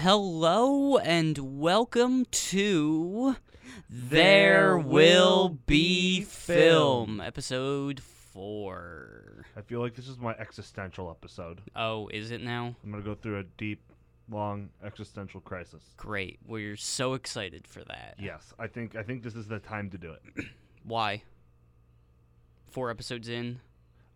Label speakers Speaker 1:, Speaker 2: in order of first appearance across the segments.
Speaker 1: Hello and welcome to There Will Be Film, episode four.
Speaker 2: I feel like this is my existential episode.
Speaker 1: Oh, is it now?
Speaker 2: I'm gonna go through a deep, long existential crisis.
Speaker 1: Great. We're so excited for that.
Speaker 2: Yes, I think I think this is the time to do it.
Speaker 1: Why? Four episodes in,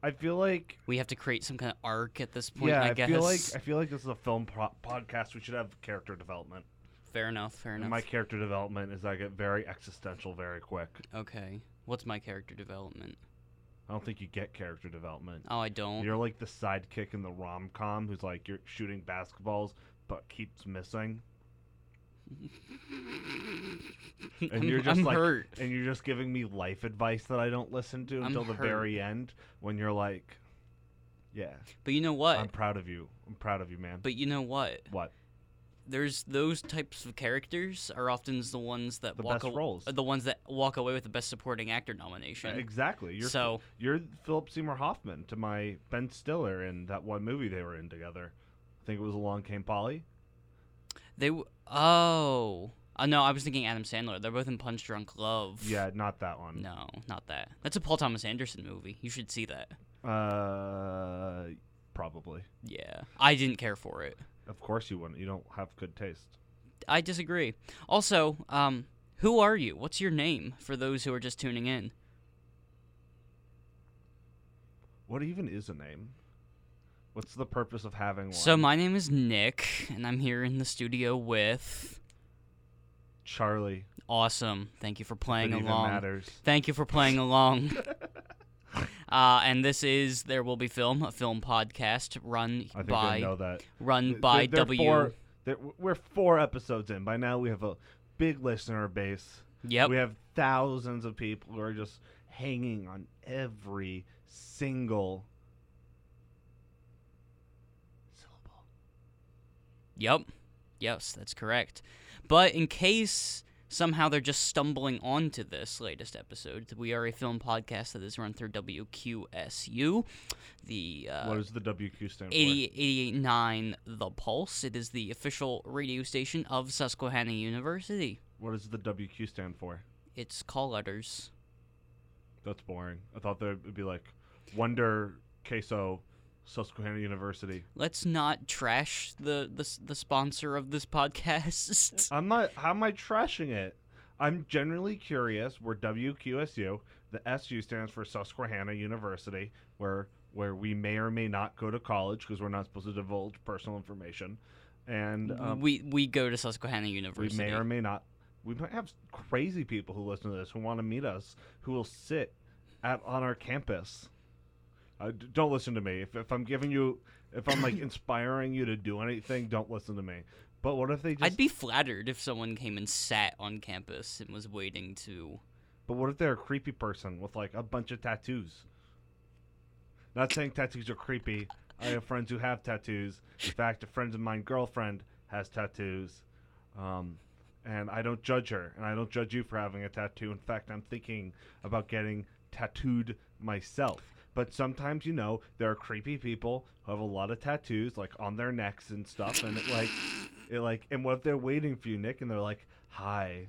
Speaker 2: I feel like
Speaker 1: we have to create some kind of arc at this point.
Speaker 2: yeah,
Speaker 1: I,
Speaker 2: I,
Speaker 1: guess.
Speaker 2: feel like I feel like this is a film pro- podcast. We should have character development.
Speaker 1: fair enough. Fair enough.
Speaker 2: And my character development is I get very existential very quick.
Speaker 1: Okay. What's my character development?
Speaker 2: I don't think you get character development.
Speaker 1: Oh, I don't.
Speaker 2: You're like the sidekick in the rom com who's like you're shooting basketballs but keeps missing, and
Speaker 1: I'm-
Speaker 2: you're just
Speaker 1: I'm
Speaker 2: like,
Speaker 1: hurt.
Speaker 2: and you're just giving me life advice that I don't listen to
Speaker 1: I'm
Speaker 2: until the
Speaker 1: hurt.
Speaker 2: very end when you're like, yeah.
Speaker 1: But you know what?
Speaker 2: I'm proud of you. I'm proud of you, man.
Speaker 1: But you know what?
Speaker 2: what?
Speaker 1: There's those types of characters are often the ones that
Speaker 2: The
Speaker 1: walk
Speaker 2: best
Speaker 1: aw-
Speaker 2: roles.
Speaker 1: the ones that walk away with the best supporting actor nomination.
Speaker 2: Exactly. You're
Speaker 1: So-
Speaker 2: you're Philip Seymour Hoffman to my Ben Stiller in that one movie they were in together. I think it was Along Came Polly.
Speaker 1: They w- oh uh, no, I was thinking Adam Sandler. They're both in Punch Drunk Love.
Speaker 2: Yeah, not that one.
Speaker 1: No, not that. That's a Paul Thomas Anderson movie. You should see that.
Speaker 2: Uh, probably.
Speaker 1: Yeah. I didn't care for it.
Speaker 2: Of course you wouldn't. You don't have good taste.
Speaker 1: I disagree. Also, um, who are you? What's your name for those who are just tuning in?
Speaker 2: What even is a name? What's the purpose of having one?
Speaker 1: So my name is Nick, and I'm here in the studio with
Speaker 2: Charlie.
Speaker 1: Awesome. Thank you for playing
Speaker 2: It even
Speaker 1: along.
Speaker 2: matters.
Speaker 1: Thank you for playing along. Uh, and this is There Will Be Film, a film podcast run
Speaker 2: I think they
Speaker 1: by
Speaker 2: know that.
Speaker 1: run
Speaker 2: Th-
Speaker 1: by
Speaker 2: they're
Speaker 1: W.
Speaker 2: Four, they're- we're four episodes in. By now we have a big listener base.
Speaker 1: Yep.
Speaker 2: We have thousands of people who are just hanging on every single syllable.
Speaker 1: Yep. Yes, that's correct. But in case somehow they're just stumbling onto this latest episode, we are a film podcast that is run through WQSU, the uh,
Speaker 2: what does the WQ stand for?
Speaker 1: 88.9 The Pulse. It is the official radio station of Susquehanna University.
Speaker 2: What does the WQ stand for?
Speaker 1: It's call letters.
Speaker 2: That's boring. I thought there would be like Wonder Queso Susquehanna University.
Speaker 1: Let's not trash the the, s- the sponsor of this podcast.
Speaker 2: I'm not. How am I trashing it? I'm generally curious. We're WQSU. The SU stands for Susquehanna University, where where we may or may not go to college because we're not supposed to divulge personal information, and um,
Speaker 1: we we go to Susquehanna
Speaker 2: we
Speaker 1: University.
Speaker 2: may or may not. We might have crazy people who listen to this who want to meet us, who will sit at on our campus. Uh, d- don't listen to me. If, if I'm giving you, if I'm like inspiring you to do anything, don't listen to me. But what if they just
Speaker 1: I'd be flattered if someone came and sat on campus and was waiting to.
Speaker 2: But what if they're a creepy person with like a bunch of tattoos? Not saying tattoos are creepy. I have friends who have tattoos. In fact, a friend of mine, girlfriend, has tattoos. Um, and I don't judge her, and I don't judge you for having a tattoo. In fact, I'm thinking about getting tattooed myself. But sometimes, you know, there are creepy people who have a lot of tattoos, like on their necks and stuff. And it like, it like, and what if they're waiting for you, Nick? And they're like, "Hi,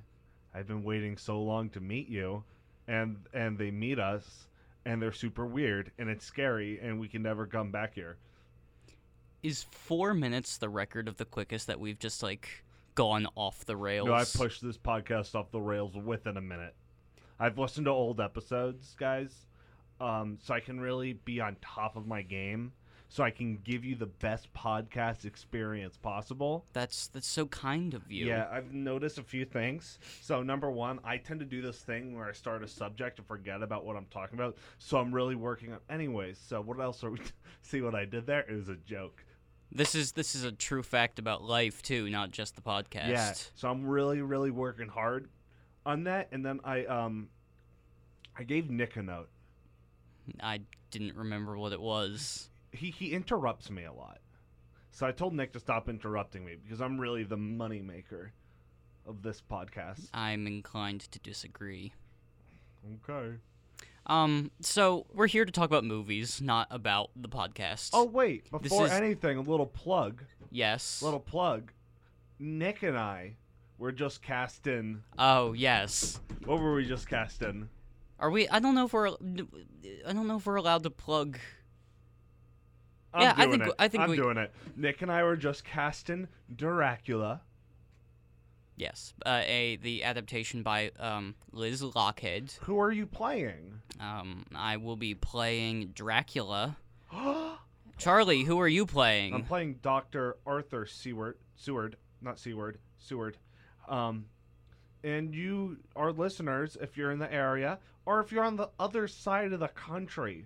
Speaker 2: I've been waiting so long to meet you," and and they meet us, and they're super weird, and it's scary, and we can never come back here.
Speaker 1: Is four minutes the record of the quickest that we've just like gone off the rails?
Speaker 2: No, I pushed this podcast off the rails within a minute. I've listened to old episodes, guys, um, so I can really be on top of my game. So I can give you the best podcast experience possible.
Speaker 1: That's that's so kind of you.
Speaker 2: Yeah, I've noticed a few things. So number one, I tend to do this thing where I start a subject and forget about what I'm talking about. So I'm really working on. Anyways, so what else are we? See what I did there? It was a joke.
Speaker 1: This is this is a true fact about life too, not just the podcast.
Speaker 2: Yeah. So I'm really, really working hard on that. And then I um, I gave Nick a note.
Speaker 1: I didn't remember what it was.
Speaker 2: He he interrupts me a lot. So I told Nick to stop interrupting me because I'm really the money maker of this podcast.
Speaker 1: I'm inclined to disagree.
Speaker 2: Okay.
Speaker 1: Um, so we're here to talk about movies, not about the podcast.
Speaker 2: Oh wait! Before
Speaker 1: is-
Speaker 2: anything, a little plug.
Speaker 1: yes.
Speaker 2: little plug Nick and I were just casting.
Speaker 1: Oh yes.
Speaker 2: What were we just casting?
Speaker 1: Are we? I don't know if we're. I don't know if we're allowed to plug.
Speaker 2: I'm
Speaker 1: Yeah, I
Speaker 2: doing
Speaker 1: think-
Speaker 2: it.
Speaker 1: I think
Speaker 2: I'm
Speaker 1: we-
Speaker 2: doing it. Nick and I were just casting Dracula.
Speaker 1: Yes, uh, a the adaptation by um, Liz Lockhead.
Speaker 2: Who are you playing?
Speaker 1: Um, I will be playing Dracula. Charlie, who are you playing?
Speaker 2: I'm playing Doctor Arthur Seward, Seward, not Seward, Seward. Um, and you, our listeners, if you're in the area or if you're on the other side of the country,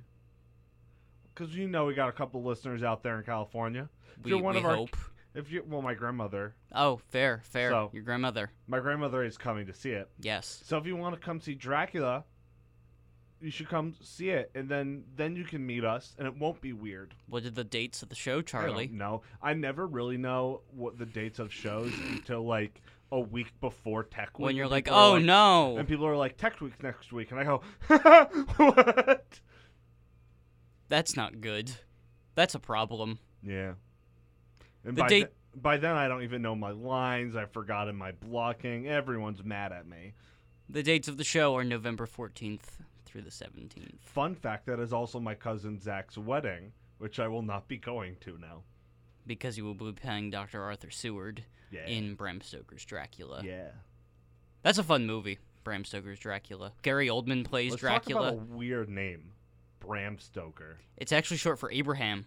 Speaker 2: because you know we got a couple listeners out there in California. If
Speaker 1: we
Speaker 2: you're one
Speaker 1: we
Speaker 2: of our,
Speaker 1: hope.
Speaker 2: if you, well, my grandmother,
Speaker 1: Oh, fair, fair.
Speaker 2: So-
Speaker 1: Your grandmother.
Speaker 2: my grandmother is coming to see it.
Speaker 1: Yes.
Speaker 2: So if you want to come see Dracula, you should come see it, and then then you can meet us, and it won't be weird.
Speaker 1: What are the dates of the show,
Speaker 2: I
Speaker 1: Charlie?
Speaker 2: don't know. I never really know what the dates of shows until like a week before Tech Week.
Speaker 1: When you're
Speaker 2: and
Speaker 1: like,
Speaker 2: people are
Speaker 1: oh no.
Speaker 2: And people are like, Tech Week's next week, and I go, what?
Speaker 1: That's not good. That's a problem.
Speaker 2: Yeah. And
Speaker 1: The
Speaker 2: by,
Speaker 1: date-
Speaker 2: the- by then, I don't even know my lines. I've forgotten my blocking. Everyone's mad at me.
Speaker 1: The dates of the show are November 14th through the 17th.
Speaker 2: Fun fact: that is also my cousin Zach's wedding, which I will not be going to now.
Speaker 1: Because you will be playing Dr. Arthur Seward
Speaker 2: Yeah.
Speaker 1: in uh, Bram Stoker's Dracula.
Speaker 2: yeah.
Speaker 1: That's a fun movie, Bram Stoker's Dracula. Gary Oldman plays
Speaker 2: Let's
Speaker 1: Dracula.
Speaker 2: talk about a weird name, Bram Stoker.
Speaker 1: It's actually short for Abraham.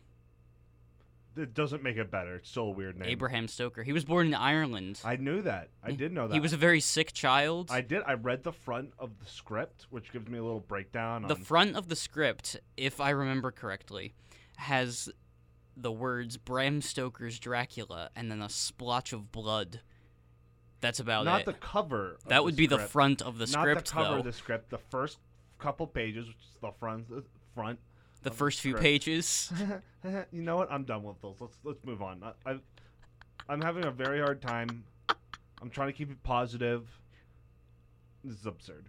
Speaker 2: It doesn't make it better. It's still a weird name.
Speaker 1: Abraham Stoker. He was born in Ireland.
Speaker 2: I knew that. I did know that.
Speaker 1: He was a very sick child.
Speaker 2: I did. I read the front of the script, which gives me a little breakdown.
Speaker 1: the
Speaker 2: on,
Speaker 1: front of the script, if I remember correctly, has the words Bram Stoker's Dracula and then a splotch of blood. That's about
Speaker 2: not
Speaker 1: it.
Speaker 2: the cover. of
Speaker 1: that would be the
Speaker 2: script.
Speaker 1: front of the
Speaker 2: not
Speaker 1: script,
Speaker 2: the cover
Speaker 1: though.
Speaker 2: of the script. The first couple pages, which is the front. The front.
Speaker 1: the
Speaker 2: of the
Speaker 1: first few
Speaker 2: script.
Speaker 1: pages.
Speaker 2: you know what? I'm done with those. Let's let's move on. I, I, I'm having a very hard time. I'm trying to keep it positive. This is absurd.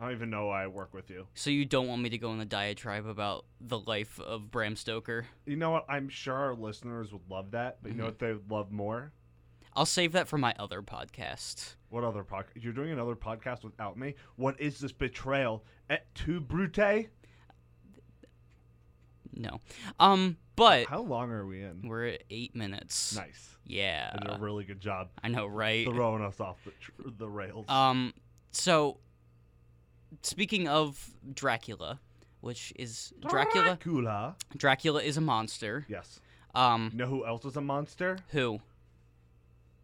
Speaker 2: I don't even know why I work with you.
Speaker 1: So you don't want me to go on a diatribe about the life of Bram Stoker?
Speaker 2: You know what? I'm sure our listeners would love that, but you know
Speaker 1: Mhm.
Speaker 2: what they would love more?
Speaker 1: I'll save that for my other podcast.
Speaker 2: What other podcast? You're doing another podcast without me? What is this betrayal? Et tu, Brute?
Speaker 1: No. Um, but
Speaker 2: How long are we in?
Speaker 1: we're at eight minutes.
Speaker 2: Nice.
Speaker 1: Yeah.
Speaker 2: I did a really good job
Speaker 1: I know, right?
Speaker 2: throwing us off the, tr- the rails.
Speaker 1: Um, so speaking of Dracula, which is Dracula,
Speaker 2: Dracula.
Speaker 1: Dracula is a monster.
Speaker 2: Yes. You
Speaker 1: Um,
Speaker 2: know who else is a monster?
Speaker 1: who?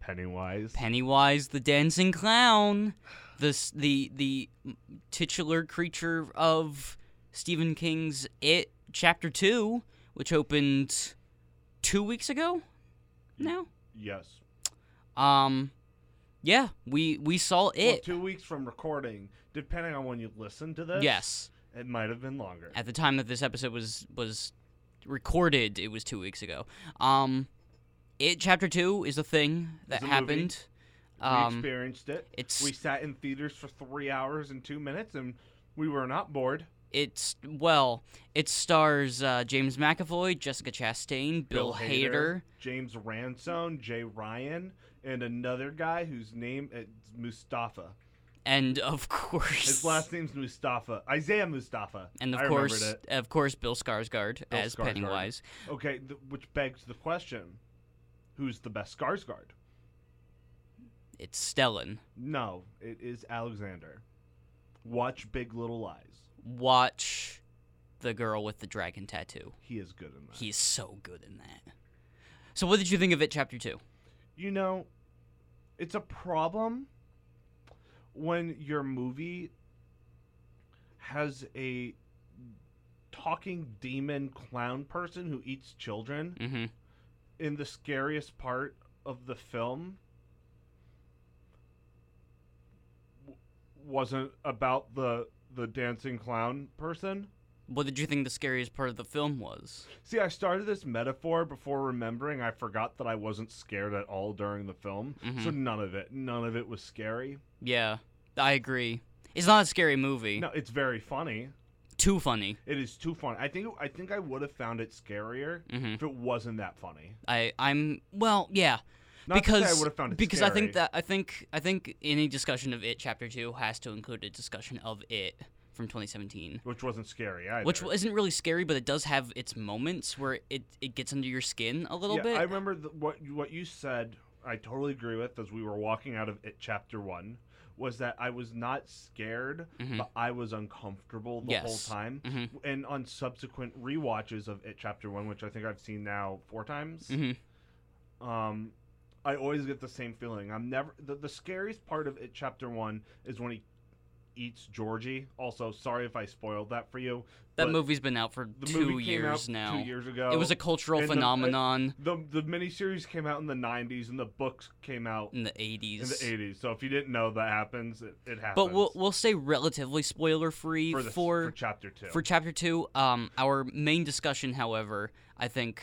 Speaker 2: Pennywise.
Speaker 1: Pennywise the dancing clown, the s- the the titular creature of Stephen King's It Chapter 2, which opened 2 weeks ago. Now?
Speaker 2: yes.
Speaker 1: Um yeah, we we saw
Speaker 2: Well,
Speaker 1: it.
Speaker 2: two weeks from recording, depending on when you listen to this.
Speaker 1: yes.
Speaker 2: It might have been longer.
Speaker 1: at the time that this episode was was recorded, it was two weeks ago. Um, it chapter two is a thing that
Speaker 2: a movie.
Speaker 1: happened.
Speaker 2: we
Speaker 1: Um,
Speaker 2: experienced it.
Speaker 1: it's
Speaker 2: We sat in theaters for three hours and two minutes, and we were not bored.
Speaker 1: it's well, it stars uh, James McAvoy, Jessica Chastain, Bill, Hader.
Speaker 2: James Ransone, Jay Ryan, and another guy whose name is Mustafa.
Speaker 1: and of course
Speaker 2: His last name's Mustafa. Isaiah Mustafa.
Speaker 1: and of
Speaker 2: I remembered
Speaker 1: course
Speaker 2: it.
Speaker 1: of course Bill Skarsgård
Speaker 2: Bill
Speaker 1: as
Speaker 2: Skarsgård.
Speaker 1: Pennywise.
Speaker 2: Okay, th- which begs the question: Who's the best Skarsgård?
Speaker 1: It's Stellan.
Speaker 2: No, it is Alexander. Watch Big Little Lies.
Speaker 1: Watch the girl with the dragon tattoo.
Speaker 2: He is good in that.
Speaker 1: He's so good in that. So what did you think of it chapter 2?
Speaker 2: you know, it's a problem when your movie has a talking demon clown person who eats children
Speaker 1: Mhm.
Speaker 2: in the scariest part of the film w- wasn't about the the dancing clown person.
Speaker 1: What did you think the scariest part of the film was?
Speaker 2: See, I started this metaphor before remembering I forgot that I wasn't scared at all during the film. So
Speaker 1: Mm-hmm.
Speaker 2: none of it, none of it was scary.
Speaker 1: Yeah, I agree. It's not a scary movie.
Speaker 2: No, it's very funny.
Speaker 1: Too funny.
Speaker 2: It is too funny. I think I think I would have found it scarier
Speaker 1: hmm
Speaker 2: if it wasn't that funny.
Speaker 1: I I'm well, yeah.
Speaker 2: Not to say I
Speaker 1: because
Speaker 2: would've found it
Speaker 1: because I think
Speaker 2: scary.
Speaker 1: that I think I think any discussion of it chapter 2 has to include a discussion of it from 2017.
Speaker 2: which wasn't scary either.
Speaker 1: Which isn't really scary, but it does have its moments where it, it gets under your skin a little
Speaker 2: yeah,
Speaker 1: bit.
Speaker 2: I remember the, what you- what you said. I totally agree with as we were walking out of it. Chapter one was that I was not scared,
Speaker 1: Mhm.
Speaker 2: but I was uncomfortable the whole
Speaker 1: Yes.
Speaker 2: time.
Speaker 1: Mhm.
Speaker 2: And on subsequent rewatches of it, chapter one, which I think I've seen now four times,
Speaker 1: Mhm.
Speaker 2: um, I always get the same feeling. I'm never the, the scariest part of it. Chapter one is when he eats Georgie. Also, sorry if I spoiled that for you.
Speaker 1: That
Speaker 2: but
Speaker 1: movie's been out for
Speaker 2: the movie
Speaker 1: two
Speaker 2: came
Speaker 1: years
Speaker 2: out
Speaker 1: now.
Speaker 2: Two years ago,
Speaker 1: It was a cultural
Speaker 2: and the- uh,
Speaker 1: phenomenon
Speaker 2: the the miniseries came out in the '90s, and the books came out
Speaker 1: in the 80s.
Speaker 2: in the '80s. So if you didn't know that happens, it, it happens.
Speaker 1: But we'll we'll stay relatively spoiler free
Speaker 2: for,
Speaker 1: for
Speaker 2: this- for chapter two.
Speaker 1: for chapter two. Um, our main discussion, however, I think.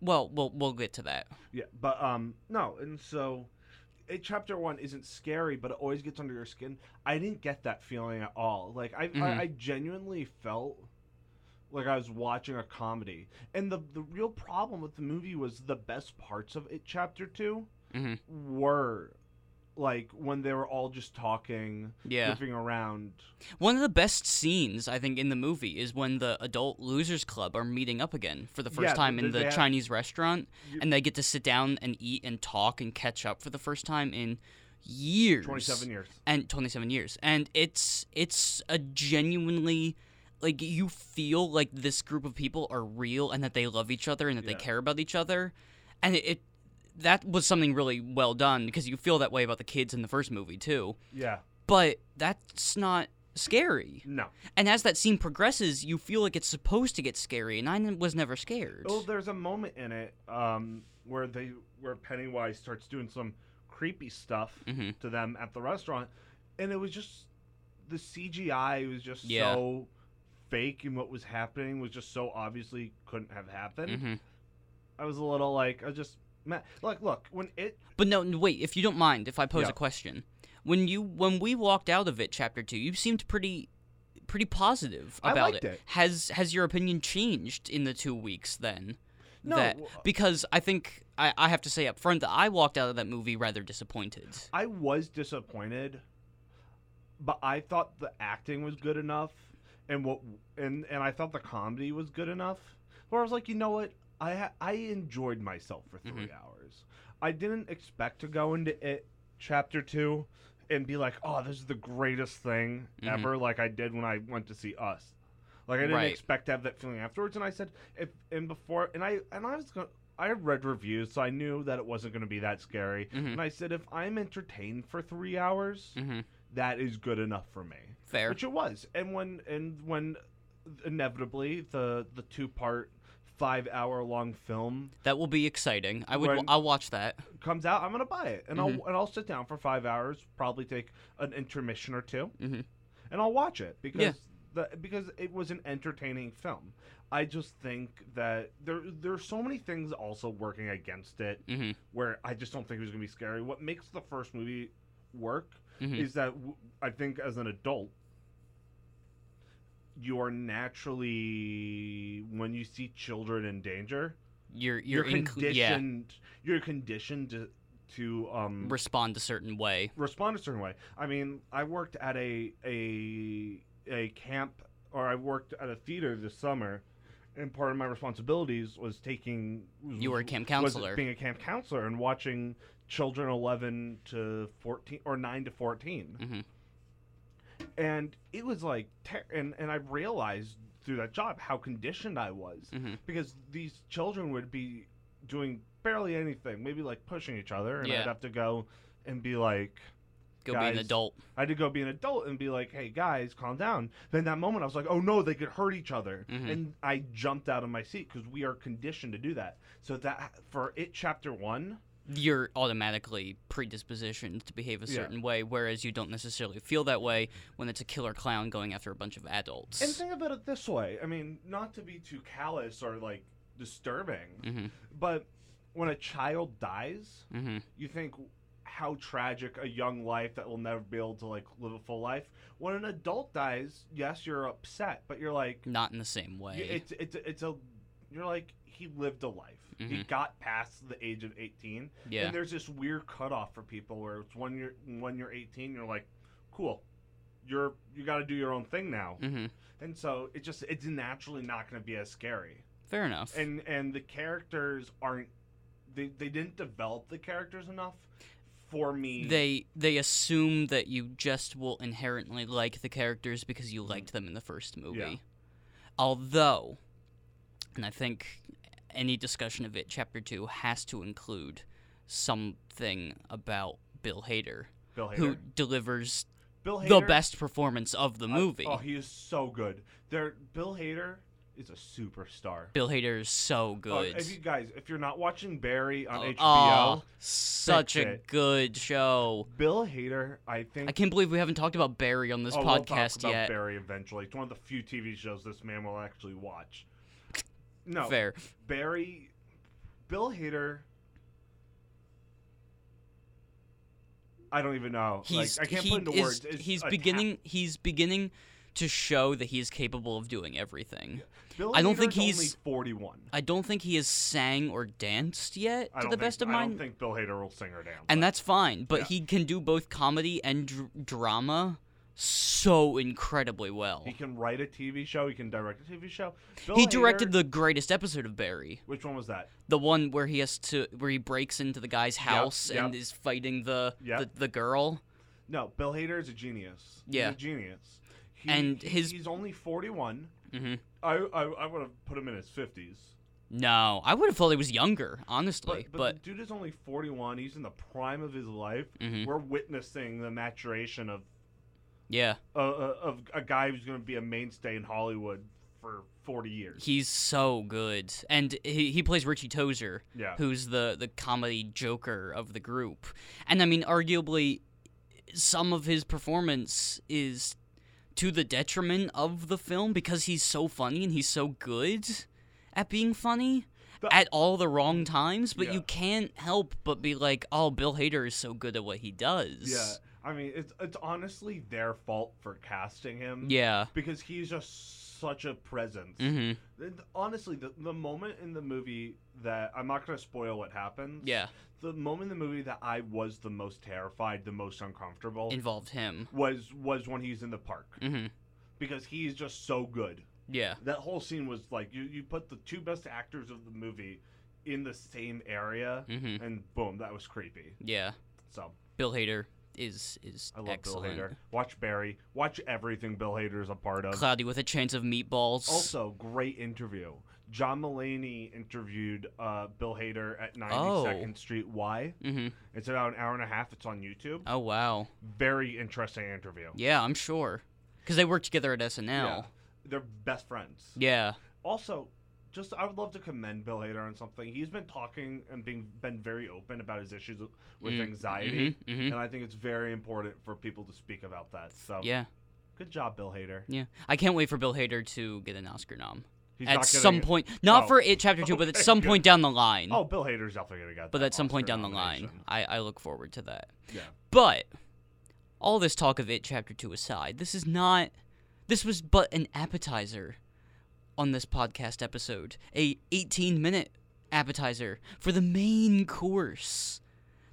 Speaker 1: Well, we'll we'll get to that.
Speaker 2: yeah, but um, no, and so. It, chapter one isn't scary, but it always gets under your skin. I didn't get that feeling at all. Like I,
Speaker 1: Mhm.
Speaker 2: I, I genuinely felt like I was watching a comedy. And the the real problem with the movie was the best parts of it. Chapter 2
Speaker 1: Mhm.
Speaker 2: were like when they were all just talking,
Speaker 1: Yeah,
Speaker 2: goofing around.
Speaker 1: one of the best scenes I think in the movie is when the Adult Losers Club are meeting up again for the first
Speaker 2: Yeah,
Speaker 1: time
Speaker 2: th-
Speaker 1: in
Speaker 2: they
Speaker 1: the
Speaker 2: have-
Speaker 1: Chinese restaurant,
Speaker 2: You-
Speaker 1: and they get to sit down and eat and talk and catch up for the first time in years.
Speaker 2: 27 years.
Speaker 1: and 27 years and it's it's a genuinely like you feel like this group of people are real and that they love each other and that
Speaker 2: Yeah.
Speaker 1: they care about each other and it, it that was something really well done because you feel that way about the kids in the first movie too
Speaker 2: Yeah.
Speaker 1: but that's not scary
Speaker 2: No.
Speaker 1: and as that scene progresses you feel like it's supposed to get scary and i n- was never scared
Speaker 2: Oh, there's a moment in it um, where they where Pennywise starts doing some creepy stuff
Speaker 1: hmm
Speaker 2: to them at the restaurant, and it was just the CGI was just
Speaker 1: Yeah.
Speaker 2: so fake, and what was happening was just so obviously couldn't have happened.
Speaker 1: hmm
Speaker 2: I was a little like I was just meh. like look when it
Speaker 1: But no, n- wait. If you don't mind, if I pose
Speaker 2: Yeah.
Speaker 1: a question, when you when we walked out of it, chapter two, you seemed pretty pretty positive
Speaker 2: I
Speaker 1: about
Speaker 2: liked it.
Speaker 1: Has has your opinion changed in the two weeks then?
Speaker 2: No,
Speaker 1: That-
Speaker 2: w- uh,
Speaker 1: because I think I, I have to say up front that I walked out of that movie rather disappointed.
Speaker 2: I was disappointed, but I thought the acting was good enough, and what and and I thought the comedy was good enough. Where I was like, you know what, I ha- I enjoyed myself for 3 hours. I didn't expect to go into it chapter two and be like, oh, this is the greatest thing
Speaker 1: Mhm.
Speaker 2: ever. Like I did when I went to see Us. Like I didn't
Speaker 1: Right.
Speaker 2: expect to have that feeling afterwards, and I said, if and before, and I and I was going. I read reviews, so I knew that it wasn't going to be that scary.
Speaker 1: Mhm.
Speaker 2: And I said, if I'm entertained for three hours,
Speaker 1: Mm-hmm.
Speaker 2: that is good enough for me,
Speaker 1: Fair.
Speaker 2: which it was. And when and when inevitably the the two part five hour long film
Speaker 1: that will be exciting. I would. wa-
Speaker 2: When-
Speaker 1: I'll watch that.
Speaker 2: comes out, I'm gonna buy it, and
Speaker 1: Mm-hmm.
Speaker 2: I'll and I'll sit down for five hours, probably take an intermission or 2
Speaker 1: Mhm.
Speaker 2: and I'll watch it because the because it was an entertaining film. I just think that there there's so many things also working against it
Speaker 1: Mm-hmm.
Speaker 2: where I just don't think it was gonna be scary. What makes the first movie work
Speaker 1: Mhm.
Speaker 2: is that w- I think as an adult, you are naturally when you see children in danger,
Speaker 1: You're you're, inc- yeah.
Speaker 2: conditioned. You're conditioned to, to um,
Speaker 1: Respond a certain way.
Speaker 2: respond a certain way. I mean, I worked at a a a camp, or I worked at a theater this summer, and part of my responsibilities was taking. Was,
Speaker 1: You were a camp
Speaker 2: was
Speaker 1: counselor.
Speaker 2: being a camp counselor and watching children eleven to fourteen or nine to 14
Speaker 1: Mhm.
Speaker 2: and it was like, ter- and and I realized through that job how conditioned I was
Speaker 1: Mhm.
Speaker 2: because these children would be doing barely anything, maybe like pushing each other, and
Speaker 1: Yeah.
Speaker 2: I'd have to go and be like.
Speaker 1: Go be an
Speaker 2: Guys,
Speaker 1: adult.
Speaker 2: I had to go be an adult and be like, "Hey guys, calm down." Then that moment, I was like, "Oh no, they could hurt each other,"
Speaker 1: Mhm.
Speaker 2: and I jumped out of my seat because we are conditioned to do that. So that for it, chapter one,
Speaker 1: you're automatically predispositioned to behave a
Speaker 2: Yeah.
Speaker 1: certain way, whereas you don't necessarily feel that way when it's a killer clown going after a bunch of adults.
Speaker 2: and think about it this way: I mean, not to be too callous or like disturbing,
Speaker 1: Mhm.
Speaker 2: but when a child dies,
Speaker 1: hmm
Speaker 2: you think how tragic a young life that will never be able to like live a full life. When an adult dies, yes, you're upset, but you're like,
Speaker 1: Not in the same
Speaker 2: Y-
Speaker 1: way.
Speaker 2: It's it's it's a You're like, he lived a life. He
Speaker 1: Mhm.
Speaker 2: got past the age of 18.
Speaker 1: Yeah.
Speaker 2: And there's this weird cutoff for people where it's when you're when you're 18, you're like, cool, you're you got to do your own thing now.
Speaker 1: mm-hmm.
Speaker 2: And so it just it's naturally not going to be as scary.
Speaker 1: Fair enough.
Speaker 2: And and the characters aren't they they didn't develop the characters enough for me.
Speaker 1: they they assume that you just will inherently like the characters because you liked them in the first movie. Although, and I think any discussion of it, Chapter Two has to include something about Bill Hader,
Speaker 2: Bill Hader.
Speaker 1: who delivers
Speaker 2: Bill Hader
Speaker 1: the best performance of the
Speaker 2: I-
Speaker 1: movie.
Speaker 2: oh, he is so good. There Bill Hader is a superstar.
Speaker 1: Bill Hader is so
Speaker 2: Oh,
Speaker 1: good.
Speaker 2: if you guys, if you're not watching Barry on
Speaker 1: Oh,
Speaker 2: HBO,
Speaker 1: oh, such
Speaker 2: fix
Speaker 1: a
Speaker 2: it.
Speaker 1: good show.
Speaker 2: Bill Hader, I think
Speaker 1: I can't believe we haven't talked about Barry on this
Speaker 2: Oh,
Speaker 1: podcast
Speaker 2: we'll talk about
Speaker 1: yet.
Speaker 2: Barry eventually. It's one of the few TV shows this man will actually watch. No,
Speaker 1: Fair.
Speaker 2: Barry, Bill Hader. I don't even know.
Speaker 1: he's
Speaker 2: like, I can't
Speaker 1: he
Speaker 2: put into
Speaker 1: is,
Speaker 2: words. It's
Speaker 1: he's
Speaker 2: a ta-
Speaker 1: beginning he's beginning to show that he is capable of doing everything.
Speaker 2: Bill
Speaker 1: I don't think
Speaker 2: Hader's only
Speaker 1: he's-
Speaker 2: forty-one.
Speaker 1: I don't think he has sang or danced yet
Speaker 2: I
Speaker 1: to
Speaker 2: don't
Speaker 1: the best
Speaker 2: think,
Speaker 1: of
Speaker 2: I
Speaker 1: my
Speaker 2: don't think Bill Hader will sing her down.
Speaker 1: and that's fine, but
Speaker 2: Yeah.
Speaker 1: he can do both comedy and dr- drama so incredibly well.
Speaker 2: he can write a TV show. He can direct a TV show. Bill
Speaker 1: He directed
Speaker 2: Hader-
Speaker 1: the greatest episode of Barry,
Speaker 2: Which one was that?
Speaker 1: the one where he has to where he breaks into the guy's house and
Speaker 2: yep.
Speaker 1: is fighting the,
Speaker 2: Yep.
Speaker 1: the the girl.
Speaker 2: No, Bill Hader is a genius.
Speaker 1: Yeah.
Speaker 2: he's a genius. He,
Speaker 1: And
Speaker 2: he-
Speaker 1: his-
Speaker 2: he's only forty-one.
Speaker 1: hmm
Speaker 2: I I, I would have put him in his fifties.
Speaker 1: No, I would have thought he was younger, honestly,
Speaker 2: But, but, the dude is only forty one. He's in the prime of his life.
Speaker 1: Mhm.
Speaker 2: We're witnessing the maturation of
Speaker 1: yeah.
Speaker 2: uh, uh, of a guy who's going to be a mainstay in Hollywood for forty years.
Speaker 1: He's so good, and he, he plays Richie Tozer,
Speaker 2: Yeah.
Speaker 1: who's the the comedy joker of the group. And I mean, arguably, some of his performance is to the detriment of the film because he's so funny and he's so good at being funny
Speaker 2: The-
Speaker 1: at all the wrong times. But
Speaker 2: Yeah.
Speaker 1: you can't help but be like, "Oh, Bill Hader is so good at what he does."
Speaker 2: Yeah. I mean, it's it's honestly their fault for casting him.
Speaker 1: Yeah.
Speaker 2: Because he's just such a presence.
Speaker 1: Mm-hmm.
Speaker 2: And Honestly, the, the moment in the movie that I'm not going to spoil what happens.
Speaker 1: Yeah.
Speaker 2: The moment in the movie that I was the most terrified, the most uncomfortable,
Speaker 1: Involved him.
Speaker 2: was was when he's in the park
Speaker 1: Mm-hmm.
Speaker 2: because he's just so good.
Speaker 1: Yeah.
Speaker 2: That whole scene was like you you put the two best actors of the movie in the same area,
Speaker 1: Mm-hmm.
Speaker 2: and boom, that was creepy.
Speaker 1: Yeah.
Speaker 2: So
Speaker 1: Bill Hader is is
Speaker 2: I love
Speaker 1: excellent.
Speaker 2: Bill Hader. Watch Barry. Watch everything Bill Hader is a part of.
Speaker 1: Cloudy with a Chance of Meatballs.
Speaker 2: Also, great interview. John Mulaney interviewed uh, Bill Hader at
Speaker 1: Oh.
Speaker 2: 92nd Street Y.
Speaker 1: hmm
Speaker 2: It's about an hour and a half. It's on YouTube.
Speaker 1: Oh wow.
Speaker 2: Very interesting interview.
Speaker 1: Yeah, I'm sure. Because they work together at SNL.
Speaker 2: Yeah.
Speaker 1: Yeah.
Speaker 2: They're best friends.
Speaker 1: Yeah.
Speaker 2: Also, just I would love to commend Bill Hader on something. He's been talking and being been very open about his issues with
Speaker 1: Mm.
Speaker 2: anxiety,
Speaker 1: Mhm, mhm.
Speaker 2: and I think it's very important for people to speak about that. So,
Speaker 1: Yeah.
Speaker 2: good job, Bill Hader.
Speaker 1: Yeah. I can't wait for Bill Hader to get an Oscar nom
Speaker 2: He's
Speaker 1: at
Speaker 2: not getting
Speaker 1: some
Speaker 2: it.
Speaker 1: point. Not
Speaker 2: Oh.
Speaker 1: for it chapter two, but at
Speaker 2: Okay,
Speaker 1: some
Speaker 2: good.
Speaker 1: point down the line.
Speaker 2: Oh, Bill Hader's definitely gonna get.
Speaker 1: but
Speaker 2: that
Speaker 1: at some point
Speaker 2: Oscar
Speaker 1: down the line,
Speaker 2: nomination.
Speaker 1: I I look forward to that.
Speaker 2: Yeah.
Speaker 1: But all this talk of it chapter 2 aside, this is not this was but an appetizer on this podcast episode, a 18 minute appetizer for the main course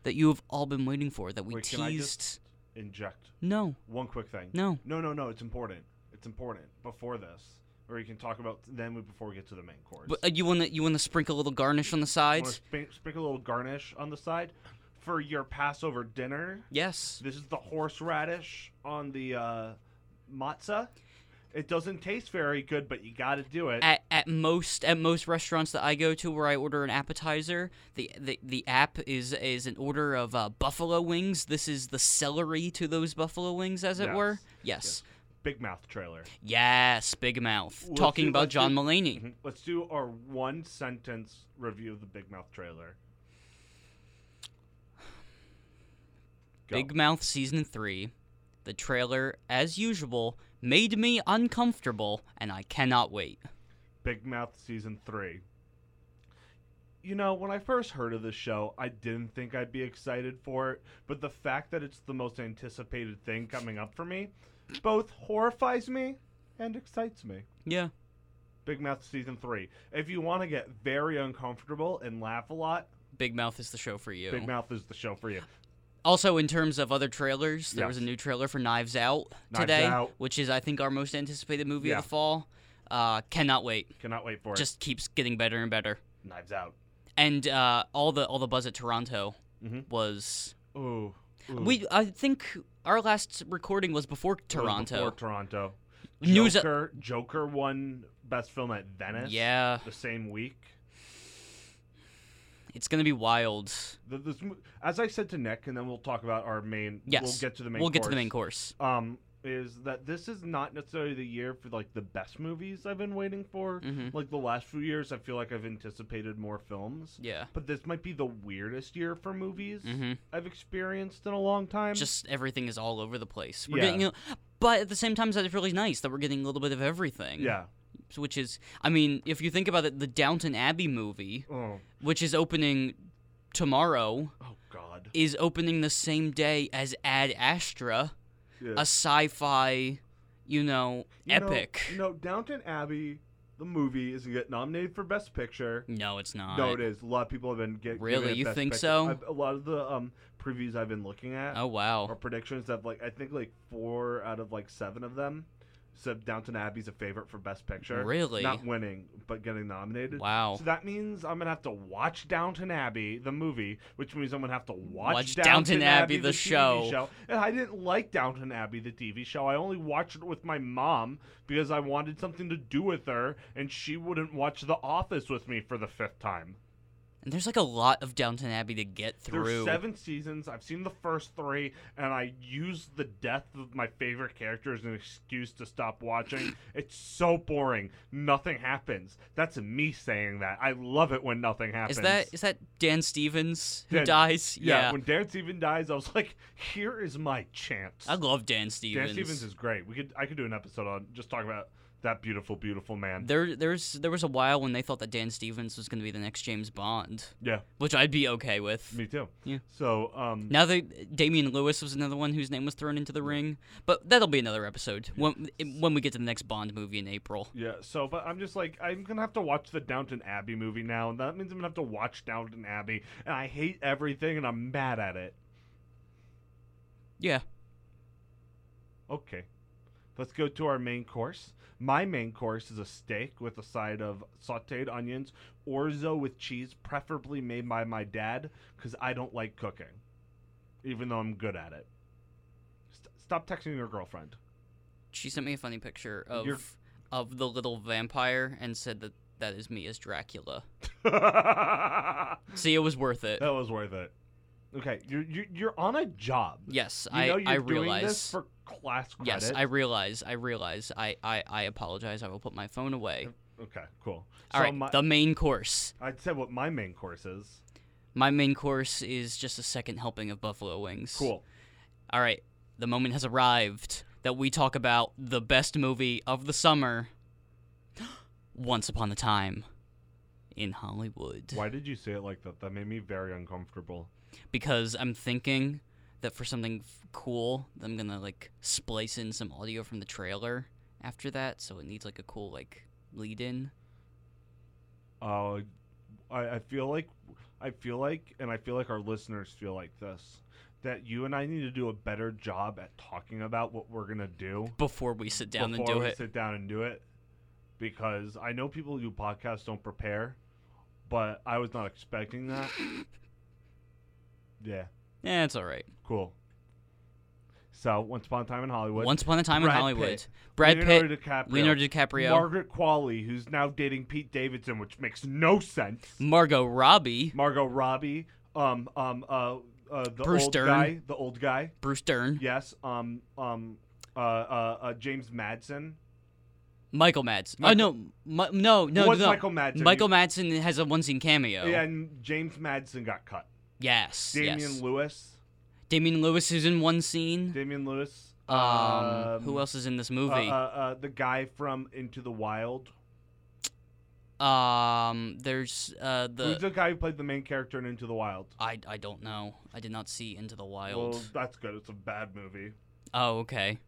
Speaker 1: that you have all been waiting for that we
Speaker 2: Wait,
Speaker 1: teased.
Speaker 2: can I just- Inject
Speaker 1: No.
Speaker 2: one quick thing.
Speaker 1: No.
Speaker 2: No, no, no. It's important. It's important. Before this, or you can talk about them before we get to the main course.
Speaker 1: But uh, you want to you want to sprinkle a little garnish on the
Speaker 2: want
Speaker 1: sides?
Speaker 2: to spink- sprinkle a little garnish on the side for your Passover dinner.
Speaker 1: Yes.
Speaker 2: This is the horseradish on the uh, matzah. It doesn't taste very good, but you got to do it.
Speaker 1: At, at most at most restaurants that I go to where I order an appetizer, the the, the app is is an order of uh, buffalo wings. This is the celery to those buffalo wings, as it
Speaker 2: Yes.
Speaker 1: were. Yes.
Speaker 2: Big mouth trailer.
Speaker 1: yes, Big Mouth.
Speaker 2: Let's
Speaker 1: Talking
Speaker 2: do-
Speaker 1: about
Speaker 2: let's do-
Speaker 1: John Mulaney.
Speaker 2: Mhm. Let's do our one sentence review of the Big Mouth trailer. Go.
Speaker 1: Big Mouth season three. The trailer, as usual, made me uncomfortable, and I cannot wait.
Speaker 2: Big Mouth season three. You know, when I first heard of the show, I didn't think I'd be excited for it, but the fact that it's the most anticipated thing coming up for me both horrifies me and excites me.
Speaker 1: Yeah,
Speaker 2: Big Mouth season three. If you want to get very uncomfortable and laugh a lot,
Speaker 1: Big Mouth is the show for you.
Speaker 2: Big Mouth is the show for you.
Speaker 1: Also, in terms of other trailers, there was a
Speaker 2: Yes.
Speaker 1: new trailer for Knives Out
Speaker 2: Knives
Speaker 1: today,
Speaker 2: Out.
Speaker 1: which is, I think, our most anticipated movie
Speaker 2: Yeah.
Speaker 1: of the fall. Uh, cannot wait.
Speaker 2: Cannot wait for
Speaker 1: Just keeps getting better and better.
Speaker 2: it. Knives out.
Speaker 1: And uh, all the all the buzz at Toronto
Speaker 2: Mhm.
Speaker 1: was
Speaker 2: Ooh. ooh.
Speaker 1: we. I think our last recording was before
Speaker 2: It was
Speaker 1: Toronto.
Speaker 2: Before Toronto.
Speaker 1: News-
Speaker 2: Joker. Joker won best film at Venice.
Speaker 1: Yeah,
Speaker 2: The same week.
Speaker 1: it's gonna be wild.
Speaker 2: The, this, mo- as I said to Nick, and then we'll talk about our main.
Speaker 1: Yes,
Speaker 2: We'll get to the main.
Speaker 1: we'll get to the
Speaker 2: course.
Speaker 1: main course.
Speaker 2: um is that this is not necessarily the year for like the best movies I've been waiting for.
Speaker 1: Mhm.
Speaker 2: Like the last few years I feel like I've anticipated more films.
Speaker 1: Yeah.
Speaker 2: But this might be the weirdest year for movies
Speaker 1: hmm
Speaker 2: I've experienced in a long time.
Speaker 1: Just everything is all over the place. We're
Speaker 2: Yeah.
Speaker 1: getting, but at the same time, that's really nice that we're getting a little bit of everything.
Speaker 2: yeah.
Speaker 1: which is I mean, if you think about it, the Downton Abbey movie,
Speaker 2: Oh,
Speaker 1: which is opening tomorrow,
Speaker 2: oh god.
Speaker 1: is opening the same day as Ad Astra,
Speaker 2: Yeah.
Speaker 1: a sci-fi, you know,
Speaker 2: You know-
Speaker 1: epic.
Speaker 2: you know, Downton Abbey the movie is going to get nominated for best picture.
Speaker 1: no, it's not.
Speaker 2: No, it is. A lot of people have been getting
Speaker 1: Really? You think so?
Speaker 2: A lot of the um previews I've been looking at.
Speaker 1: Oh
Speaker 2: or
Speaker 1: wow.
Speaker 2: predictions that like I think like four out of like seven of them said Downton Abbey's a favorite for Best Picture.
Speaker 1: Really?
Speaker 2: Not winning, but getting nominated.
Speaker 1: Wow.
Speaker 2: So that means I'm gonna have to watch Downton Abbey the movie, which means I'm gonna have to watch,
Speaker 1: Watch Downton Abbey, the
Speaker 2: TV
Speaker 1: show.
Speaker 2: And I didn't like Downton Abbey the TV show. I only watched it with my mom because I wanted something to do with her, and she wouldn't watch The Office with me for the fifth time.
Speaker 1: And there's like a lot of Downton Abbey to get
Speaker 2: There's
Speaker 1: through.
Speaker 2: seven seasons. I've seen the first three, and I used the death of my favorite character as an excuse to stop watching. it's so boring. Nothing happens. That's me saying that. I love it when nothing happens.
Speaker 1: Is that is that Dan Stevens who
Speaker 2: Dan-
Speaker 1: dies?
Speaker 2: yeah, When Dan Stevens dies, I was like, "Here is my chance."
Speaker 1: I love Dan
Speaker 2: Dan
Speaker 1: Stevens.
Speaker 2: Stevens is great. We could, I could do an episode on just talking about that beautiful, beautiful man.
Speaker 1: there, there's there was a while when they thought that Dan Stevens was going to be the next James Bond,
Speaker 2: yeah,
Speaker 1: which I'd be okay with.
Speaker 2: me too.
Speaker 1: Yeah.
Speaker 2: So, um,
Speaker 1: Now that Damian Lewis was another one whose name was thrown into the ring, but that'll be another episode when when we get to the next Bond movie in April.
Speaker 2: Yeah, so but I'm just like I'm gonna have to watch the Downton Abbey movie now, and that means I'm gonna have to watch Downton Abbey, and I hate everything, and I'm mad at it.
Speaker 1: Yeah,
Speaker 2: Okay, let's go to our main course. My main course is a steak with a side of sautéed onions, orzo with cheese, preferably made by my dad, because I don't like cooking, even though I'm good at it. St- stop texting your girlfriend.
Speaker 1: she sent me a funny picture of
Speaker 2: You're-
Speaker 1: of the little vampire and said that that is me as Dracula.
Speaker 2: that
Speaker 1: See, it was worth it.
Speaker 2: was worth it. Okay, you're you're, you're on a job.
Speaker 1: Yes,
Speaker 2: You know
Speaker 1: I
Speaker 2: you're
Speaker 1: I
Speaker 2: doing
Speaker 1: realize.
Speaker 2: this for class credit.
Speaker 1: yes, I realize. I realize. I, I I apologize. I will put my phone away.
Speaker 2: Okay, cool.
Speaker 1: All
Speaker 2: so
Speaker 1: right,
Speaker 2: my,
Speaker 1: the main course.
Speaker 2: I said what my main course is.
Speaker 1: My main course is just a second helping of buffalo wings.
Speaker 2: Cool.
Speaker 1: All right, the moment has arrived that we talk about the best movie of the summer. Once upon a time in Hollywood.
Speaker 2: Why did you say it like that? That made me very uncomfortable.
Speaker 1: Because I'm thinking that for something f- cool, I'm going to like splice in some audio from the trailer after that, so it needs like a cool like lead in.
Speaker 2: Uh, I, I feel like, I feel like, and I feel like our listeners feel like this. That you and I need to do a better job at talking about what we're gonna do
Speaker 1: Before we sit down
Speaker 2: before
Speaker 1: and do
Speaker 2: we
Speaker 1: it,
Speaker 2: sit down and do it, because I know people who do podcasts don't prepare, but I was not expecting that. yeah,
Speaker 1: yeah, it's all right.
Speaker 2: cool. So once upon a time in Hollywood,
Speaker 1: Once upon a time
Speaker 2: Brad
Speaker 1: in Hollywood,
Speaker 2: Pitt,
Speaker 1: Brad
Speaker 2: Leonardo
Speaker 1: Pitt,
Speaker 2: DiCaprio,
Speaker 1: Leonardo DiCaprio,
Speaker 2: Margaret Qualley, who's now dating Pete Davidson, which makes no sense.
Speaker 1: Margot Robbie,
Speaker 2: Margot Robbie, um, um, uh, uh, the
Speaker 1: Bruce
Speaker 2: old
Speaker 1: Dern.
Speaker 2: guy, the old guy,
Speaker 1: Bruce Dern,
Speaker 2: yes, um, um, uh, uh, uh James Madsen.
Speaker 1: Michael Madsen.
Speaker 2: Michael-
Speaker 1: oh no, Mi- no, no,
Speaker 2: What's
Speaker 1: no.
Speaker 2: Michael Madsen?
Speaker 1: Michael Madsen has a one-scene cameo.
Speaker 2: Yeah, and James Madsen got cut.
Speaker 1: Yes.
Speaker 2: Damian
Speaker 1: yes.
Speaker 2: Lewis.
Speaker 1: Damian Lewis is in one scene.
Speaker 2: Damian Lewis.
Speaker 1: Um, who else is in this
Speaker 2: Uh, uh,
Speaker 1: movie?
Speaker 2: uh, the guy from Into the Wild.
Speaker 1: um, there's uh
Speaker 2: uh, Who's
Speaker 1: the
Speaker 2: the guy who played the main character in Into the Wild?
Speaker 1: I I don't know. I did not see Into the Wild.
Speaker 2: Well, that's good. It's a bad movie.
Speaker 1: oh, okay.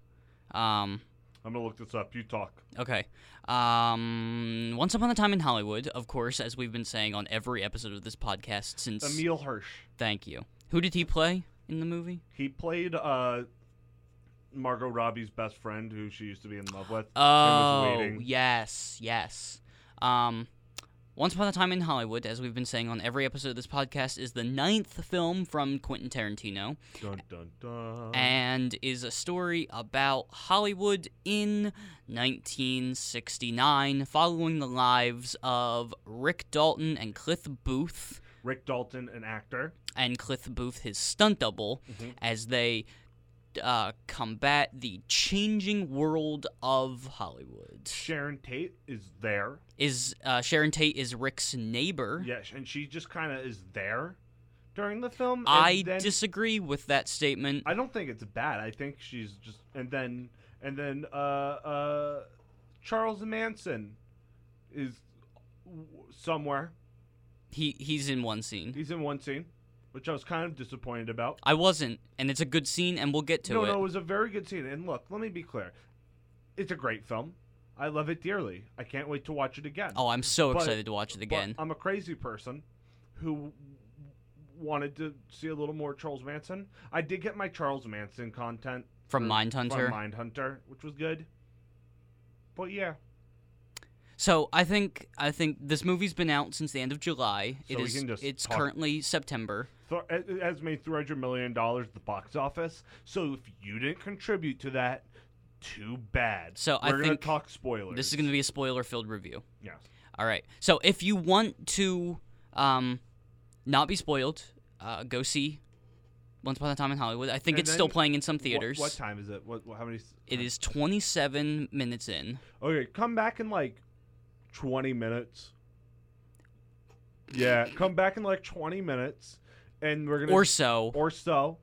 Speaker 1: Um,
Speaker 2: I'm gonna look this up. You talk.
Speaker 1: Okay. Um, Once Upon a Time in Hollywood, of course, as we've been saying on every episode of this podcast since.
Speaker 2: Emil Hirsch.
Speaker 1: Thank you. Who did he play in the movie?
Speaker 2: He played uh, Margot Robbie's best friend, who she used to be in love with. and was
Speaker 1: Oh,
Speaker 2: waiting.
Speaker 1: yes, yes. Um, Once Upon a Time in Hollywood, as we've been saying on every episode of this podcast, is the ninth film from Quentin Tarantino.
Speaker 2: Dun dun dun.
Speaker 1: and is a story about Hollywood in 1969, following the lives of Rick Dalton and Cliff Booth,
Speaker 2: Rick Dalton, an actor.
Speaker 1: and Cliff Booth, his stunt double,
Speaker 2: Mhm.
Speaker 1: as they uh, combat the changing world of Hollywood.
Speaker 2: Sharon Tate is there.
Speaker 1: Is uh, Sharon Tate is Rick's neighbor?
Speaker 2: Yes, and she just kind of is there during the film. and
Speaker 1: I
Speaker 2: then-
Speaker 1: disagree with that statement.
Speaker 2: I don't think it's bad. I think she's just and then and then uh uh Charles Manson is w- somewhere.
Speaker 1: He he's in one scene.
Speaker 2: He's in one scene, which I was kind of disappointed about.
Speaker 1: I wasn't, and it's a good scene, and we'll get to
Speaker 2: no,
Speaker 1: it.
Speaker 2: no, it was a very good scene. And look, let me be clear. It's a great film. I love it dearly. I can't wait to watch it again.
Speaker 1: Oh, I'm so
Speaker 2: But-
Speaker 1: excited to watch it
Speaker 2: But uh,
Speaker 1: again.
Speaker 2: I'm a crazy person who w- wanted to see a little more Charles Manson. I did get my Charles Manson content
Speaker 1: from
Speaker 2: or-
Speaker 1: Mindhunter.
Speaker 2: From Mindhunter, which was good. But yeah,
Speaker 1: so I think I think this movie's been out since the end of July.
Speaker 2: So
Speaker 1: it
Speaker 2: we
Speaker 1: is
Speaker 2: can just
Speaker 1: it's
Speaker 2: talk-
Speaker 1: currently September.
Speaker 2: Thor- it it has made three hundred million dollars at the box office. So if you didn't contribute to that, too bad.
Speaker 1: So
Speaker 2: we're
Speaker 1: I
Speaker 2: gonna
Speaker 1: think
Speaker 2: talk spoilers.
Speaker 1: This is going to be a spoiler filled review.
Speaker 2: yes.
Speaker 1: All right. So if you want to um not be spoiled, uh, go see Once Upon a Time in Hollywood. I think
Speaker 2: And
Speaker 1: it's still
Speaker 2: then
Speaker 1: playing in some
Speaker 2: What-
Speaker 1: theaters.
Speaker 2: What, time is it? What, what how many? s-
Speaker 1: It is 27 minutes in.
Speaker 2: Okay, come back in like twenty minutes. Yeah, come back in like twenty minutes, and we're gonna
Speaker 1: Or so.
Speaker 2: or so.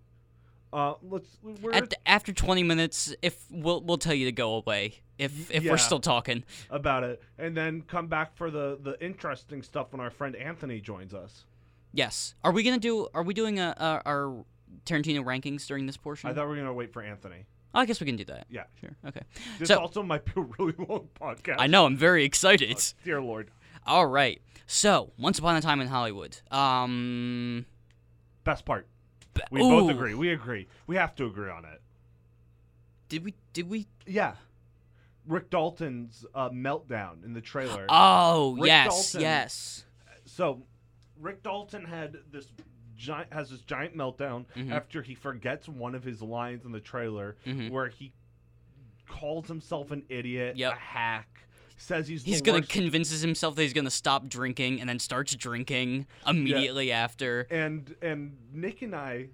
Speaker 2: Uh, let's. We're
Speaker 1: At the- after 20 minutes, if we'll we'll tell you to go away if if
Speaker 2: yeah.
Speaker 1: we're still talking.
Speaker 2: about it, and then come back for the the interesting stuff when our friend Anthony joins us.
Speaker 1: Yes. Are we gonna do? Are we doing a, a our Tarantino rankings during this portion?
Speaker 2: I thought we were gonna wait for Anthony.
Speaker 1: Oh, I guess we can do that.
Speaker 2: Yeah,
Speaker 1: Sure. Okay.
Speaker 2: this
Speaker 1: So-
Speaker 2: also might be a really long podcast.
Speaker 1: I know. I'm very excited.
Speaker 2: Dear Lord,
Speaker 1: All right. So, Once Upon a Time in Hollywood. Um.
Speaker 2: best part.
Speaker 1: b-
Speaker 2: We both
Speaker 1: ooh.
Speaker 2: agree. We agree. We have to agree on it.
Speaker 1: Did we? Did we?
Speaker 2: Yeah. Rick Dalton's uh, meltdown in the trailer.
Speaker 1: Oh
Speaker 2: Rick
Speaker 1: yes,
Speaker 2: Dalton.
Speaker 1: yes.
Speaker 2: so, Rick Dalton had this giant has this giant meltdown
Speaker 1: Mhm.
Speaker 2: after he forgets one of his lines in the trailer,
Speaker 1: Mhm.
Speaker 2: where he calls himself an idiot,
Speaker 1: Yep.
Speaker 2: a hack, says he's
Speaker 1: He's
Speaker 2: the
Speaker 1: gonna
Speaker 2: worst
Speaker 1: convinces himself that he's gonna stop drinking and then starts drinking immediately after.
Speaker 2: and and Nick and I,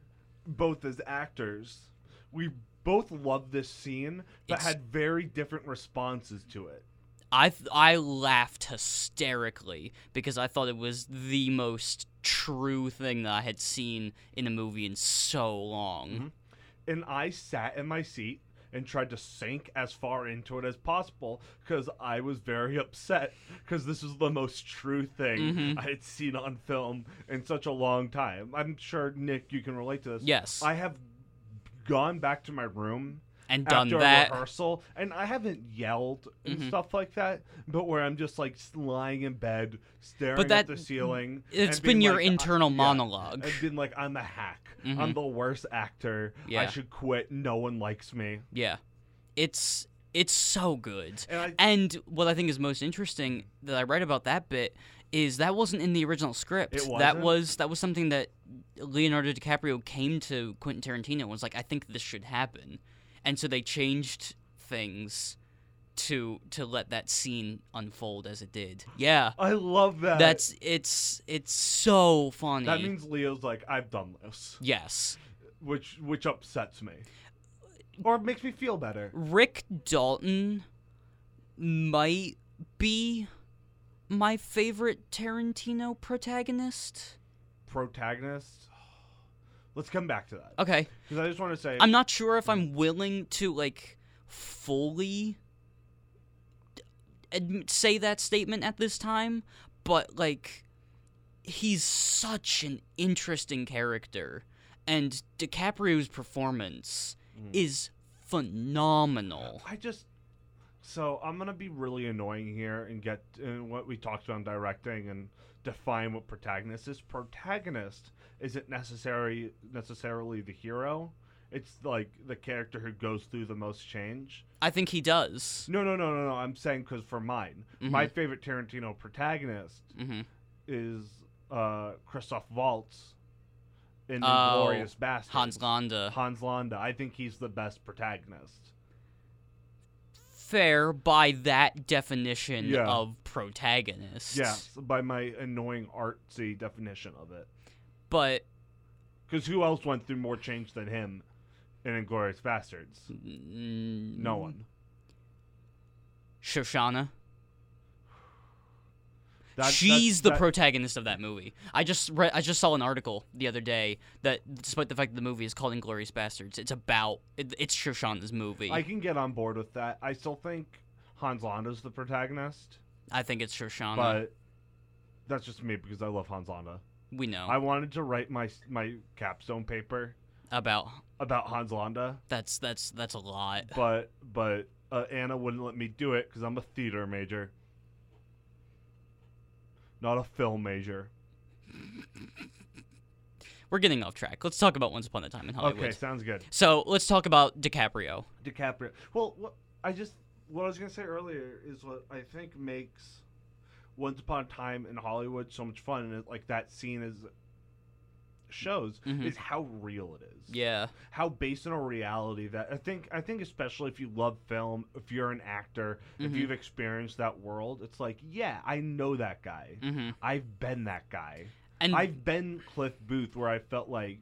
Speaker 2: both as actors, we both loved this scene, but
Speaker 1: It's-
Speaker 2: had very different responses to it.
Speaker 1: I th- I laughed hysterically because I thought it was the most true thing that I had seen in a movie in so long.
Speaker 2: And I sat in my seat and tried to sink as far into it as possible because I was very upset because this is the most true thing
Speaker 1: Mhm.
Speaker 2: I had seen on film in such a long time. I'm sure Nick, you can relate to this.
Speaker 1: Yes,
Speaker 2: I have gone back to my room
Speaker 1: and done
Speaker 2: after
Speaker 1: that.
Speaker 2: a rehearsal, and I haven't yelled and
Speaker 1: Mhm.
Speaker 2: stuff like that, but where I'm just like lying in bed, staring
Speaker 1: that-
Speaker 2: at the ceiling.
Speaker 1: It's
Speaker 2: and
Speaker 1: been
Speaker 2: being
Speaker 1: your
Speaker 2: like,
Speaker 1: internal
Speaker 2: yeah.
Speaker 1: monologue.
Speaker 2: I've been like, I'm a hack. I'm
Speaker 1: Mhm.
Speaker 2: the worst actor. I
Speaker 1: Yeah.
Speaker 2: should quit. No one likes me.
Speaker 1: Yeah, it's it's so good.
Speaker 2: And I,
Speaker 1: And what I think is most interesting that I read about that bit is that wasn't in the original script.
Speaker 2: It
Speaker 1: That
Speaker 2: wasn't?
Speaker 1: was that was something that Leonardo DiCaprio came to Quentin Tarantino and was like, I think this should happen, and so they changed things to to let that scene unfold as it did. Yeah,
Speaker 2: I love that.
Speaker 1: that's it's it's so funny.
Speaker 2: Uh, that means Leo's like, I've done this,
Speaker 1: yes.
Speaker 2: which which upsets me, or makes me feel better.
Speaker 1: Rick Dalton might be my favorite Tarantino protagonist.
Speaker 2: Protagonist. Let's come back to that
Speaker 1: Okay.
Speaker 2: because I just want to say
Speaker 1: I'm not sure if I'm willing to like fully d- adm- say that statement at this time, but like he's such an interesting character and DiCaprio's performance
Speaker 2: Mm.
Speaker 1: is phenomenal.
Speaker 2: I just So I'm gonna be really annoying here and get and what we talked about in directing and define what protagonist is. Protagonist isn't necessary necessarily the hero. It's like the character who goes through the most change.
Speaker 1: I think he does.
Speaker 2: No, no, no, no, no. I'm saying because for mine,
Speaker 1: Mm-hmm.
Speaker 2: my favorite Tarantino protagonist
Speaker 1: hmm
Speaker 2: is uh, Christoph Waltz in
Speaker 1: Oh,
Speaker 2: Inglorious Bastards.
Speaker 1: Hans Landa.
Speaker 2: Hans Landa. I think he's the best protagonist.
Speaker 1: Fair by that definition
Speaker 2: Yeah.
Speaker 1: of protagonist.
Speaker 2: Yes, by my annoying artsy definition of it.
Speaker 1: But
Speaker 2: Because who else went through more change than him in Inglorious Bastards?
Speaker 1: mm,
Speaker 2: No one.
Speaker 1: Shoshana.
Speaker 2: That-
Speaker 1: She's
Speaker 2: that's-
Speaker 1: the
Speaker 2: that-
Speaker 1: protagonist of that movie. I just read, I just saw an article the other day that, despite the fact that the movie is called *Inglorious Bastards*, it's about it, it's Shoshana's movie.
Speaker 2: I can get on board with that. I still think Hans Landa's the protagonist,
Speaker 1: I think it's Shoshana.
Speaker 2: but that's just me because I love Hans Landa.
Speaker 1: we know
Speaker 2: I wanted to write my my capstone paper
Speaker 1: about
Speaker 2: about Hans Landa,
Speaker 1: that's that's that's a lot.
Speaker 2: but but uh, Anna wouldn't let me do it because I'm a theater major, not a film major.
Speaker 1: We're getting off track. Let's talk about Once Upon a Time in Hollywood.
Speaker 2: Okay, sounds good.
Speaker 1: So let's talk about DiCaprio.
Speaker 2: DiCaprio. Well, what I just what I was gonna say earlier is what I think makes Once Upon a Time in Hollywood so much fun, and it, like that scene is shows
Speaker 1: Mhm.
Speaker 2: is how real it is.
Speaker 1: Yeah.
Speaker 2: How based on a reality that I think I think especially if you love film, if you're an actor, if
Speaker 1: Mhm.
Speaker 2: you've experienced that world, it's like yeah, I know that guy.
Speaker 1: hmm
Speaker 2: I've been that guy.
Speaker 1: And
Speaker 2: I've been Cliff Booth where I felt like,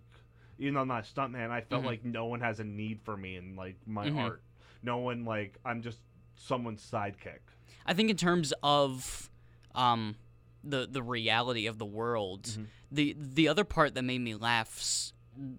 Speaker 2: even though I'm not a stuntman, I felt
Speaker 1: Mhm.
Speaker 2: like no one has a need for me in like my
Speaker 1: Mhm.
Speaker 2: art. No one like I'm just someone's sidekick.
Speaker 1: I think in terms of um, the the reality of the world,
Speaker 2: Mhm.
Speaker 1: the the other part that made me laugh s-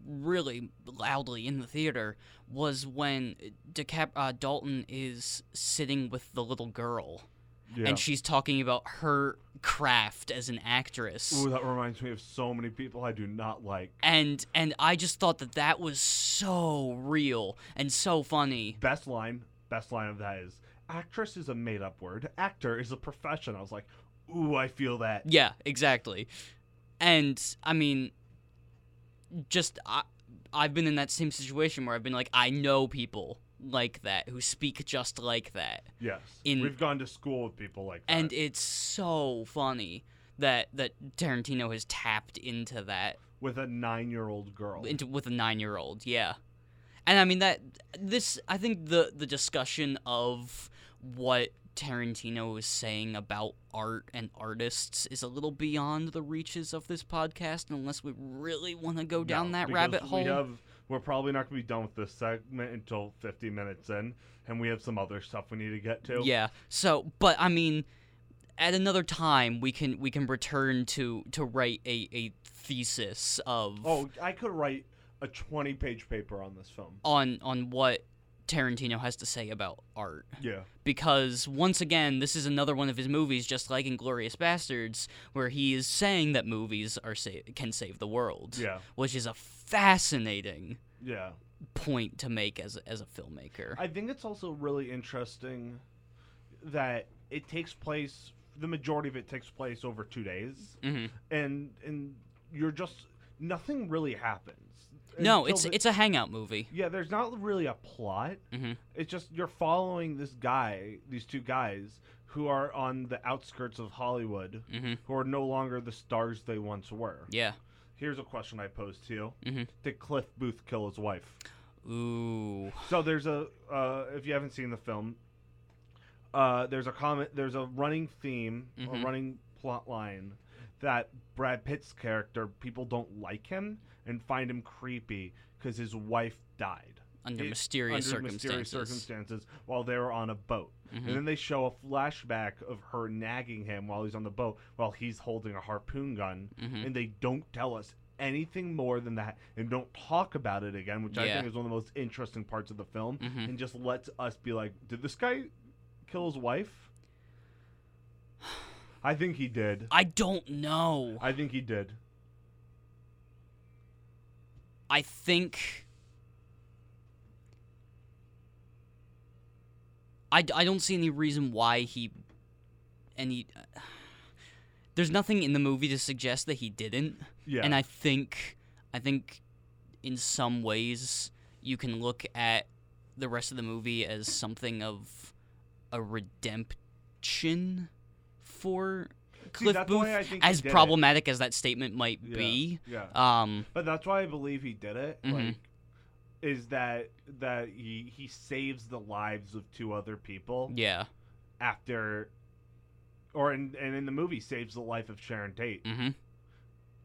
Speaker 1: really loudly in the theater was when DiCap- uh, Dalton is sitting with the little girl
Speaker 2: Yeah.
Speaker 1: and she's talking about her craft as an actress.
Speaker 2: Ooh, that reminds me of so many people I do not like.
Speaker 1: And and I just thought that that was so real and so funny.
Speaker 2: Best line, best line of that is actress is a made up word. Actor is a profession. I was like, ooh, I feel that.
Speaker 1: Yeah, exactly. And I mean, just I, I've been in that same situation where I've been like, I know people like that who speak just like that,
Speaker 2: Yes.
Speaker 1: In-
Speaker 2: We've gone to school with people like that.
Speaker 1: and it's so funny that that Tarantino has tapped into that
Speaker 2: with a nine year old girl.
Speaker 1: into with a nine year old. Yeah, and I mean that this I think the the discussion of what Tarantino is saying about art and artists is a little beyond the reaches of this podcast, unless we really want to go down
Speaker 2: No,
Speaker 1: that
Speaker 2: because
Speaker 1: rabbit
Speaker 2: we
Speaker 1: hole.
Speaker 2: have- we're probably not going to be done with this segment until 50 minutes in, and we have some other stuff we need to get to.
Speaker 1: Yeah. So, but I mean, at another time we can we can return to to write a a thesis of
Speaker 2: Oh, I could write a 20 page paper on this film.
Speaker 1: on on what Tarantino has to say about art.
Speaker 2: Yeah.
Speaker 1: because once again, this is another one of his movies, just like *Inglorious Bastards*, where he is saying that movies are sa- can save the world,
Speaker 2: Yeah.
Speaker 1: which is a fascinating
Speaker 2: Yeah.
Speaker 1: point to make as a, as a filmmaker.
Speaker 2: I think it's also really interesting that it takes place, the majority of it takes place over two days,
Speaker 1: hmm
Speaker 2: and, and you're just, nothing really happens.
Speaker 1: No,
Speaker 2: until
Speaker 1: it's
Speaker 2: the-
Speaker 1: it's a hangout movie.
Speaker 2: Yeah, there's not really a plot.
Speaker 1: Mhm.
Speaker 2: It's just you're following this guy, these two guys who are on the outskirts of Hollywood,
Speaker 1: hmm
Speaker 2: who are no longer the stars they once were.
Speaker 1: Yeah.
Speaker 2: Here's a question I pose to you:
Speaker 1: Mhm.
Speaker 2: Did Cliff Booth kill his wife?
Speaker 1: Ooh.
Speaker 2: So there's a, uh, if you haven't seen the film, uh, there's a comment, there's a running theme,
Speaker 1: Mhm.
Speaker 2: a running plot line that Brad Pitt's character, people don't like him and find him creepy because his wife died.
Speaker 1: Under
Speaker 2: It-
Speaker 1: mysterious
Speaker 2: under mysterious
Speaker 1: circumstances.
Speaker 2: circumstances while they were on a boat.
Speaker 1: Mhm.
Speaker 2: And then they show a flashback of her nagging him while he's on the boat while he's holding a harpoon gun.
Speaker 1: Mhm.
Speaker 2: And they don't tell us anything more than that and don't talk about it again, which I
Speaker 1: Yeah.
Speaker 2: think is one of the most interesting parts of the film.
Speaker 1: Mhm.
Speaker 2: And just lets us be like, did this guy kill his wife? I think he did.
Speaker 1: I don't know.
Speaker 2: I think he did.
Speaker 1: I think I, d- I don't see any reason why he any there's nothing in the movie to suggest that he didn't
Speaker 2: Yeah.
Speaker 1: and I think I think in some ways you can look at the rest of the movie as something of a redemption for
Speaker 2: See,
Speaker 1: Cliff
Speaker 2: that's
Speaker 1: Booth
Speaker 2: why I think he
Speaker 1: as
Speaker 2: did it.
Speaker 1: problematic as that statement might
Speaker 2: Yeah,
Speaker 1: be
Speaker 2: Yeah.
Speaker 1: um
Speaker 2: But that's why I believe he did it.
Speaker 1: Mhm.
Speaker 2: Like, is that that he he saves the lives of two other people
Speaker 1: yeah
Speaker 2: after, or in and in the movie saves the life of Sharon Tate
Speaker 1: mhm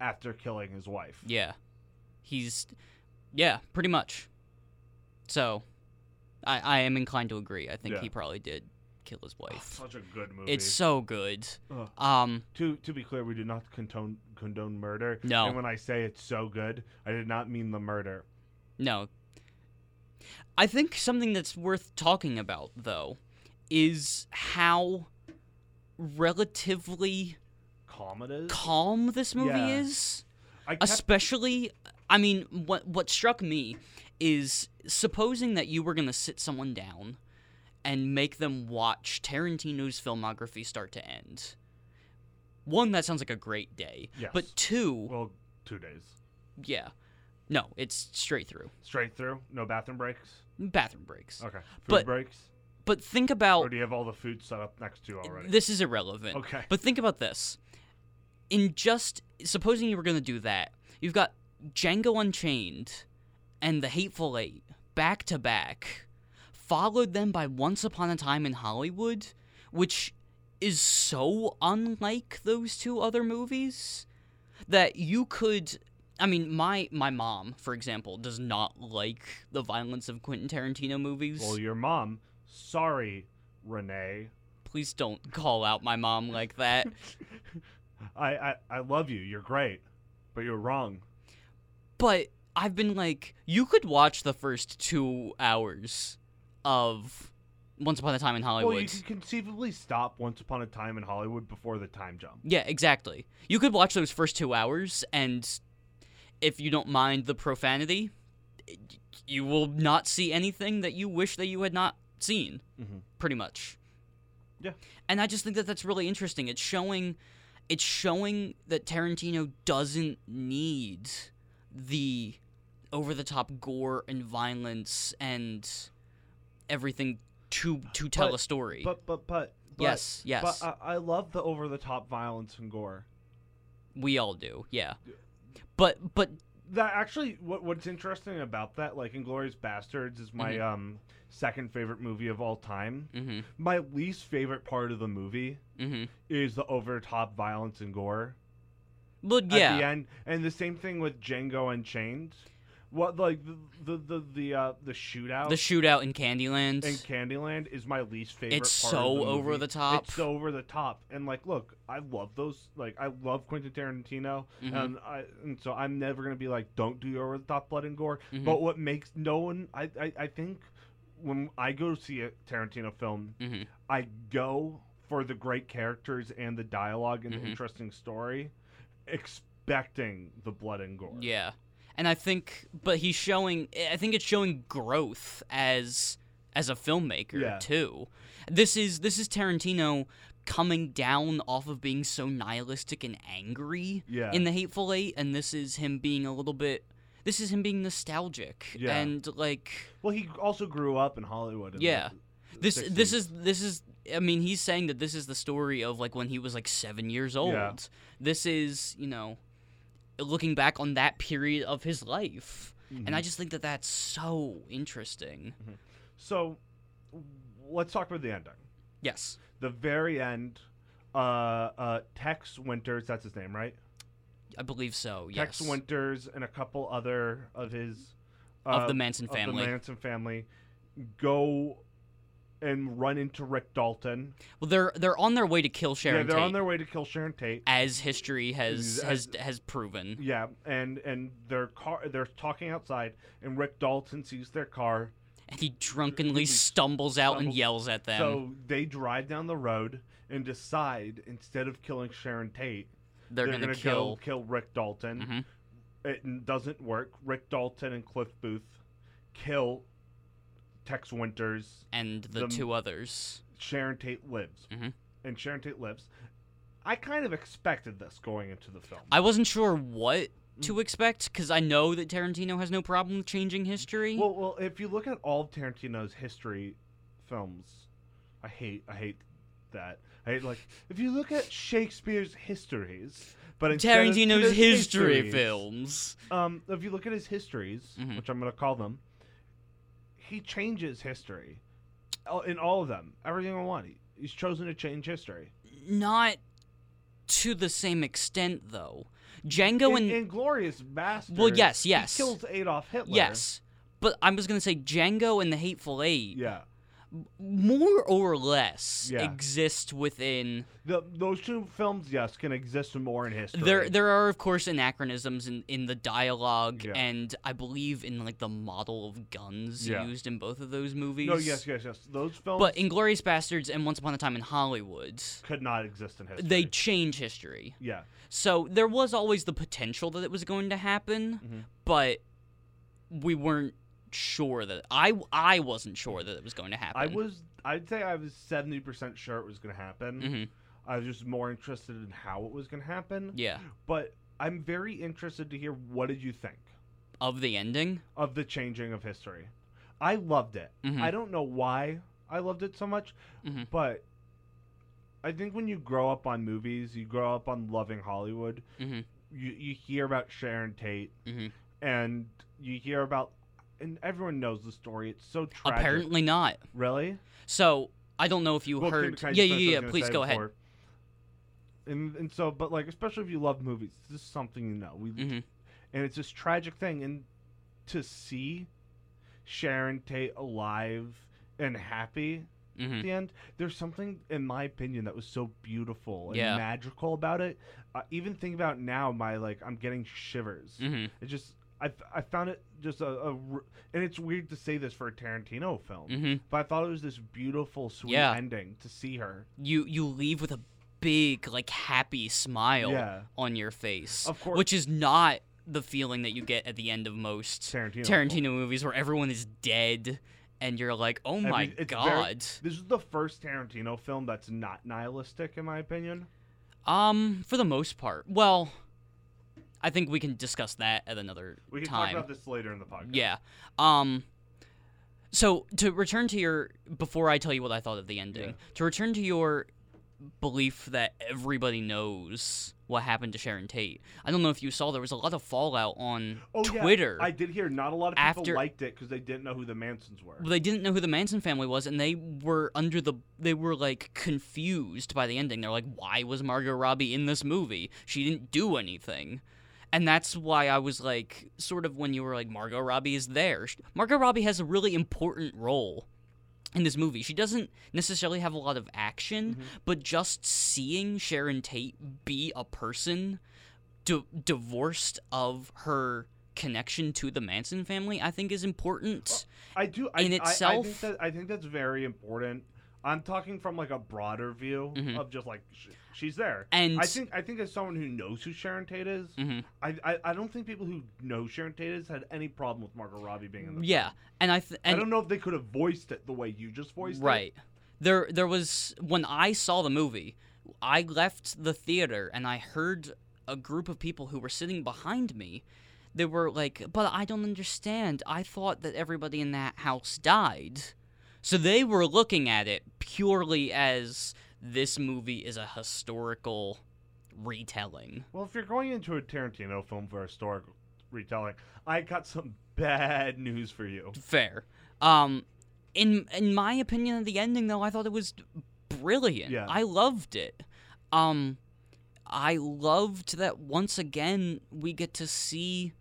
Speaker 2: after killing his wife.
Speaker 1: yeah he's yeah pretty much so I I am inclined to agree I think
Speaker 2: Yeah.
Speaker 1: he probably did kill his
Speaker 2: Oh,
Speaker 1: wife
Speaker 2: such a good movie.
Speaker 1: it's so good
Speaker 2: Ugh.
Speaker 1: um
Speaker 2: to to be clear, we do not condone condone murder.
Speaker 1: No.
Speaker 2: And when I say it's so good, I did not mean the murder.
Speaker 1: No. I think something that's worth talking about, though, is how relatively
Speaker 2: Calm it is.
Speaker 1: calm this movie
Speaker 2: Yeah.
Speaker 1: is.
Speaker 2: I kept,
Speaker 1: Especially, I mean, what what struck me is supposing that you were gonna sit someone down and make them watch Tarantino's filmography start to end. One, that sounds like a great day.
Speaker 2: Yes.
Speaker 1: But two,
Speaker 2: well two days
Speaker 1: yeah, no, it's straight through
Speaker 2: straight through, no bathroom breaks.
Speaker 1: bathroom breaks.
Speaker 2: Okay, food
Speaker 1: But- Oh.
Speaker 2: breaks.
Speaker 1: But think about
Speaker 2: Or do you have all the food set up next to you already?
Speaker 1: This is irrelevant.
Speaker 2: Okay.
Speaker 1: But think about this. In just supposing you were going to do that, you've got Django Unchained and The Hateful Eight back to back, followed then by Once Upon a Time in Hollywood, which is so unlike those two other movies that you could I mean my my mom for example does not like the violence of Quentin Tarantino movies.
Speaker 2: Well, your mom. Sorry, Renee.
Speaker 1: Please don't call out my mom like that.
Speaker 2: I, I I love you. You're great, but you're wrong.
Speaker 1: but I've been like, you could watch the first two hours of Once Upon a Time in Hollywood.
Speaker 2: Well, you can conceivably stop Once Upon a Time in Hollywood before the time jump.
Speaker 1: Yeah, exactly. You could watch those first two hours, and if you don't mind the profanity, you will not see anything that you wish that you had not seen,
Speaker 2: Mhm.
Speaker 1: pretty much.
Speaker 2: Yeah.
Speaker 1: And I just think that that's really interesting. It's showing, it's showing that Tarantino doesn't need the over-the-top gore and violence and everything to to tell a
Speaker 2: But-
Speaker 1: story.
Speaker 2: But but but, but
Speaker 1: yes, yes,
Speaker 2: But I, I love the over the top violence and gore.
Speaker 1: we all do. Yeah. But but
Speaker 2: That actually, what what's interesting about that, like *Inglorious Bastards*, is my
Speaker 1: Mhm.
Speaker 2: um second favorite movie of all time.
Speaker 1: mm-hmm.
Speaker 2: My least favorite part of the movie
Speaker 1: Mm-hmm.
Speaker 2: is the over the top violence and gore.
Speaker 1: Well,
Speaker 2: at the
Speaker 1: yeah,
Speaker 2: end. And the same thing with Django Unchained. What like the the the the, uh, the shootout
Speaker 1: the shootout in Candyland.
Speaker 2: in Candyland is my least favorite.
Speaker 1: It's
Speaker 2: part of
Speaker 1: so
Speaker 2: the
Speaker 1: over
Speaker 2: movie.
Speaker 1: the top.
Speaker 2: It's so over the top. And like, look, I love those. Like, I love Quentin Tarantino,
Speaker 1: Mhm.
Speaker 2: and I and so I'm never gonna be like, don't do your over the top blood and gore.
Speaker 1: Mhm.
Speaker 2: But what makes no one, I, I I think, when I go see a Tarantino film,
Speaker 1: Mhm.
Speaker 2: I go for the great characters and the dialogue and
Speaker 1: Mhm.
Speaker 2: the interesting story, expecting the blood and gore.
Speaker 1: Yeah, and I think, but he's showing. I think it's showing growth as as a filmmaker
Speaker 2: Yeah.
Speaker 1: too. This is this is Tarantino coming down off of being so nihilistic and angry
Speaker 2: Yeah.
Speaker 1: in the Hateful Eight, and this is him being a little bit. This is him being nostalgic
Speaker 2: Yeah.
Speaker 1: and like
Speaker 2: well, he also grew up in Hollywood. in the-
Speaker 1: Yeah. this. This
Speaker 2: 60s.
Speaker 1: is this is. I mean, he's saying that this is the story of like when he was like seven years old.
Speaker 2: Yeah.
Speaker 1: This is you know, looking back on that period of his life.
Speaker 2: Mhm.
Speaker 1: And I just think that that's so interesting.
Speaker 2: Mm-hmm. So w- let's talk about the ending.
Speaker 1: Yes.
Speaker 2: The very end, uh, uh, Tex Winters, that's his name, right?
Speaker 1: I believe so. Yes.
Speaker 2: Tex Winters and a couple other of his. Uh,
Speaker 1: of the Manson
Speaker 2: of the
Speaker 1: family.
Speaker 2: Manson family go and run into Rick Dalton.
Speaker 1: well, they're they're on their way to kill Sharon
Speaker 2: yeah, they're
Speaker 1: Tate,
Speaker 2: on their way to kill Sharon Tate.
Speaker 1: as history has
Speaker 2: Ex-
Speaker 1: has has proven.
Speaker 2: Yeah, and and their car, they're talking outside, and Rick Dalton sees their car.
Speaker 1: And he drunkenly stumbles out and
Speaker 2: stumbles-
Speaker 1: yells at them.
Speaker 2: Mm-hmm. So they drive down the road and decide instead of killing Sharon Tate,
Speaker 1: they're,
Speaker 2: they're,
Speaker 1: gonna,
Speaker 2: going to
Speaker 1: kill.
Speaker 2: go kill Rick Dalton.
Speaker 1: Mhm.
Speaker 2: It n- doesn't work. Rick Dalton and Cliff Booth kill Tex Winters,
Speaker 1: and the,
Speaker 2: The-
Speaker 1: two others.
Speaker 2: Sharon Tate lives,
Speaker 1: Mhm.
Speaker 2: and Sharon Tate lives. I kind of expected this going into the film.
Speaker 1: I wasn't sure what
Speaker 2: Mm.
Speaker 1: to expect because I know that Tarantino has no problem with changing history.
Speaker 2: Well, well, if you look at all of Tarantino's history films, I hate, I hate that. I hate like if you look at Shakespeare's histories, but instead of
Speaker 1: Tarantino's
Speaker 2: his
Speaker 1: history
Speaker 2: histories,
Speaker 1: films.
Speaker 2: Um, if you look at his histories,
Speaker 1: Mhm.
Speaker 2: which I'm gonna call them, he changes history All- in all of them. Everything I want, he, he's chosen to change history.
Speaker 1: Not to the same extent, though. Django
Speaker 2: in,
Speaker 1: and.
Speaker 2: Glorious Bastards.
Speaker 1: yes,
Speaker 2: he
Speaker 1: yes.
Speaker 2: kills Adolf Hitler.
Speaker 1: yes. But I was going to say Django and the Hateful Eight,
Speaker 2: Yeah.
Speaker 1: more or less,
Speaker 2: Yeah.
Speaker 1: exist within
Speaker 2: The, those two films, yes, can exist more in history.
Speaker 1: There, there are of course anachronisms in, in the dialogue
Speaker 2: Yeah.
Speaker 1: and I believe in like the model of guns
Speaker 2: Yeah.
Speaker 1: used in both of those movies.
Speaker 2: No, yes, yes, yes. Those films
Speaker 1: But Inglorious Bastards and Once Upon a Time in Hollywood,
Speaker 2: could not exist in history.
Speaker 1: they change history.
Speaker 2: yeah,
Speaker 1: So there was always the potential that it was going to happen,
Speaker 2: Mhm.
Speaker 1: but we weren't sure that I I wasn't sure that it was going to happen.
Speaker 2: I was. I'd say I was seventy percent sure it was going to happen.
Speaker 1: hmm
Speaker 2: I was just more interested in how it was going to happen.
Speaker 1: Yeah.
Speaker 2: But I'm very interested to hear what did you think
Speaker 1: Of the ending?
Speaker 2: of the changing of history. I loved it.
Speaker 1: Mhm.
Speaker 2: I don't know why I loved it so much,
Speaker 1: Mhm.
Speaker 2: but I think when you grow up on movies, you grow up on loving Hollywood.
Speaker 1: Mhm.
Speaker 2: You you hear about Sharon Tate
Speaker 1: Mhm.
Speaker 2: and you hear about and everyone knows the story. It's so tragic.
Speaker 1: Apparently not.
Speaker 2: Really?
Speaker 1: So I don't know if you
Speaker 2: Well, can-
Speaker 1: heard.
Speaker 2: can I
Speaker 1: yeah,
Speaker 2: just
Speaker 1: yeah,
Speaker 2: finish what
Speaker 1: yeah.
Speaker 2: I was gonna
Speaker 1: Please
Speaker 2: say
Speaker 1: go ahead.
Speaker 2: before? And, and so, but like, especially if you love movies, this is something you know. We,
Speaker 1: Mhm.
Speaker 2: And it's this tragic thing. And to see Sharon Tate alive and happy
Speaker 1: hmm
Speaker 2: at the end, there's something, in my opinion, that was so beautiful and
Speaker 1: Yeah.
Speaker 2: magical about it. Uh, even think about now, my like, I'm getting shivers.
Speaker 1: hmm
Speaker 2: It just, I, I found it just a, a r- and it's weird to say this for a Tarantino film,
Speaker 1: hmm
Speaker 2: but I thought it was this beautiful, sweet
Speaker 1: Yeah.
Speaker 2: ending to see her.
Speaker 1: You you leave with a big like happy smile
Speaker 2: Yeah.
Speaker 1: on your face,
Speaker 2: Of course.
Speaker 1: which is not the feeling that you get at the end of most
Speaker 2: Tarantino.
Speaker 1: Tarantino movies where everyone is dead and you're like, oh my
Speaker 2: it's very-
Speaker 1: god.
Speaker 2: This is the first Tarantino film that's not nihilistic, in my opinion.
Speaker 1: Um, for the most part, well, I think we can discuss that at another
Speaker 2: We can
Speaker 1: time.
Speaker 2: talk about this later in the podcast.
Speaker 1: Yeah. Um so to return to your before I tell you what I thought of the ending,
Speaker 2: Yeah.
Speaker 1: to return to your belief that everybody knows what happened to Sharon Tate. I don't know if you saw there was a lot of fallout on
Speaker 2: Oh, yeah,
Speaker 1: Twitter.
Speaker 2: I did hear not a lot of people
Speaker 1: After-
Speaker 2: liked it because they didn't know who the Mansons were.
Speaker 1: Well, they didn't know who the Manson family was, and they were under the they were like confused by the ending. They're like, "Why was Margot Robbie in this movie? She didn't do anything." And that's why I was like, sort of when you were like, "Margot Robbie is there." Sh- Margot Robbie has a really important role in this movie. She doesn't necessarily have a lot of action,
Speaker 2: Mm-hmm.
Speaker 1: but just seeing Sharon Tate be a person di- divorced of her connection to the Manson family, I think is important.
Speaker 2: I do. I,
Speaker 1: in
Speaker 2: I- I,
Speaker 1: itself-
Speaker 2: think that, I think that's very important. I'm talking from like a broader view
Speaker 1: Mhm.
Speaker 2: of just like sh- she's there.
Speaker 1: And
Speaker 2: I think I think as someone who knows who Sharon Tate is,
Speaker 1: Mhm.
Speaker 2: I, I I don't think people who know Sharon Tate is had any problem with Margot Robbie being in the.
Speaker 1: Yeah, and I th-
Speaker 2: I
Speaker 1: Mm. and
Speaker 2: don't know if they could have voiced it the way you just voiced it.
Speaker 1: right there there was when I saw the movie, I left the theater and I heard a group of people who were sitting behind me. They were like, "But I don't understand. I thought that everybody in that house died." So they were looking at it purely as this movie is a historical retelling.
Speaker 2: Well, if you're going into a Tarantino film for historical retelling, I got some bad news for you.
Speaker 1: Fair. Um, in in my opinion, of the ending though, I thought it was brilliant.
Speaker 2: Yeah.
Speaker 1: I loved it. Um, I loved that once again we get to see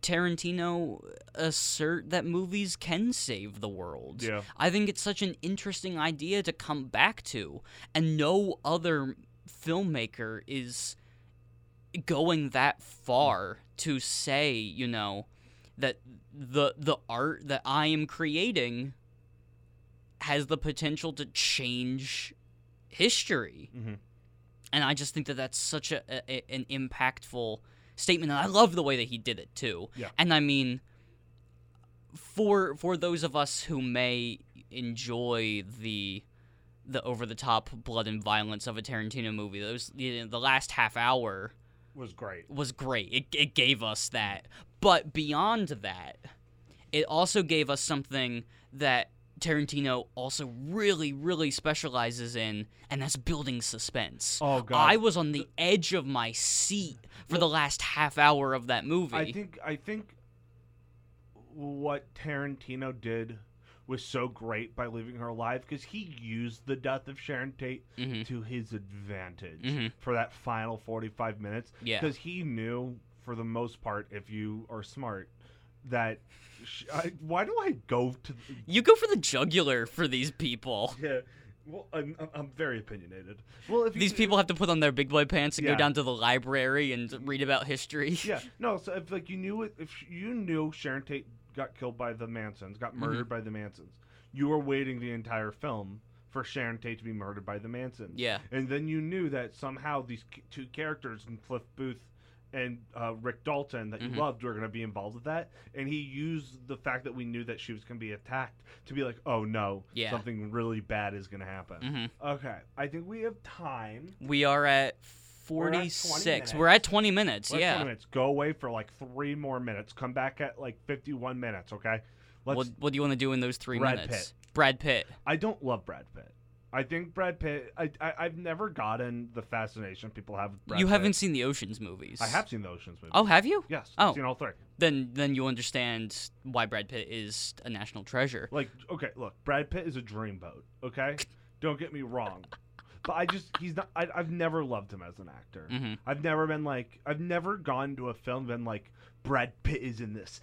Speaker 1: Tarantino assert that movies can save the world.
Speaker 2: Yeah.
Speaker 1: I think it's such an interesting idea to come back to, and no other filmmaker is going that far to say, you know, that the the art that I am creating has the potential to change history.
Speaker 2: Mm-hmm.
Speaker 1: And I just think that that's such a, a an impactful statement and I love the way that he did it too.
Speaker 2: Yeah.
Speaker 1: And I mean for for those of us who may enjoy the the over the top blood and violence of a Tarantino movie, those you know, the last half hour
Speaker 2: was great.
Speaker 1: was great. It it gave us that. But beyond that, it also gave us something that Tarantino also really really specializes in, and that's building suspense.
Speaker 2: Oh god,
Speaker 1: I was on the edge of my seat for the last half hour of that movie.
Speaker 2: I think I think what Tarantino did was so great by leaving her alive because he used the death of Sharon Tate
Speaker 1: Mhm.
Speaker 2: to his advantage
Speaker 1: Mhm.
Speaker 2: for that final 45 minutes
Speaker 1: Yeah.
Speaker 2: because he knew for the most part if you are smart that sh- I, why do I go to
Speaker 1: You go for the jugular for these people.
Speaker 2: yeah well I'm, I'm- I'm very opinionated well if you,
Speaker 1: These people have to put on their big boy pants and
Speaker 2: Yeah.
Speaker 1: go down to the library and read about history.
Speaker 2: yeah no so if like you knew it if sh- you knew Sharon Tate got killed by the Mansons got
Speaker 1: Mhm.
Speaker 2: murdered by the Mansons you were waiting the entire film for Sharon Tate to be murdered by the Mansons
Speaker 1: Yeah.
Speaker 2: and then you knew that somehow these c- two characters, Cliff Booth and uh, Rick Dalton, that
Speaker 1: Mhm.
Speaker 2: you loved, were going to be involved with that. And he used the fact that we knew that she was going to be attacked to be like, "Oh no,
Speaker 1: Yeah.
Speaker 2: something really bad is going to happen."
Speaker 1: Mhm.
Speaker 2: Okay, I think we have time.
Speaker 1: We are at
Speaker 2: We're at 20
Speaker 1: 46. We're at 20 minutes.
Speaker 2: Let's-
Speaker 1: yeah.
Speaker 2: wait a minute, Go away for like three more minutes. Come back at like fifty-one minutes. Okay. Let's.
Speaker 1: What, what do you want to do in those three
Speaker 2: Brad
Speaker 1: minutes? Brad Pitt.
Speaker 2: I don't love Brad Pitt. I think Brad Pitt. I, I I've never gotten the fascination people have. With Brad
Speaker 1: you
Speaker 2: Pitt.
Speaker 1: haven't seen the Ocean's movies.
Speaker 2: I have seen the Ocean's movie.
Speaker 1: Oh, have you?
Speaker 2: Yes.
Speaker 1: Oh.
Speaker 2: I've seen all three.
Speaker 1: Then then you understand why Brad Pitt is a national treasure.
Speaker 2: Like, okay, look, Brad Pitt is a dreamboat. Okay, don't get me wrong, but I just he's not. I, I've never loved him as an actor.
Speaker 1: hmm
Speaker 2: I've never been like. I've never gone to a film and been like, Brad Pitt is in this.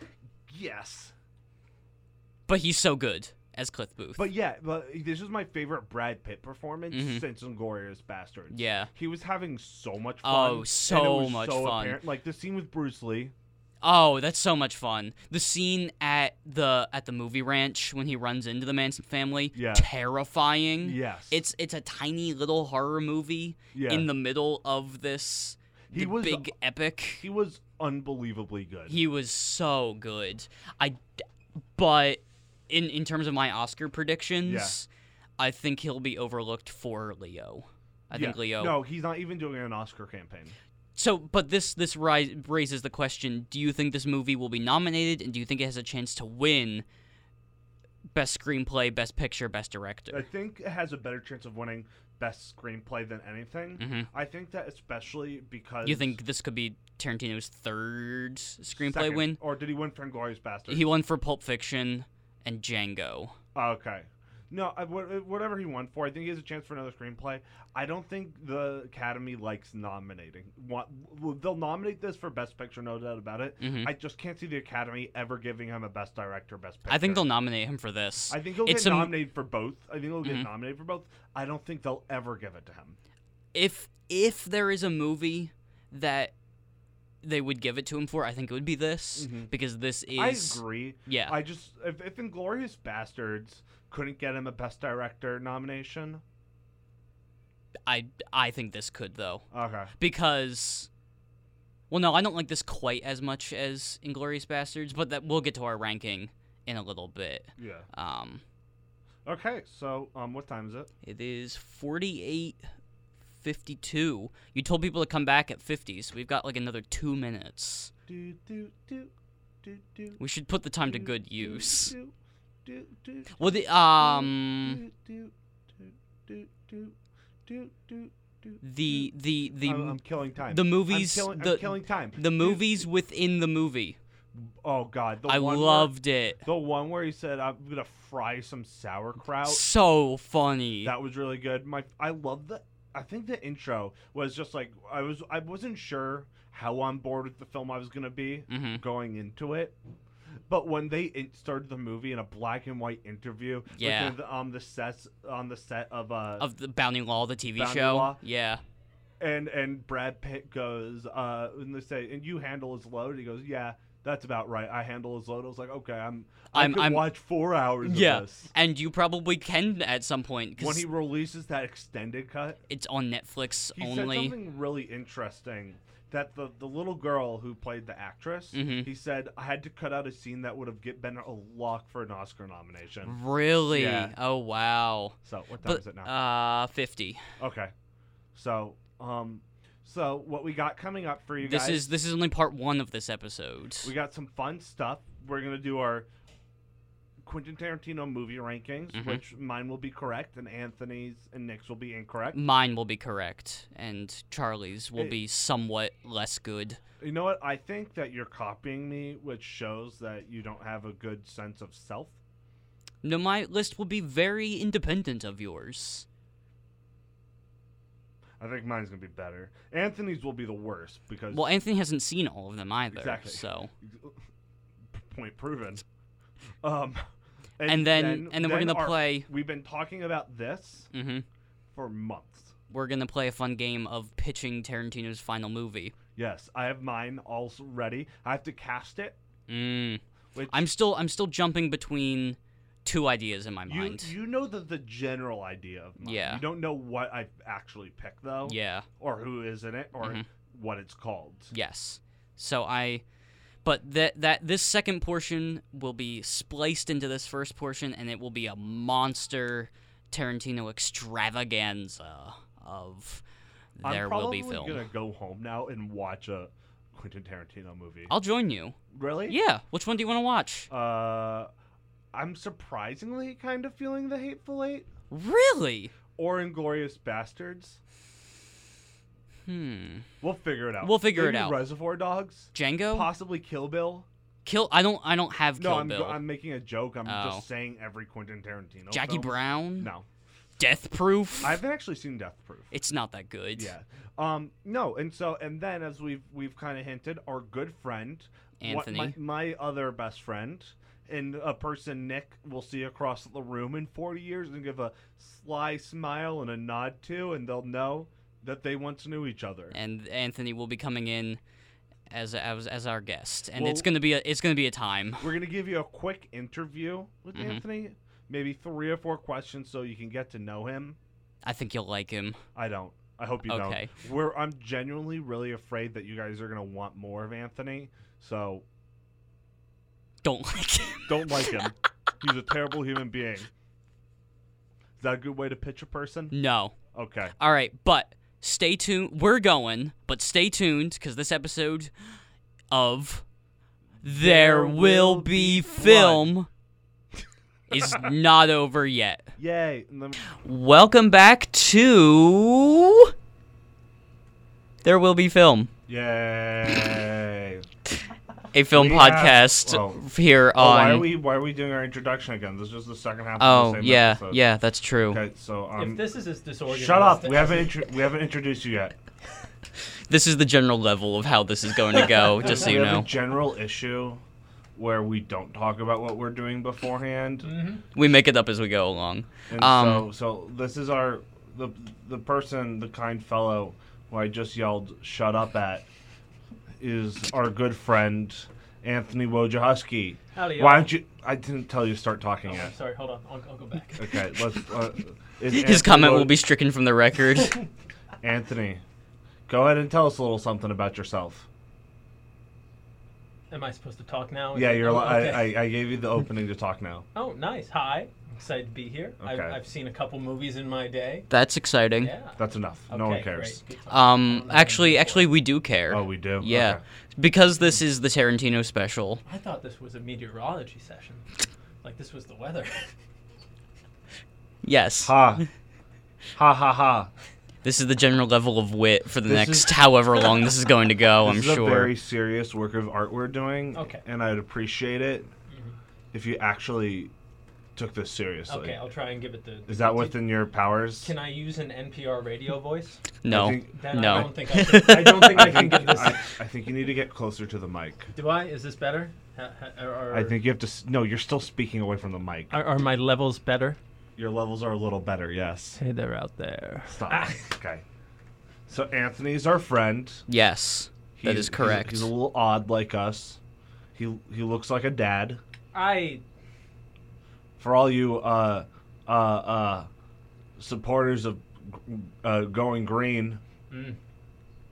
Speaker 2: Yes,
Speaker 1: But he's so good as Cliff Booth.
Speaker 2: but yeah, but this is my favorite Brad Pitt performance
Speaker 1: Mhm.
Speaker 2: since Inglorious Bastards.
Speaker 1: yeah.
Speaker 2: He was having so much fun.
Speaker 1: Oh,
Speaker 2: and it
Speaker 1: so
Speaker 2: was
Speaker 1: much
Speaker 2: so
Speaker 1: fun.
Speaker 2: apparent- Like the scene with Bruce Lee.
Speaker 1: Oh, that's so much fun. The scene at the at the movie ranch when he runs into the Manson family,
Speaker 2: Yeah.
Speaker 1: terrifying.
Speaker 2: Yes,
Speaker 1: Mm-hmm. It's it's a tiny little horror movie
Speaker 2: yeah.
Speaker 1: in the middle of this
Speaker 2: He
Speaker 1: the
Speaker 2: was-
Speaker 1: big epic.
Speaker 2: he was unbelievably good.
Speaker 1: He was so good. I but in in terms of my Oscar predictions, I think he'll be overlooked for Leo. I think
Speaker 2: Yeah.
Speaker 1: Leo.
Speaker 2: No, he's not even doing an Oscar campaign.
Speaker 1: So, but this this ri- raises the question: Do you think this movie will be nominated, and do you think it has a chance to win best screenplay, best picture, best
Speaker 2: I
Speaker 1: director?
Speaker 2: think it has a better chance of winning best screenplay than anything.
Speaker 1: Mhm.
Speaker 2: I think that especially because
Speaker 1: You think this could be Tarantino's third screenplay
Speaker 2: second-
Speaker 1: win?
Speaker 2: or did he win for Glorious Bastard?
Speaker 1: He won for Pulp Fiction and Django.
Speaker 2: okay. No, I, wha- whatever he won for, I think he has a chance for another screenplay. I don't think the Academy likes nominating. Wa- w- They'll nominate this for Best Picture, no doubt about it.
Speaker 1: Mhm.
Speaker 2: I just can't see the Academy ever giving him a Best Director, Best Picture.
Speaker 1: I think they'll nominate him for this.
Speaker 2: I think he'll
Speaker 1: it's
Speaker 2: get
Speaker 1: a-
Speaker 2: nominated for both. I think he'll get
Speaker 1: Mhm.
Speaker 2: nominated for both. I don't think they'll ever give it to him.
Speaker 1: if if there is a movie that they would give it to him for, I think it would be this
Speaker 2: Mhm.
Speaker 1: because this is
Speaker 2: I agree.
Speaker 1: yeah.
Speaker 2: I just if, if Inglorious Bastards couldn't get him a Best Director nomination,
Speaker 1: I I think this could though.
Speaker 2: okay,
Speaker 1: because well no i don't like this quite as much as inglorious bastards but that we'll get to our ranking in a little bit
Speaker 2: yeah,
Speaker 1: um
Speaker 2: okay. So, um, what time is it?
Speaker 1: it is 48 52 you told people to come back at 50 so we've got like another two minutes
Speaker 2: Do do do do do.
Speaker 1: we should put the time to
Speaker 2: do,
Speaker 1: good
Speaker 2: do,
Speaker 1: use
Speaker 2: Do do do.
Speaker 1: well the um
Speaker 2: Do do do do do do do.
Speaker 1: the the the
Speaker 2: I'm, I'm killing time.
Speaker 1: the
Speaker 2: I'm
Speaker 1: movies-
Speaker 2: killing-
Speaker 1: the-
Speaker 2: I'm killing time.
Speaker 1: the
Speaker 2: Do-
Speaker 1: movies within the movie
Speaker 2: Oh God, the
Speaker 1: i
Speaker 2: one
Speaker 1: loved it
Speaker 2: where, the one where he said, "I'm gonna fry some sauerkraut."
Speaker 1: so funny
Speaker 2: That was really good. My I love the I think the intro was just like I was I wasn't sure how on board with the film I was gonna be
Speaker 1: mm-hmm.
Speaker 2: going into it. But when they in- started the movie in a black and white interview, with
Speaker 1: Yeah.
Speaker 2: the- on the sets on the set of uh
Speaker 1: of the bounding law the tv
Speaker 2: Bounding
Speaker 1: show
Speaker 2: Law.
Speaker 1: yeah
Speaker 2: and and Brad Pitt goes uh and they say and you handle his load he goes yeah that's about right I handle his load I was like okay I'm I
Speaker 1: I'm-
Speaker 2: could
Speaker 1: I'm-
Speaker 2: watch four hours
Speaker 1: Yeah.
Speaker 2: of this
Speaker 1: And you probably can at some point
Speaker 2: when
Speaker 1: because
Speaker 2: he releases that extended cut
Speaker 1: it's on Netflix
Speaker 2: He said
Speaker 1: only.
Speaker 2: something really interesting that the, the little girl who played the actress,
Speaker 1: Mhm.
Speaker 2: he said, I had to cut out a scene that would have get, been a lock for an Oscar nomination.
Speaker 1: Really?
Speaker 2: Yeah.
Speaker 1: Oh wow.
Speaker 2: So what time
Speaker 1: But
Speaker 2: is it now?
Speaker 1: uh, fifty.
Speaker 2: okay, so um, so what we got coming up for you
Speaker 1: This
Speaker 2: guys?
Speaker 1: is this is only part one of this episode.
Speaker 2: we got some fun stuff. We're gonna do our Quentin Tarantino movie rankings,
Speaker 1: Mhm.
Speaker 2: which mine will be correct, and Anthony's and Nick's will be incorrect.
Speaker 1: Mine will be correct, and Charlie's will
Speaker 2: Hey.
Speaker 1: be somewhat less good.
Speaker 2: You know what? I think that you're copying me, which shows that you don't have a good sense of self.
Speaker 1: No, my list will be very independent of yours.
Speaker 2: I think mine's gonna be better. Anthony's will be the worst because
Speaker 1: Well, Anthony hasn't seen all of them either,
Speaker 2: Exactly.
Speaker 1: so.
Speaker 2: point proven. Um,
Speaker 1: And, then, and then we're gonna
Speaker 2: our-
Speaker 1: play.
Speaker 2: We've been talking about this
Speaker 1: hmm
Speaker 2: for months.
Speaker 1: We're gonna play a fun game of pitching Tarantino's final movie.
Speaker 2: Yes, I have mine all s- ready. I have to cast it.
Speaker 1: Mm.
Speaker 2: Which
Speaker 1: I'm still I'm still jumping between two ideas in my
Speaker 2: you
Speaker 1: mind.
Speaker 2: you know the the general idea of mine.
Speaker 1: Yeah.
Speaker 2: You don't know what I've actually picked though.
Speaker 1: yeah.
Speaker 2: Or who is in it or
Speaker 1: Mhm.
Speaker 2: what it's called.
Speaker 1: Yes. So I but that that this second portion will be spliced into this first portion and it will be a monster Tarantino extravaganza of
Speaker 2: I'm
Speaker 1: there will be
Speaker 2: probably
Speaker 1: film.
Speaker 2: gonna go home now and watch a Quentin Tarantino movie.
Speaker 1: I'll join you.
Speaker 2: really?
Speaker 1: Yeah, which one do you want to watch?
Speaker 2: Uh, I'm surprisingly kind of feeling the Hateful Eight
Speaker 1: Really?
Speaker 2: or Inglorious Bastards.
Speaker 1: Hmm.
Speaker 2: We'll figure it out.
Speaker 1: We'll figure
Speaker 2: Maybe
Speaker 1: it out.
Speaker 2: Reservoir Dogs,
Speaker 1: Django?
Speaker 2: possibly Kill Bill.
Speaker 1: Kill I don't I don't have Kill
Speaker 2: no, I'm,
Speaker 1: Bill.
Speaker 2: I'm making a joke. I'm
Speaker 1: Oh.
Speaker 2: just saying every Quentin Tarantino.
Speaker 1: Jackie
Speaker 2: film.
Speaker 1: Brown?
Speaker 2: No,
Speaker 1: Death Proof?
Speaker 2: I haven't actually seen Death Proof.
Speaker 1: It's not that good.
Speaker 2: Yeah. Um. No. And so, and then as we've we've kind of hinted, our good friend, what-
Speaker 1: Anthony.
Speaker 2: my, my other best friend, and a person Nick will see across the room in forty years and give a sly smile and a nod to, and they'll know that they once knew each other.
Speaker 1: and Anthony will be coming in as as, as our guest, and it's
Speaker 2: Well-
Speaker 1: gonna be a it's gonna be a time.
Speaker 2: We're gonna give you a quick interview with
Speaker 1: Mhm.
Speaker 2: Anthony, maybe three or four questions, so you can get to know him.
Speaker 1: I think you'll like him.
Speaker 2: I don't. I hope you
Speaker 1: Okay.
Speaker 2: don't. We're I'm genuinely really afraid that you guys are gonna want more of Anthony, so
Speaker 1: Don't like him.
Speaker 2: Don't like him. He's a terrible human being. Is that a good way to pitch a person?
Speaker 1: No.
Speaker 2: Okay.
Speaker 1: All right, but stay tuned. We're going, but stay tuned because this episode of There Will Be Film is not over yet.
Speaker 2: Yay. And then-
Speaker 1: Welcome back to There Will Be Film.
Speaker 2: Yay.
Speaker 1: A film
Speaker 2: We have-
Speaker 1: podcast
Speaker 2: oh.
Speaker 1: here
Speaker 2: Oh,
Speaker 1: on
Speaker 2: why are we why are we doing our introduction again? This is the second half of
Speaker 1: Oh
Speaker 2: the same
Speaker 1: yeah,
Speaker 2: episode.
Speaker 1: yeah, that's true.
Speaker 2: Okay, so
Speaker 3: If
Speaker 2: um
Speaker 3: this is as disorganized,
Speaker 2: Shut up.
Speaker 3: as-
Speaker 2: We haven't intro- we haven't introduced you yet.
Speaker 1: This is the general level of how this is going to go, just so
Speaker 2: we
Speaker 1: you
Speaker 2: have a
Speaker 1: know.
Speaker 2: general issue where we don't talk about what we're doing beforehand.
Speaker 1: We make it up as we go along.
Speaker 2: And
Speaker 1: Um,
Speaker 2: so, so this is our the the person, the kind fellow who I just yelled "shut up" at, is our good friend Anthony Wojciechowski.
Speaker 3: Howdy,
Speaker 2: Why
Speaker 3: y'all.
Speaker 2: don't you? I didn't tell you to start talking
Speaker 3: Oh,
Speaker 2: yet.
Speaker 3: I'm sorry. Hold on. I'll, I'll go back.
Speaker 2: Okay, let's. Uh, is Anthony
Speaker 1: His comment
Speaker 2: Wo-
Speaker 1: will be stricken from the record.
Speaker 2: Anthony. Go ahead and tell us a little something about yourself.
Speaker 3: Am I supposed to talk now? Is
Speaker 2: Yeah,
Speaker 3: it-
Speaker 2: you're.
Speaker 3: oh,
Speaker 2: li-
Speaker 3: okay.
Speaker 2: I, I, I gave you the opening to talk now.
Speaker 3: oh, nice. Hi. I'm excited to be here. I've,
Speaker 2: Okay.
Speaker 3: I've seen a couple movies in my day.
Speaker 1: That's exciting.
Speaker 3: Yeah.
Speaker 2: That's enough.
Speaker 3: Okay,
Speaker 2: no one cares.
Speaker 3: Great. Good talk. I don't
Speaker 1: Um,
Speaker 3: know
Speaker 1: actually,
Speaker 3: before.
Speaker 1: actually, we do care.
Speaker 2: Oh, we do.
Speaker 1: Yeah,
Speaker 2: Okay.
Speaker 1: because this is the Tarantino special.
Speaker 3: I thought this was a meteorology session. Like this was the weather.
Speaker 1: Yes,
Speaker 2: Ha. Ha ha ha.
Speaker 1: this is the general level of wit for the
Speaker 2: This
Speaker 1: next
Speaker 2: is-
Speaker 1: however long this is going to go.
Speaker 2: this
Speaker 1: I'm
Speaker 2: is
Speaker 1: sure.
Speaker 2: a very serious work of art we're doing.
Speaker 3: Okay.
Speaker 2: And I'd appreciate it
Speaker 3: Mhm.
Speaker 2: if you actually took this seriously.
Speaker 3: okay, I'll try and give it the.
Speaker 2: Is that
Speaker 3: the-
Speaker 2: within your powers?
Speaker 3: Can I use an NPR radio voice?
Speaker 1: no,
Speaker 2: I think-
Speaker 3: That
Speaker 1: No.
Speaker 3: I don't think I, can, I don't think I can give this.
Speaker 2: I, I think you need to get closer to the mic.
Speaker 3: Do I? Is this better? Ha- ha- Are, are,
Speaker 2: I think you have to. s- No, you're still speaking away from the mic.
Speaker 3: Are, are my levels better?
Speaker 2: Your levels are a little better. Yes.
Speaker 3: Hey, they're out there.
Speaker 2: Stop. okay. So Anthony's our friend.
Speaker 1: yes, that
Speaker 2: He's-
Speaker 1: is correct.
Speaker 2: He's, he's a little odd like us. He he looks like a dad.
Speaker 3: I
Speaker 2: for all you uh, uh, uh, supporters of uh, going green,
Speaker 3: Mm.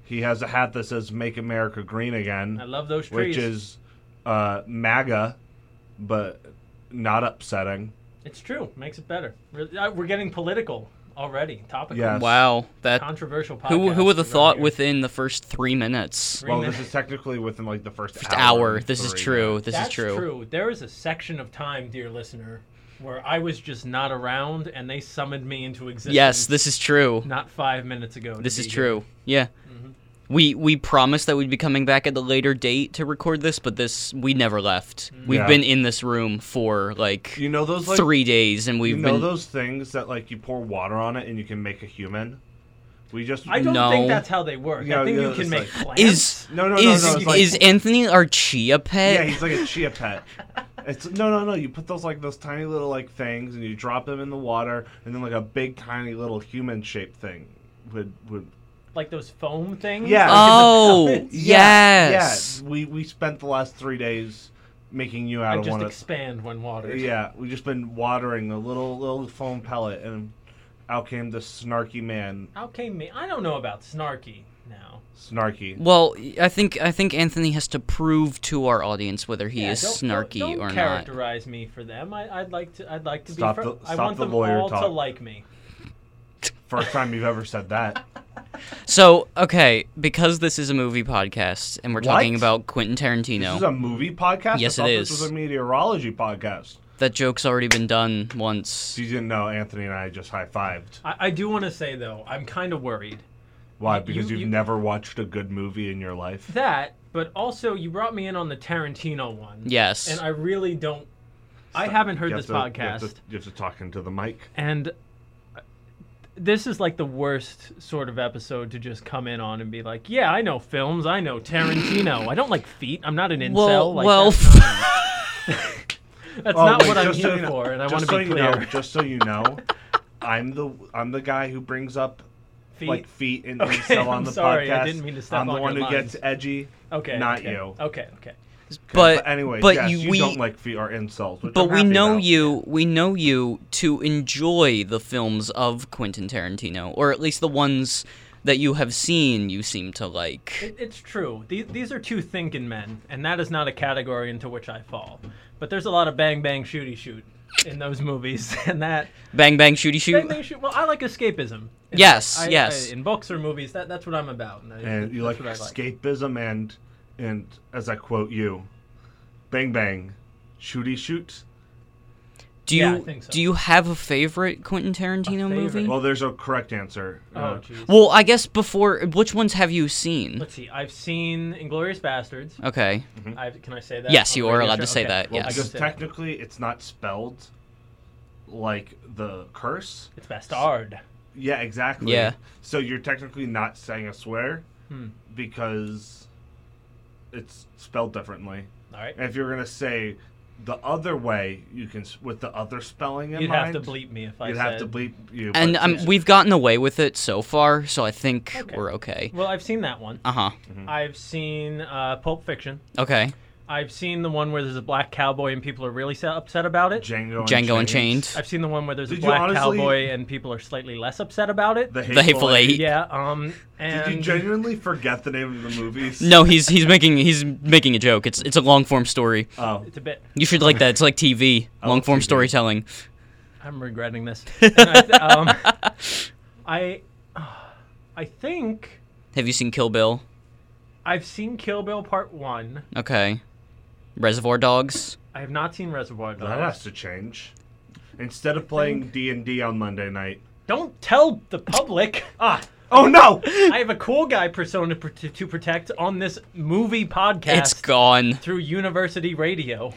Speaker 2: He has a hat that says "Make America Green Again,"
Speaker 3: I love those trees.
Speaker 2: which is uh, MAGA, but not upsetting.
Speaker 3: It's true. Makes it better. Really- uh, We're getting political already. Topical.
Speaker 2: Yeah. Yes.
Speaker 1: Wow, that
Speaker 3: Controversial podcast.
Speaker 1: who who would have
Speaker 3: around
Speaker 1: thought
Speaker 3: here.
Speaker 1: within the first three minutes?
Speaker 3: Three
Speaker 2: Well,
Speaker 3: minutes.
Speaker 2: this is technically within like the first,
Speaker 1: First hour.
Speaker 2: and
Speaker 1: This is
Speaker 2: three
Speaker 1: true.
Speaker 2: minutes.
Speaker 1: This
Speaker 3: That's
Speaker 1: is true.
Speaker 3: There is a section of time, dear listener, where I was just not around and they summoned me into existence.
Speaker 1: Yes, this is true.
Speaker 3: Not five minutes ago. to
Speaker 1: This is
Speaker 3: be here.
Speaker 1: true. Yeah.
Speaker 2: Mm-hmm.
Speaker 1: We we promised that we'd be coming back at a later date to record this, but this we never left. We've
Speaker 2: Mm-hmm. Yeah.
Speaker 1: been in this room for like
Speaker 2: You know those like
Speaker 1: three days, and we've
Speaker 2: you know
Speaker 1: been
Speaker 2: those things that like you pour water on it and you can make a human. We just
Speaker 3: I don't
Speaker 1: No.
Speaker 3: think that's how they work.
Speaker 2: Yeah,
Speaker 3: I think
Speaker 2: yeah,
Speaker 3: you can
Speaker 2: it's
Speaker 3: make
Speaker 2: like-
Speaker 3: plants.
Speaker 1: is
Speaker 2: No, no, no,
Speaker 1: is
Speaker 2: no, it's like-
Speaker 1: is Anthony our chia pet?
Speaker 2: yeah, he's like a chia pet. It's no, no, no. You put those like those tiny little like things and you drop them in the water, and then like a big tiny little human shaped thing would would.
Speaker 3: like those foam things?
Speaker 2: Yeah.
Speaker 1: Oh,
Speaker 3: Like in the pellets?
Speaker 2: Yeah,
Speaker 1: yes.
Speaker 2: Yeah, we we spent the last three days making you
Speaker 1: Uh,
Speaker 3: I
Speaker 2: out of
Speaker 3: just
Speaker 2: one of.
Speaker 3: expand when watered.
Speaker 2: Yeah, we just been watering the little little foam pellet, and out came the snarky man.
Speaker 3: How came me? I don't know about snarky now.
Speaker 2: Snarky.
Speaker 1: Well, I think I think Anthony has to prove to our audience whether he
Speaker 3: Yeah,
Speaker 1: is
Speaker 3: don't- don't-
Speaker 1: snarky
Speaker 3: don't
Speaker 1: or not.
Speaker 3: characterize me for them. I, I'd like to. I'd like to
Speaker 2: Stop
Speaker 3: be. Fr-
Speaker 2: the-
Speaker 3: I
Speaker 2: stop
Speaker 3: want
Speaker 2: the
Speaker 3: them
Speaker 2: lawyer
Speaker 3: all to
Speaker 2: talk.
Speaker 3: like me.
Speaker 2: First time you've ever said that.
Speaker 1: So, okay, because this is a movie podcast and we're talking
Speaker 2: What?
Speaker 1: about Quentin Tarantino,
Speaker 2: This is a movie podcast.
Speaker 1: Yes,
Speaker 2: I
Speaker 1: it
Speaker 2: thought This
Speaker 1: is.
Speaker 2: was a meteorology podcast.
Speaker 1: that joke's already been done once.
Speaker 2: So you didn't know Anthony and I just high fived.
Speaker 3: I, I do want to say though, I'm kind of worried
Speaker 2: Why?
Speaker 3: You-
Speaker 2: Because
Speaker 3: you-
Speaker 2: you, have
Speaker 3: you-
Speaker 2: never watched a good movie in your life.
Speaker 3: that, but also you brought me in on the Tarantino one.
Speaker 1: Yes.
Speaker 3: And I really don't. I haven't heard
Speaker 2: You
Speaker 3: this
Speaker 2: have to- You
Speaker 3: podcast,
Speaker 2: have, to, you have to talk into the mic.
Speaker 3: and uh, this is like the worst sort of episode to just come in on and be like, "Yeah, I know films. I know Tarantino. I don't like feet. I'm not an incel.
Speaker 1: well,
Speaker 3: like,
Speaker 1: well,
Speaker 3: that's not, that's
Speaker 2: Oh,
Speaker 3: not
Speaker 2: wait,
Speaker 3: what I'm
Speaker 2: just so
Speaker 3: here
Speaker 2: you know-
Speaker 3: for, and I
Speaker 2: just
Speaker 3: want to
Speaker 2: so
Speaker 3: be
Speaker 2: you
Speaker 3: clear.
Speaker 2: know- just so you know, I'm the I'm the guy who brings up
Speaker 3: Feet.
Speaker 2: like feet and
Speaker 3: Okay,
Speaker 2: incel on
Speaker 3: I'm
Speaker 2: the
Speaker 3: sorry, I
Speaker 2: podcast.
Speaker 3: didn't mean to step
Speaker 2: I'm
Speaker 3: on
Speaker 2: the
Speaker 3: your
Speaker 2: one who
Speaker 3: lines.
Speaker 2: gets edgy.
Speaker 3: okay,
Speaker 2: not
Speaker 3: okay. Oh,
Speaker 2: you.
Speaker 3: Okay, okay.
Speaker 1: but,
Speaker 2: anyway,
Speaker 1: but
Speaker 2: yes,
Speaker 1: you,
Speaker 2: you,
Speaker 1: we,
Speaker 2: don't like feet or insults.
Speaker 1: but we know you, we know you to enjoy the films of Quentin Tarantino, or at least the ones that you have seen. You seem to like.
Speaker 3: It, it's true. These, these are two thinking men, and that is not a category into which I fall. But there's a lot of bang bang shooty shoot in those movies, and that
Speaker 1: Bang bang shooty
Speaker 3: bang
Speaker 1: shoot.
Speaker 3: bang shoot. Well, I like escapism. In-
Speaker 1: Yes,
Speaker 3: I-
Speaker 1: yes.
Speaker 3: I- in books or movies, that that's what I'm about. And, I,
Speaker 2: and you like
Speaker 3: that's what I
Speaker 2: escapism and and as I quote you, bang bang, shooty shoot.
Speaker 1: Do you
Speaker 3: Yeah, I think so.
Speaker 1: do you have a favorite Quentin Tarantino
Speaker 3: favorite?
Speaker 1: movie?
Speaker 2: Well, there's a correct answer. Uh,
Speaker 3: Oh, jeez.
Speaker 1: Well, I guess before which ones have you seen?
Speaker 3: Let's see. I've seen Inglorious Bastards.
Speaker 1: Okay.
Speaker 3: I've, can I say that?
Speaker 1: Mm-hmm.
Speaker 3: Oh,
Speaker 1: Yes,
Speaker 3: on
Speaker 1: you
Speaker 3: the
Speaker 1: are
Speaker 3: radio
Speaker 1: allowed
Speaker 3: show?
Speaker 1: to say
Speaker 3: Okay,
Speaker 1: that,
Speaker 3: well, I
Speaker 1: yes.
Speaker 3: can
Speaker 2: because
Speaker 3: say that.
Speaker 2: technically it's not spelled like the curse.
Speaker 3: It's Bastard.
Speaker 2: Yeah, exactly.
Speaker 1: Yeah.
Speaker 2: So you're technically not saying a swear
Speaker 3: Hmm.
Speaker 2: because it's spelled differently.
Speaker 3: All right.
Speaker 2: And if you're gonna say the other way, you can s- with the other spelling in
Speaker 3: You'd
Speaker 2: mind.
Speaker 3: have to bleep me if I
Speaker 2: You'd
Speaker 3: said.
Speaker 2: have to bleep you.
Speaker 1: And
Speaker 2: but-
Speaker 1: um, we've gotten away with it so far, so I think
Speaker 3: Okay.
Speaker 1: we're okay.
Speaker 3: Well, I've seen that one.
Speaker 1: Uh huh.
Speaker 2: Mm-hmm.
Speaker 3: I've seen uh, Pulp Fiction.
Speaker 1: Okay.
Speaker 3: I've seen the one where there's a black cowboy and people are really sa- upset about it.
Speaker 2: Django,
Speaker 1: Django
Speaker 2: and
Speaker 1: Unchained.
Speaker 3: I've seen the one where there's a
Speaker 2: Did you
Speaker 3: black
Speaker 2: honestly-
Speaker 3: cowboy and people are slightly less upset about it.
Speaker 2: The
Speaker 1: The Hateful Eight.
Speaker 3: yeah, um, and
Speaker 2: Did you genuinely forget the name of the movies?
Speaker 1: No, he's he's making he's making a joke. It's it's a long form story.
Speaker 2: Oh,
Speaker 3: it's a bit.
Speaker 1: You should like that. It's like TV,
Speaker 2: Oh,
Speaker 1: long form
Speaker 2: TV.
Speaker 1: storytelling.
Speaker 3: I'm regretting this. And I, th- um, I, I think
Speaker 1: Have you seen Kill Bill?
Speaker 3: I've seen Kill Bill Part One.
Speaker 1: Okay. Reservoir Dogs.
Speaker 3: I have not seen Reservoir
Speaker 2: that
Speaker 3: Dogs.
Speaker 2: has to change. Instead of playing D and D on Monday night.
Speaker 3: Don't tell the public.
Speaker 2: Ah. Oh no.
Speaker 3: I have a cool guy persona pr- to- to protect on this movie podcast.
Speaker 1: It's gone.
Speaker 3: through university radio.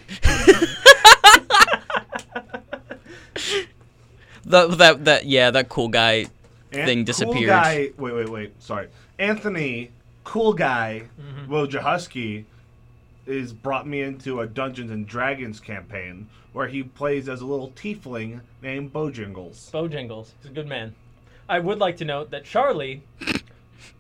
Speaker 1: That that that yeah, that cool guy.
Speaker 2: An-
Speaker 1: thing
Speaker 2: Cool
Speaker 1: disappeared.
Speaker 2: guy. Wait, wait, wait. Sorry. Anthony, cool guy,
Speaker 3: Mm-hmm.
Speaker 2: Wojciechowski, is brought me into a Dungeons and Dragons campaign where he plays as a little tiefling named Bojingles.
Speaker 3: Bojangles. He's a good man. I would like to note that Charlie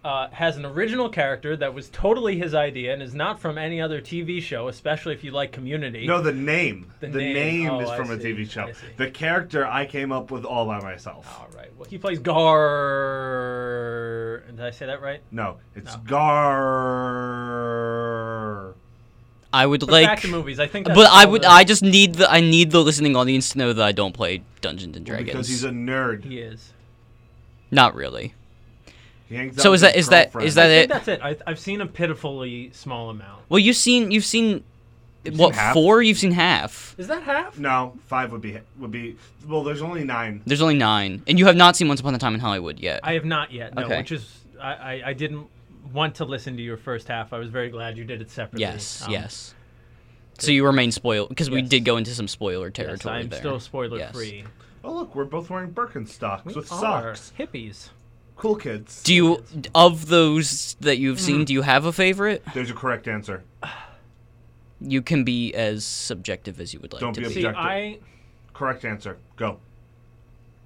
Speaker 3: uh, has an original character that was totally his idea and is not from any other TV show, especially if you like Community.
Speaker 2: No, the name.
Speaker 3: The
Speaker 2: The,
Speaker 3: name.
Speaker 2: name,
Speaker 3: Oh,
Speaker 2: is
Speaker 3: I
Speaker 2: from a
Speaker 3: see.
Speaker 2: TV show.
Speaker 3: I see. Oh.
Speaker 2: The character I came up with all by myself.
Speaker 3: All right. Well, he plays Gar. Did I say that right?
Speaker 2: No, it's
Speaker 3: No.
Speaker 2: Gar.
Speaker 1: I would
Speaker 3: But back
Speaker 1: like.
Speaker 3: to movies. I think. That's
Speaker 1: But I
Speaker 3: all
Speaker 1: would.
Speaker 3: that-
Speaker 1: I just need the. I need the listening audience to know that I don't play Dungeons and Dragons.
Speaker 2: Because he's a nerd.
Speaker 3: He is.
Speaker 1: Not really.
Speaker 2: He hangs
Speaker 1: So is
Speaker 2: out with
Speaker 1: that-
Speaker 2: his
Speaker 1: is that-
Speaker 2: girlfriend.
Speaker 1: is that
Speaker 3: I think
Speaker 1: it?
Speaker 3: that's it. I, I've seen a pitifully small amount.
Speaker 1: Well, you've seen. You've seen.
Speaker 2: You've
Speaker 1: what
Speaker 2: seen half?
Speaker 1: four? You've seen half.
Speaker 3: Is that half?
Speaker 2: No, five would be would be. Well, there's only nine.
Speaker 1: There's only nine, and you have not seen Once Upon a Time in Hollywood yet.
Speaker 3: I have not yet. No,
Speaker 1: Okay.
Speaker 3: which is I, I, I didn't want to listen to your first half. I was very glad you did it separately.
Speaker 1: yes,
Speaker 3: Um,
Speaker 1: yes. So you remain spoiled because we
Speaker 3: Yes.
Speaker 1: did go into some spoiler
Speaker 3: yes,
Speaker 1: territory
Speaker 3: I'm
Speaker 1: there.
Speaker 3: still spoiler free.
Speaker 2: Oh look, we're both wearing Birkenstocks
Speaker 3: We
Speaker 2: with
Speaker 3: are
Speaker 2: socks.
Speaker 3: hippies.
Speaker 2: Cool kids.
Speaker 1: Do you of those that you've seen? Do you have a favorite?
Speaker 2: there's a correct answer.
Speaker 1: You can be as subjective as you would like
Speaker 2: Don't
Speaker 1: to
Speaker 2: be
Speaker 1: be.
Speaker 2: obje-
Speaker 3: See,
Speaker 2: Objective.
Speaker 3: I
Speaker 2: Correct answer. Go.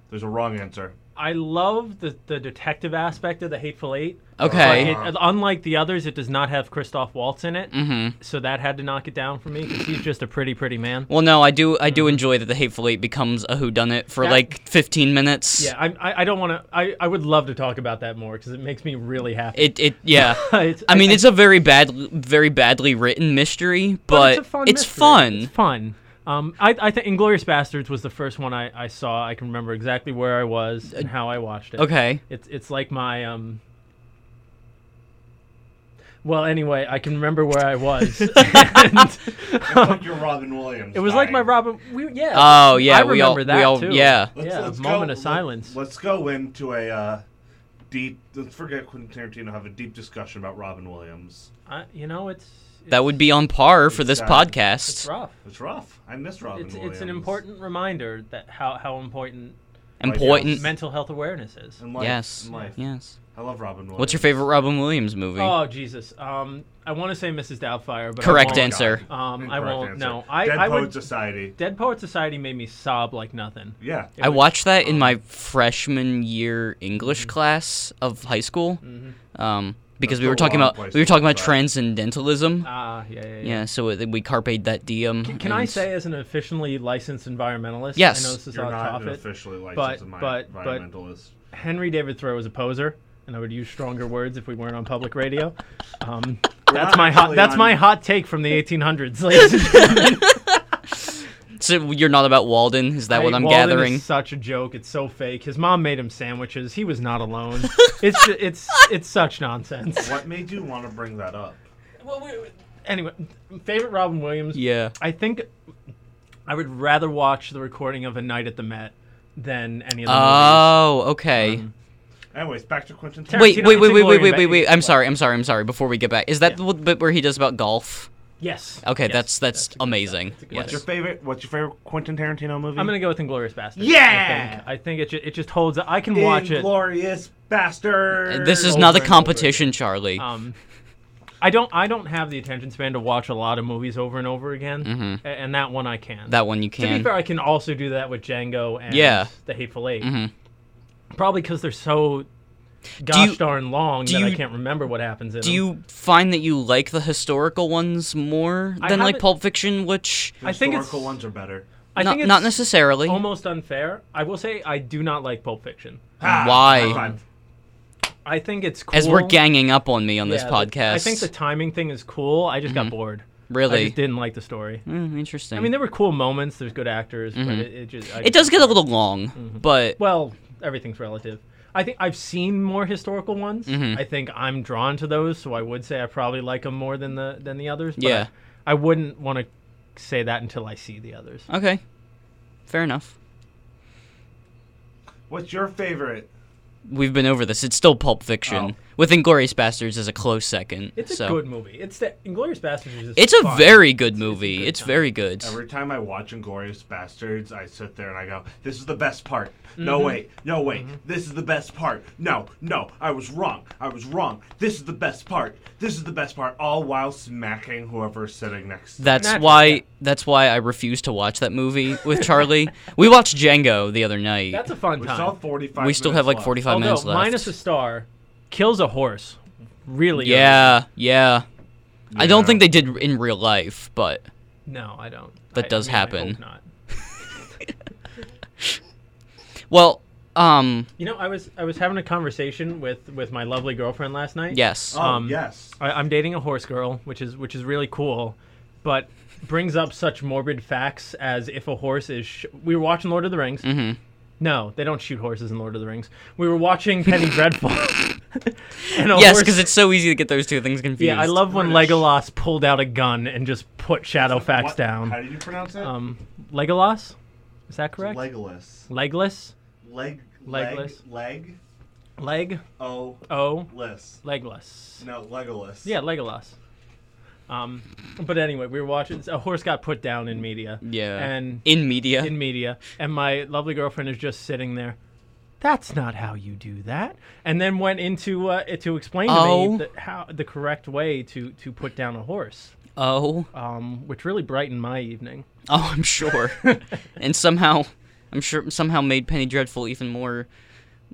Speaker 2: There's a wrong answer.
Speaker 3: I love the, the detective aspect of the Hateful Eight.
Speaker 1: Okay.
Speaker 3: It, unlike the others, it does not have Christoph Waltz in it,
Speaker 1: Mm-hmm.
Speaker 3: so that had to knock it down for me because he's just a pretty, pretty man.
Speaker 1: Well, no, I do. I do enjoy that the Hateful Eight becomes a whodunit for
Speaker 3: Mm-hmm. That-
Speaker 1: like 15 minutes.
Speaker 3: Yeah, I, I, I don't want to. I, I would love to talk about that more because it makes me really happy.
Speaker 1: It. It. Yeah.
Speaker 3: It's-
Speaker 1: I mean, it's a very bad, very badly written mystery, but,
Speaker 3: it's, a fun
Speaker 1: it's
Speaker 3: mystery.
Speaker 1: fun.
Speaker 3: It's fun. Um, I, I think Inglorious Bastards was the first one I, I saw. I can remember exactly where I was and how I watched it.
Speaker 1: Uh, Okay.
Speaker 3: It's it's like my um. Well, anyway, I can remember where I was. and,
Speaker 2: It's like your Robin Williams.
Speaker 3: it was like my
Speaker 2: dying.
Speaker 3: Robin. We, yeah.
Speaker 1: Oh yeah,
Speaker 3: I
Speaker 1: we all.
Speaker 3: remember that
Speaker 1: we all.
Speaker 3: too.
Speaker 1: Yeah.
Speaker 2: Let's,
Speaker 3: yeah,
Speaker 2: let's
Speaker 3: a moment
Speaker 2: go-
Speaker 3: of silence.
Speaker 2: Let's go into a uh, deep. Let's forget Quentin Tarantino. Have a deep discussion about Robin Williams.
Speaker 3: I, you know, it's,
Speaker 1: That would be on par for this
Speaker 2: It's, uh,
Speaker 1: podcast.
Speaker 3: it's rough.
Speaker 2: It's rough. I miss Robin
Speaker 3: It's,
Speaker 2: Williams.
Speaker 3: it's an important reminder that how, how important
Speaker 1: Important.
Speaker 3: mental health awareness is.
Speaker 2: In life,
Speaker 1: yes.
Speaker 2: In life.
Speaker 1: Yes.
Speaker 2: I love Robin Williams.
Speaker 1: What's your favorite Robin Williams movie?
Speaker 3: Oh Jesus! Um, I want to say Mrs. Doubtfire, but I
Speaker 1: Correct
Speaker 3: won't.
Speaker 2: God.
Speaker 1: answer.
Speaker 3: Um, I
Speaker 2: Incorrect
Speaker 3: won't-
Speaker 2: answer.
Speaker 3: no, I-
Speaker 2: Dead
Speaker 3: I
Speaker 2: Poet
Speaker 3: would-
Speaker 2: Society.
Speaker 3: Dead Poet Society made me sob like nothing.
Speaker 2: Yeah.
Speaker 3: It
Speaker 1: I
Speaker 3: was-
Speaker 1: watched that in my freshman year English
Speaker 3: Mm-hmm.
Speaker 1: class of high school, um, because
Speaker 2: That's
Speaker 1: we were
Speaker 2: a
Speaker 1: talking
Speaker 2: long
Speaker 1: about
Speaker 2: place
Speaker 1: we were
Speaker 2: to
Speaker 1: talking about
Speaker 2: try.
Speaker 1: transcendentalism.
Speaker 3: Ah, yeah, yeah, yeah.
Speaker 1: yeah, so it, we carpe that diem.
Speaker 3: Can, can I
Speaker 1: and-
Speaker 3: say, as an officially licensed environmentalist,
Speaker 1: Yes.
Speaker 3: I know this is
Speaker 2: You're
Speaker 3: off
Speaker 2: not an
Speaker 3: topic.
Speaker 2: officially
Speaker 3: but-
Speaker 2: licensed envi-
Speaker 3: but- but-
Speaker 2: environmentalist.
Speaker 3: Henry David Thoreau was a poser, and I would use stronger words if we weren't on public radio. Um,
Speaker 2: We're
Speaker 3: that's
Speaker 2: not
Speaker 3: my hot.
Speaker 2: actually
Speaker 3: That's
Speaker 2: on-
Speaker 3: my hot take from the 1800s, ladies and gentlemen.
Speaker 1: So you're not about Walden? Is that what I'm
Speaker 3: Walden
Speaker 1: gathering?
Speaker 3: Is such a joke. It's so fake. His mom made him sandwiches. He was not alone. it's ju- it's it's such nonsense.
Speaker 2: What made you want to bring that up?
Speaker 3: Well, anyway, favorite Robin Williams.
Speaker 1: Yeah.
Speaker 3: I think I would rather watch the recording of A Night at the Met than any of the
Speaker 1: Oh, okay.
Speaker 3: movies. Um,
Speaker 2: Anyways, back to Quentin Tarantino.
Speaker 1: wait,
Speaker 3: Tarantino
Speaker 1: wait, wait, wait,
Speaker 3: and
Speaker 1: wait,
Speaker 3: Gloria
Speaker 1: wait, wait,
Speaker 3: Betty.
Speaker 1: wait. I'm sorry. I'm sorry. I'm sorry. Before we get back, is that the bit where he does about golf?
Speaker 3: yes.
Speaker 1: Okay,
Speaker 3: yes,
Speaker 1: that's that's,
Speaker 3: a good
Speaker 1: amazing.
Speaker 3: shout. That's a good
Speaker 1: Yes.
Speaker 2: What's your favorite? What's your favorite Quentin Tarantino movie?
Speaker 3: I'm gonna go with Inglorious Bastards. I
Speaker 2: Yeah!
Speaker 3: think, I think it ju- it just holds. I can watch it.
Speaker 2: Glorious bastard.
Speaker 1: This is not a
Speaker 3: Over and over again.
Speaker 1: competition, Charlie.
Speaker 3: Um, I don't I don't have the attention span to watch a lot of movies over and over again, a- and that one I can.
Speaker 1: Mm-hmm. that one you
Speaker 3: to be
Speaker 1: can.
Speaker 3: fair, I can also do that with Django and
Speaker 1: Yeah.
Speaker 3: The Hateful 8 Probably because they're so
Speaker 1: you-
Speaker 3: gosh darn long
Speaker 1: do
Speaker 3: that I
Speaker 1: you-
Speaker 3: can't remember what happens in
Speaker 1: Do
Speaker 3: them.
Speaker 1: you find that you like the historical ones more
Speaker 3: I
Speaker 1: than like
Speaker 3: haven't-
Speaker 1: Pulp Fiction, which
Speaker 2: The
Speaker 3: I think it's-
Speaker 2: historical ones are better.
Speaker 3: I
Speaker 1: not,
Speaker 3: think it's
Speaker 1: not necessarily?
Speaker 3: almost unfair. I will say I do not like Pulp Fiction.
Speaker 2: Ah,
Speaker 1: Why?
Speaker 2: high five.
Speaker 3: I think it's cool.
Speaker 1: As we're ganging up on me on this
Speaker 3: Yeah,
Speaker 1: podcast.
Speaker 3: but
Speaker 1: Mm-hmm.
Speaker 3: I think the timing thing is cool. I just got bored. I
Speaker 1: really
Speaker 3: just didn't like the story.
Speaker 1: Mm, interesting.
Speaker 3: I mean, there were cool moments. There's good actors, but it, it just I
Speaker 1: Mm-hmm. it
Speaker 3: just-
Speaker 1: does get a little long,
Speaker 3: Mm-hmm.
Speaker 1: but
Speaker 3: Well, everything's relative. I think I've seen more historical ones.
Speaker 1: Mm-hmm.
Speaker 3: I think I'm drawn to those, so I would say I probably like them more than the than the others. But
Speaker 1: Yeah.
Speaker 3: I, I wouldn't want to say that until I see the others.
Speaker 1: okay, fair enough.
Speaker 2: What's your favorite?
Speaker 1: We've been over this. It's still Pulp Fiction. With Inglorious Bastards is a close second.
Speaker 3: Oh. It's a
Speaker 1: so.
Speaker 3: good movie. It's the Inglorious Bastards is. just
Speaker 1: It's a
Speaker 3: fun.
Speaker 1: very good movie.
Speaker 3: good
Speaker 1: It's,
Speaker 3: time.
Speaker 1: very good.
Speaker 2: Every time I watch Inglorious Bastards, I sit there and I go, "This is the best part."
Speaker 3: Mm-hmm.
Speaker 2: No wait, no wait. This is the best part. No, no, I was wrong. I was wrong. This is the best part. This is the best part. All while smacking whoever's sitting next. to
Speaker 1: That's
Speaker 3: Naturally,
Speaker 1: why.
Speaker 3: yeah.
Speaker 1: That's why I refuse to watch that movie with Charlie. we watched Django the other night.
Speaker 3: That's a fun
Speaker 2: me. We
Speaker 3: time.
Speaker 2: saw forty-five.
Speaker 1: we still have like
Speaker 2: minutes left.
Speaker 1: forty-five
Speaker 3: Although
Speaker 1: minutes left.
Speaker 3: minus a star, kills a horse. Really? early.
Speaker 1: Yeah, yeah. I don't
Speaker 2: Yeah.
Speaker 1: think they did in real life, but
Speaker 3: No, I don't.
Speaker 1: That
Speaker 3: I-
Speaker 1: does
Speaker 3: I mean, I hope
Speaker 1: happen.
Speaker 3: not.
Speaker 1: well, um,
Speaker 3: You know, I was I was having a conversation with with my lovely girlfriend last night.
Speaker 1: yes.
Speaker 2: Oh
Speaker 3: Um,
Speaker 2: yes.
Speaker 3: I, I'm dating a horse girl, which is which is really cool, but brings up such morbid facts as if a horse is. Sh- we were watching Lord of the Rings.
Speaker 1: hmm
Speaker 3: No, they don't shoot horses in Lord of the Rings. We were watching Penny Dreadful. and a
Speaker 1: Yes,
Speaker 3: horse-
Speaker 1: because it's so easy to get those two things confused.
Speaker 3: yeah, I love when
Speaker 2: British.
Speaker 3: Legolas pulled out a gun and just put Shadowfax
Speaker 2: What- How
Speaker 3: down.
Speaker 2: do you pronounce it?
Speaker 3: Um, Legolas, is that correct?
Speaker 2: Legolas.
Speaker 3: Legless,
Speaker 2: Leg.
Speaker 3: Legless.
Speaker 2: Leg. Leg.
Speaker 3: leg,
Speaker 2: O.
Speaker 3: oh,
Speaker 2: Less.
Speaker 3: legless.
Speaker 2: No, Legolas.
Speaker 3: Yeah, Legolas. Um, but anyway, we were watching. A horse got put down in media.
Speaker 1: Yeah.
Speaker 3: And
Speaker 1: in media.
Speaker 3: in media, and my lovely girlfriend is just sitting there. That's not how you do that. And then went into uh, to explain to
Speaker 1: Oh.
Speaker 3: me the, how the correct way to to put down a horse,
Speaker 1: oh,
Speaker 3: um, which really brightened my evening.
Speaker 1: oh, I'm sure. and somehow, I'm sure somehow made Penny Dreadful even more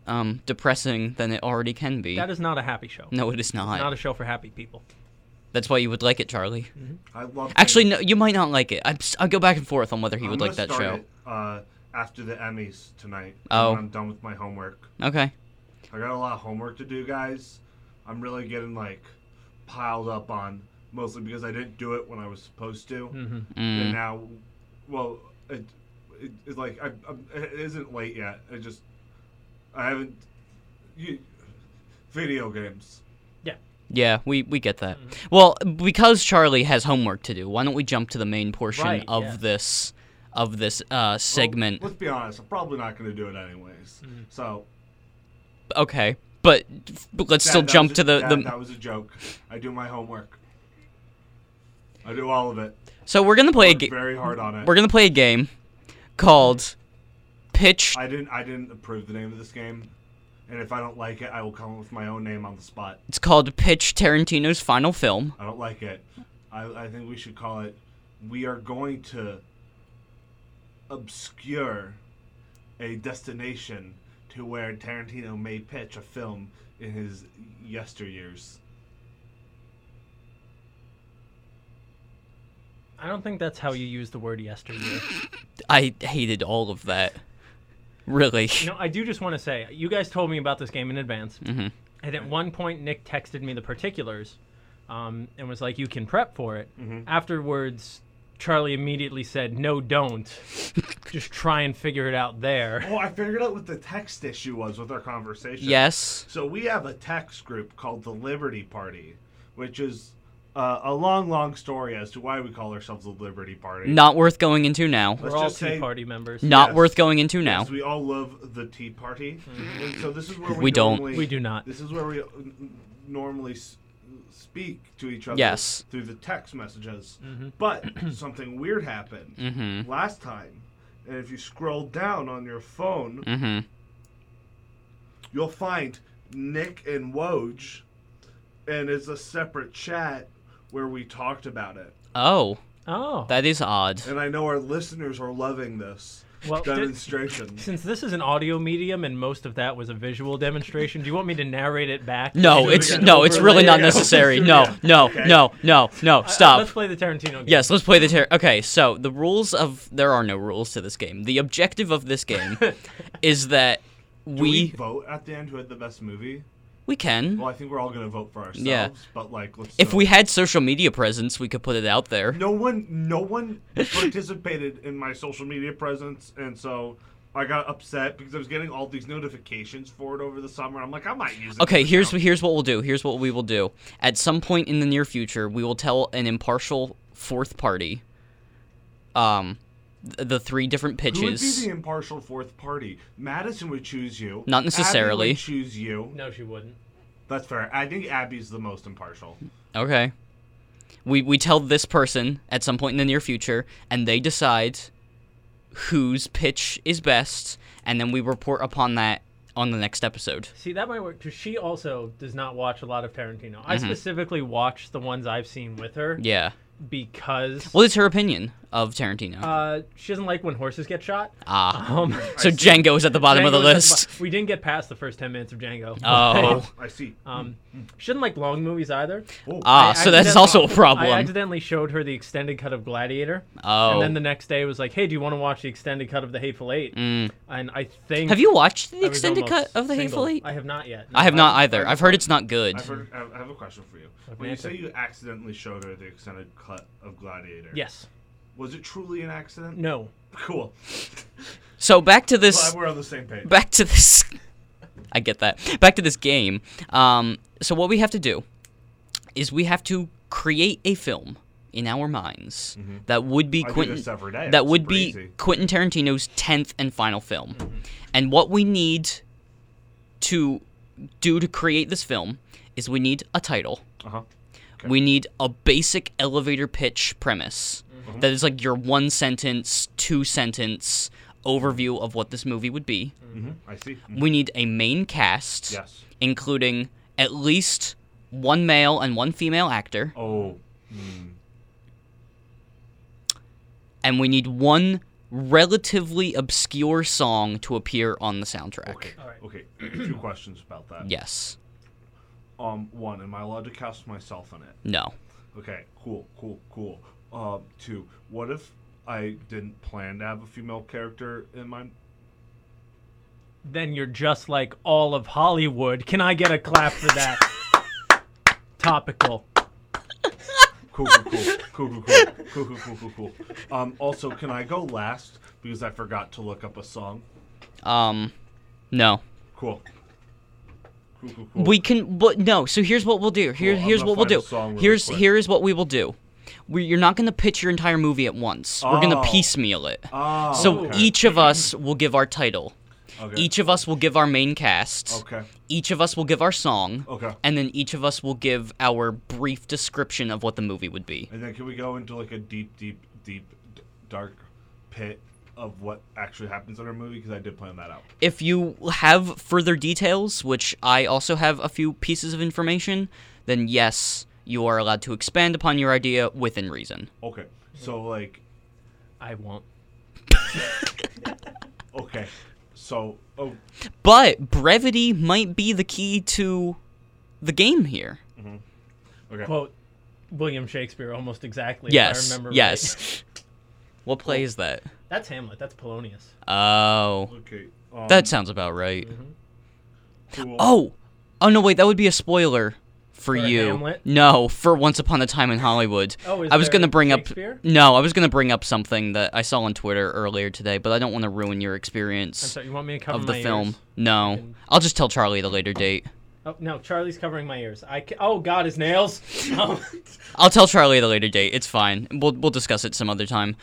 Speaker 1: um, depressing than it already can be.
Speaker 3: That is not a happy show.
Speaker 1: no, it is not.
Speaker 3: Not a show for happy people.
Speaker 1: That's why you would like it, Charlie.
Speaker 2: I love.
Speaker 1: Actually, no, you might not like it. I, I go back and forth on whether he would like that show.
Speaker 2: uh, after the Emmys tonight.
Speaker 1: Oh.
Speaker 2: When I'm done with my homework.
Speaker 1: Okay.
Speaker 2: I got a lot of homework to do, guys. I'm really getting like piled up on mostly because I didn't do it when I was supposed to,
Speaker 3: hmm
Speaker 2: and
Speaker 1: Mm.
Speaker 2: now, well, it, it, it's like I, I, it isn't late yet. I just I haven't. You, video games.
Speaker 1: Yeah, we, we get that.
Speaker 2: Mm.
Speaker 1: Well, because Charlie has homework to do, why don't we jump to the main portion
Speaker 3: Right,
Speaker 1: of
Speaker 3: yes.
Speaker 1: this of this uh,
Speaker 2: Well,
Speaker 1: segment?
Speaker 2: let's be honest. I'm probably not going to do it anyways. So
Speaker 1: okay, but, but let's
Speaker 2: Dad,
Speaker 1: still
Speaker 2: that
Speaker 1: jump
Speaker 2: was
Speaker 1: to
Speaker 2: a,
Speaker 1: the,
Speaker 2: Dad,
Speaker 1: the
Speaker 2: That was a joke. I do my homework. I do all of it.
Speaker 1: So we're gonna play a
Speaker 2: Work
Speaker 1: ga-
Speaker 2: very hard on it.
Speaker 1: we're gonna play a game called Pitch.
Speaker 2: Mm. I didn't. I didn't approve the name of this game, and if I don't like it, I will come up with my own name on the spot.
Speaker 1: It's called Pitch Tarantino's final film.
Speaker 2: I don't like it. I, I think we should call it. We are going to obscure a destination to where Tarantino may pitch a film in his yesteryears.
Speaker 3: I don't think that's how you use the word yesteryear.
Speaker 1: I hated all of that. Really.
Speaker 3: you know, I do just want to say, you guys told me about this game in advance,
Speaker 1: Mhm.
Speaker 3: and at one point Nick texted me the particulars, um, and was like, "You can prep for it."
Speaker 2: Mm-hmm.
Speaker 3: Afterwards, Charlie immediately said, "No, don't. just try and figure it out there."
Speaker 2: Oh, I figured out what the text issue was with our conversation.
Speaker 1: Yes.
Speaker 2: So we have a text group called the Liberty Party, which is uh, a long, long story as to why we call ourselves the Liberty Party.
Speaker 1: Not worth going into now.
Speaker 2: Let's
Speaker 3: We're all
Speaker 2: just say-
Speaker 3: Tea Party members.
Speaker 1: Not
Speaker 2: Yes.
Speaker 1: worth going into now.
Speaker 2: Because we all love the Tea Party, and so this is where we,
Speaker 1: We don't.
Speaker 2: Normally,
Speaker 3: Mm-hmm. We do not.
Speaker 2: This is where we uh, n- normally s- speak to each other.
Speaker 1: Yes.
Speaker 2: Through the text messages,
Speaker 3: Mm-hmm.
Speaker 2: but something weird happened
Speaker 1: Mhm.
Speaker 2: last time, and if you scroll down on your phone,
Speaker 1: Mhm.
Speaker 2: you'll find Nick and Woj, and it's a separate chat where we talked about it.
Speaker 1: Oh,
Speaker 3: Oh,
Speaker 1: that is odd.
Speaker 2: And I know our listeners are loving this
Speaker 3: well. di-
Speaker 2: demonstration.
Speaker 3: since this is an audio medium and most of that was a visual demonstration, do you want me to narrate it back?
Speaker 1: No,
Speaker 2: we
Speaker 1: it's
Speaker 2: got
Speaker 1: no, it's really
Speaker 2: overlay.
Speaker 1: not
Speaker 2: Yeah.
Speaker 1: necessary.
Speaker 2: Yeah.
Speaker 1: No, no,
Speaker 2: Okay.
Speaker 1: no, no, no.
Speaker 3: Uh,
Speaker 1: Stop.
Speaker 3: let's play the Tarantino game.
Speaker 1: Yes, let's play the terror. Okay, so the rules of there are no rules to this game. The objective of this game is that
Speaker 2: Do we,
Speaker 1: we
Speaker 2: vote at the end who had the best movie.
Speaker 1: we can.
Speaker 2: Well, I think we're all gonna vote for ourselves.
Speaker 1: Yeah.
Speaker 2: But like, let's.
Speaker 1: If
Speaker 2: do
Speaker 1: we
Speaker 2: it.
Speaker 1: had social media presence, we could put it out there.
Speaker 2: no one, no one participated in my social media presence, and so I got upset because I was getting all these notifications for it over the summer. I'm like, I might use it.
Speaker 1: Okay,
Speaker 2: for
Speaker 1: here's
Speaker 2: now.
Speaker 1: here's what we'll do. Here's what we will do. At some point in the near future, we will tell an impartial fourth party um th- the three different
Speaker 2: Who would be
Speaker 1: pitches.
Speaker 2: the impartial fourth party? Madison would choose you.
Speaker 1: Not
Speaker 2: Abby
Speaker 1: necessarily.
Speaker 2: would choose you.
Speaker 3: No, she wouldn't.
Speaker 2: That's fair. I think Abby's the most impartial.
Speaker 1: Okay. We we tell this person at some point in the near future, and they decide whose pitch is best, and then we report upon that on the next episode.
Speaker 3: See, that might work because she also does not watch a lot of Tarantino. I specifically watch the ones I've seen with her
Speaker 1: Mm-hmm. Yeah.
Speaker 3: because
Speaker 1: Well, it's her opinion. of Tarantino.
Speaker 3: Uh, she doesn't like when horses get shot.
Speaker 1: ah,
Speaker 3: Um,
Speaker 1: so Django is at the bottom of the
Speaker 3: Django is at
Speaker 1: list.
Speaker 3: bo- we didn't get past the first ten minutes of Django.
Speaker 1: Oh,
Speaker 2: I see.
Speaker 3: Um, she doesn't like long movies either.
Speaker 2: Oh,
Speaker 1: ah,
Speaker 3: I
Speaker 1: so that's
Speaker 3: accidentally-
Speaker 1: also a
Speaker 3: I
Speaker 1: problem.
Speaker 3: accidentally showed her the extended cut of Gladiator,
Speaker 1: Oh,
Speaker 3: and then the next day was like, "Hey, do you want to watch the extended cut of The Hateful Eight?
Speaker 1: Mm.
Speaker 3: And I think
Speaker 1: have you watched the
Speaker 3: I was
Speaker 1: extended cut
Speaker 3: almost
Speaker 1: of The
Speaker 3: single.
Speaker 1: Hateful Eight?
Speaker 3: I have not yet.
Speaker 1: I have
Speaker 3: No,
Speaker 1: not
Speaker 3: I-
Speaker 1: either. I've heard it's not good.
Speaker 2: I've heard, I have- I have a question for you. When you
Speaker 3: answered.
Speaker 2: say you accidentally showed her the extended cut of Gladiator,
Speaker 3: Yes.
Speaker 2: was it truly an accident?
Speaker 3: No.
Speaker 2: Cool.
Speaker 1: So back to this.
Speaker 2: Glad we're on the same page.
Speaker 1: back to this I get that. Back to this game. Um, so what we have to do is we have to create a film in our minds that would be
Speaker 2: Mm-hmm. I do
Speaker 1: Quentin
Speaker 2: this every day.
Speaker 1: that
Speaker 2: It's
Speaker 1: would
Speaker 2: super
Speaker 1: be
Speaker 2: easy. Mm-hmm.
Speaker 1: Quentin Tarantino's 10th and final film. And what we need to do to create this film is we need a title.
Speaker 2: Uh huh.
Speaker 1: We need a basic elevator pitch premise
Speaker 2: Mm-hmm.
Speaker 1: that is like your one sentence, two sentence overview of what this movie would be.
Speaker 2: hmm I see. Mhm.
Speaker 1: We need a main cast,
Speaker 2: Yes.
Speaker 1: including at least one male and one female actor,
Speaker 2: Oh. Mm.
Speaker 1: and we need one relatively obscure song to appear on the soundtrack.
Speaker 2: Okay.
Speaker 3: All right.
Speaker 2: Okay. Two questions about that.
Speaker 1: Yes.
Speaker 2: Um. One. Am I allowed to cast myself in it?
Speaker 1: No.
Speaker 2: Okay. Cool. Cool. Cool. Um. Two. What if I didn't plan to have a female character in my?
Speaker 3: Then you're just like all of Hollywood. Can I get a clap for that? Topical.
Speaker 2: Cool. Cool. Cool. cool. Cool. Cool. Cool. Cool. Cool. Cool. Cool. Um. Also, can I go last because I forgot to look up a song?
Speaker 1: Um no.
Speaker 2: Cool. Cool. Cool. Cool.
Speaker 1: We can but no, so here's what we'll do. Here
Speaker 2: Cool, I'm
Speaker 1: here's
Speaker 2: gonna
Speaker 1: what we'll
Speaker 2: find a
Speaker 1: do.
Speaker 2: song really
Speaker 1: here's
Speaker 2: quick.
Speaker 1: here is what we will do. We, you're not going to pitch your entire movie at once. We're going
Speaker 2: Oh.
Speaker 1: to piecemeal it.
Speaker 2: Ah,
Speaker 1: so
Speaker 2: okay.
Speaker 1: each of us will give our title.
Speaker 2: Okay.
Speaker 1: Each of us will give our main cast.
Speaker 2: Okay.
Speaker 1: each of us will give our song,
Speaker 3: Oh.
Speaker 2: Okay.
Speaker 1: and then each of us will give our brief description of what the movie would be.
Speaker 2: And then can we go into like a deep, deep, deep, d- dark pit of what actually happens in our movie? Because I did plan that out.
Speaker 1: If you have further details, which I also have a few pieces of information, then yes, you are allowed to expand upon your idea within reason.
Speaker 2: Okay. So like,
Speaker 3: I won't.
Speaker 2: okay. So oh,
Speaker 1: But brevity might be the key to the game here.
Speaker 2: okay.
Speaker 3: Quote William Shakespeare almost exactly. if
Speaker 1: yes.
Speaker 3: I remember right.
Speaker 1: yes. what play is that?
Speaker 3: That's Hamlet. That's Polonius.
Speaker 1: Oh.
Speaker 2: Okay. Um,
Speaker 1: That sounds about right.
Speaker 2: cool.
Speaker 1: Oh, oh no! Wait, that would be a spoiler for,
Speaker 3: For
Speaker 1: you.
Speaker 3: Hamlet?
Speaker 1: No, for Once Upon a Time in Hollywood.
Speaker 3: Oh, is
Speaker 1: I was
Speaker 3: there
Speaker 1: gonna bring up.
Speaker 3: Shakespeare?
Speaker 1: No, I was gonna bring up something that I saw on Twitter earlier today, but I don't want to ruin your
Speaker 3: I'm
Speaker 1: experience
Speaker 3: sorry. You want me to cover
Speaker 1: of the
Speaker 3: my
Speaker 1: film.
Speaker 3: ears?
Speaker 1: No,
Speaker 3: can-
Speaker 1: I'll just tell Charlie at a later date.
Speaker 3: Oh no, Charlie's covering my ears. I ca- oh God, his nails. Um,
Speaker 1: I'll tell Charlie at a later date. It's fine. We'll we'll discuss it some other time.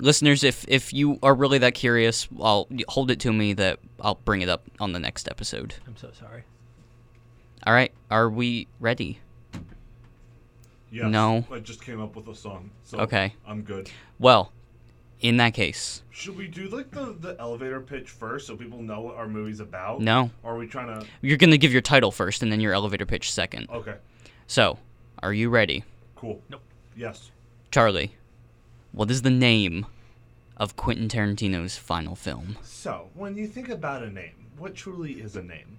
Speaker 1: Listeners, if if you are really that curious, I'll hold it to me that I'll bring it up on the next episode.
Speaker 3: I'm so sorry.
Speaker 1: All right, are we ready?
Speaker 2: Yes,
Speaker 1: no.
Speaker 2: I just came up with a song. So
Speaker 1: Okay.
Speaker 2: I'm good.
Speaker 1: Well, in that case,
Speaker 2: Should we do like the the elevator pitch first so people know what our movie's about?
Speaker 1: no.
Speaker 2: Or are we trying to?
Speaker 1: You're going to give your title first and then your elevator pitch second.
Speaker 2: Okay.
Speaker 1: So, are you ready?
Speaker 2: Cool.
Speaker 3: Nope.
Speaker 2: Yes.
Speaker 1: Charlie, what is the name of Quentin Tarantino's final film?
Speaker 2: So when you think about a name, what truly is a name?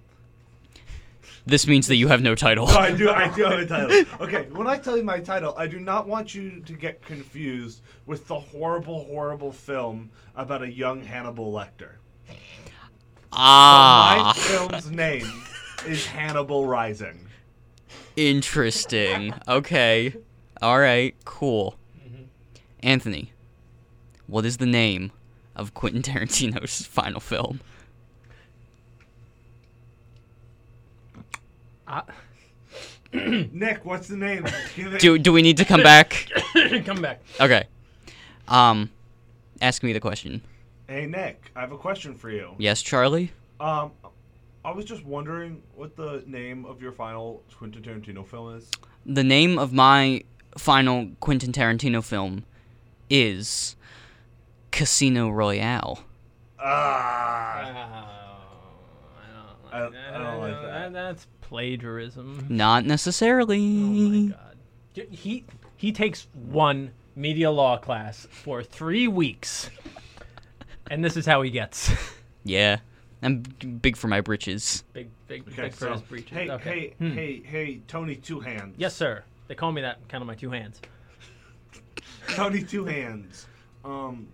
Speaker 1: This means that you have no title.
Speaker 2: No, I do. I do have a title. Okay, when I tell you my title, I do not want you to get confused with the horrible, horrible film about a young Hannibal Lecter. My
Speaker 1: Ah,
Speaker 2: film's name is Hannibal Rising.
Speaker 1: interesting. Okay. All right, cool. Anthony, what is the name of Quentin Tarantino's final film?
Speaker 3: I,
Speaker 2: Nick, what's the name? Give it-
Speaker 1: Do do we need to come back?
Speaker 3: come back.
Speaker 1: Okay. Um ask me the question.
Speaker 2: Hey Nick, I have a question for you.
Speaker 1: Yes, Charlie?
Speaker 2: Um, I was just wondering what the name of your final Quentin Tarantino film is.
Speaker 1: the name of my final Quentin Tarantino film is Casino Royale.
Speaker 2: Ah.
Speaker 3: Uh, I
Speaker 2: I-
Speaker 3: don't,
Speaker 2: I don't like that.
Speaker 3: That's plagiarism.
Speaker 1: Not necessarily.
Speaker 3: Oh my god. J- He he takes one media law class for three weeks. And this is how he gets.
Speaker 1: Yeah. I'm b- big for my britches.
Speaker 3: big, big,
Speaker 2: Okay,
Speaker 3: big for
Speaker 2: so-
Speaker 3: his breeches.
Speaker 2: Hey,
Speaker 3: okay.
Speaker 2: hey, hey, hey, Tony Two Hands.
Speaker 3: Yes, sir. They call me that. Count on my two hands.
Speaker 2: Tony Two Hands. Um,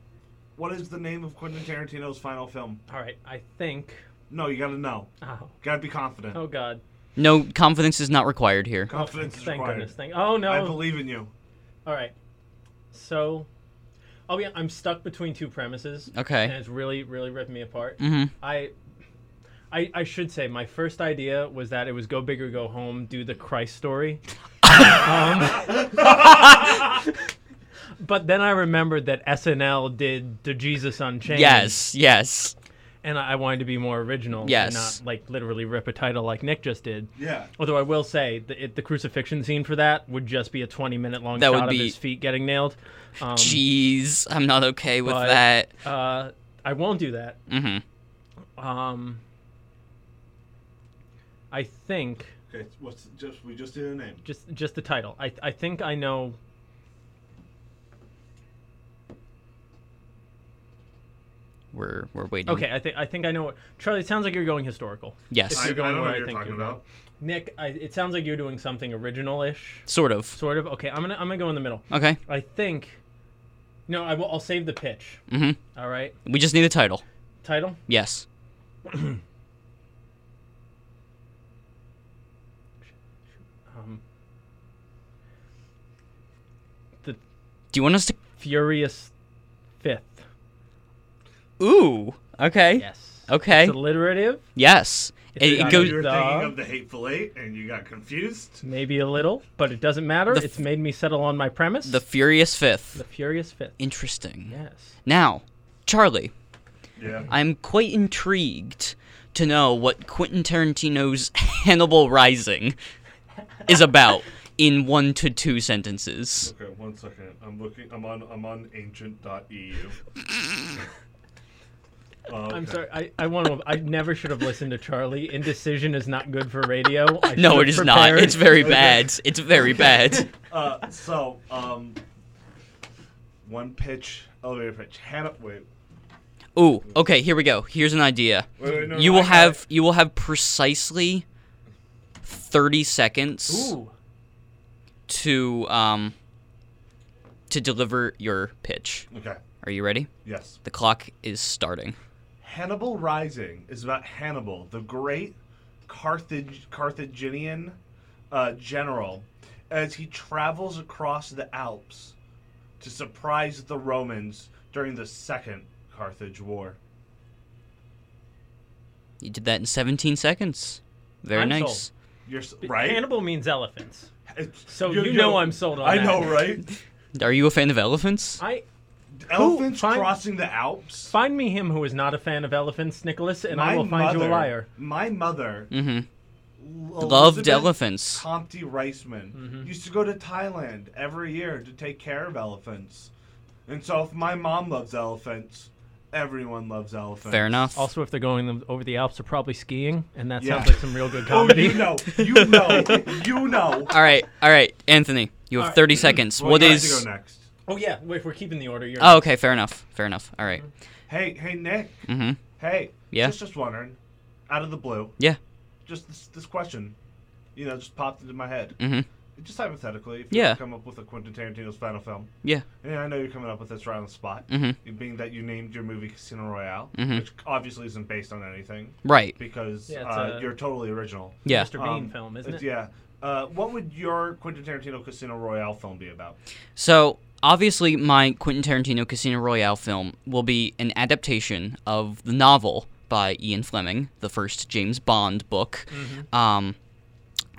Speaker 2: what is the name of Quentin Tarantino's final film?
Speaker 3: All right. I think.
Speaker 2: No, you gotta know.
Speaker 3: Oh,
Speaker 2: Gotta be confident.
Speaker 3: oh God.
Speaker 1: No, confidence is not required here.
Speaker 2: Confidence is
Speaker 3: Thank
Speaker 2: required.
Speaker 3: goodness. Thank. Oh no.
Speaker 2: I believe in you.
Speaker 3: All right. So, I'll be. I'm stuck between two premises. And
Speaker 1: Okay.
Speaker 3: it's really, really ripping me apart.
Speaker 1: Mm-hmm.
Speaker 3: I. I, I should say my first idea was that it was go big or go home, do the Christ story. um, but then I remembered that SNL did the Jesus Unchained.
Speaker 1: Yes, yes.
Speaker 3: Um, and I I wanted to be more original.
Speaker 1: Yes.
Speaker 3: And not like literally rip a title like Nick just did.
Speaker 2: Yeah.
Speaker 3: Although I will say the, it, the crucifixion scene for that would just be a 20 minute long
Speaker 1: That would
Speaker 3: shot
Speaker 1: be-
Speaker 3: of his feet getting nailed. Um,
Speaker 1: Jeez, I'm not okay with
Speaker 3: but-
Speaker 1: that.
Speaker 3: uh, I won't do that.
Speaker 1: Mm-hmm.
Speaker 3: Um, I think
Speaker 2: Okay. What's just we just did a name.
Speaker 3: just just the title. I I think I know.
Speaker 1: We're we're waiting.
Speaker 3: Okay, I think I think I know. What, Charlie, it sounds like you're going historical.
Speaker 1: Yes,
Speaker 3: I-
Speaker 2: I,
Speaker 3: You're going
Speaker 2: don't know
Speaker 3: where
Speaker 2: what
Speaker 3: I
Speaker 2: you're
Speaker 3: think
Speaker 2: talking
Speaker 3: you're
Speaker 2: about.
Speaker 3: Nick, I, it sounds like you're doing something original-ish,
Speaker 1: sort of.
Speaker 3: sort of. Okay, I'm gonna I'm gonna go in the middle.
Speaker 1: Okay.
Speaker 3: I think. No, I will, I'll save the pitch.
Speaker 1: Mm-hmm.
Speaker 3: All right.
Speaker 1: We just need a title.
Speaker 3: Title?
Speaker 1: Yes.
Speaker 3: Um,
Speaker 1: Do you want us to?
Speaker 3: Furious Fifth.
Speaker 1: Ooh. Okay.
Speaker 3: Yes.
Speaker 1: Okay.
Speaker 3: It's alliterative,
Speaker 1: Yes.
Speaker 3: It's
Speaker 1: It, it
Speaker 3: a-
Speaker 2: I knew
Speaker 1: goes.
Speaker 2: you were
Speaker 3: Duh.
Speaker 2: thinking of the Hateful Eight, and you got confused.
Speaker 3: maybe a little, but it doesn't matter.
Speaker 1: The f-
Speaker 3: it's made me settle on my premise.
Speaker 1: The Furious Fifth.
Speaker 3: The Furious Fifth.
Speaker 1: Interesting.
Speaker 3: Yes.
Speaker 1: Now, Charlie,
Speaker 2: Yeah.
Speaker 1: I'm quite intrigued to know what Quentin Tarantino's Hannibal Rising is about in one to two sentences.
Speaker 2: Okay, one second. I'm looking. I'm on. I'm on ancient.eu. uh,
Speaker 3: I'm
Speaker 2: okay.
Speaker 3: sorry. I, I want to. I never should have listened to Charlie. Indecision is not good for radio. I should
Speaker 1: No,
Speaker 3: have
Speaker 1: it is not.
Speaker 3: prepared.
Speaker 1: It's very bad. It's very bad.
Speaker 2: Uh, so, um, one pitch, elevator pitch. Hannah, wait,
Speaker 1: Ooh. Okay. Here we go. Here's an idea.
Speaker 2: wait, wait, no,
Speaker 1: You
Speaker 2: no,
Speaker 1: will
Speaker 2: I got it.
Speaker 1: have you will have precisely thirty seconds
Speaker 3: Ooh.
Speaker 1: to um to deliver your pitch.
Speaker 2: Okay.
Speaker 1: Are you ready?
Speaker 2: Yes.
Speaker 1: The clock is starting.
Speaker 2: Hannibal Rising is about Hannibal, the great Carthage Carthaginian uh, general, as he travels across the Alps to surprise the Romans during the Second Carthage War.
Speaker 1: You did that in seventeen seconds. Very
Speaker 3: I'm
Speaker 1: nice.
Speaker 3: sold.
Speaker 2: You're s- right.
Speaker 3: Hannibal means elephants.
Speaker 2: It's-
Speaker 3: So you know I'm sold on
Speaker 2: I
Speaker 3: that.
Speaker 2: know, right?
Speaker 1: Are you a fan of elephants?
Speaker 3: I
Speaker 2: Elephants
Speaker 3: Fine.
Speaker 2: crossing the Alps.
Speaker 3: find me him who is not a fan of elephants, Nicholas, and I will find you a liar.
Speaker 2: My mother
Speaker 1: Mm-hmm.
Speaker 2: L-
Speaker 1: Loved
Speaker 2: Elizabeth
Speaker 1: elephants.
Speaker 2: Compte Reisman
Speaker 3: Mm-hmm.
Speaker 2: used to go to Thailand every year to take care of elephants. And so if my mom loves elephants, everyone loves elephants.
Speaker 1: Fair enough.
Speaker 3: Also, if they're going them- over the Alps, they're probably skiing, and that
Speaker 2: Yeah.
Speaker 3: sounds like some real good
Speaker 2: Oh,
Speaker 3: comedy.
Speaker 2: you know, you know, you know.
Speaker 1: all right, all right, Anthony. You have
Speaker 3: All right.
Speaker 1: thirty seconds.
Speaker 2: Well,
Speaker 1: what
Speaker 2: you have to
Speaker 1: is?
Speaker 2: go next?
Speaker 3: Oh yeah, if we're keeping the order, you're
Speaker 1: Oh, okay. Fair enough. Fair enough. All right.
Speaker 2: Hey, hey, Nick.
Speaker 1: Mm-hmm.
Speaker 2: Hey.
Speaker 1: Yeah?
Speaker 2: Just, just wondering, out of the blue,
Speaker 1: Yeah.
Speaker 2: just this, this question, you know, just popped into my head.
Speaker 1: Mm-hmm.
Speaker 2: Just hypothetically, if
Speaker 1: Yeah.
Speaker 2: you could come up with a Quentin Tarantino's final film,
Speaker 1: Yeah.
Speaker 2: and I know you're coming up with this right on the spot,
Speaker 1: Mhm.
Speaker 2: you- being that you named your movie Casino Royale,
Speaker 1: Mhm.
Speaker 2: which obviously isn't based on anything
Speaker 1: Right.
Speaker 2: because
Speaker 3: Yeah, it's
Speaker 2: uh,
Speaker 3: a-
Speaker 2: you're totally original.
Speaker 1: Yeah.
Speaker 3: Mr. Bean
Speaker 2: Um,
Speaker 3: film, isn't
Speaker 2: it's-
Speaker 3: it?
Speaker 2: Yeah. Uh, what would your Quentin Tarantino Casino Royale film be about?
Speaker 1: So obviously, my Quentin Tarantino Casino Royale film will be an adaptation of the novel by Ian Fleming, the first James Bond book, um,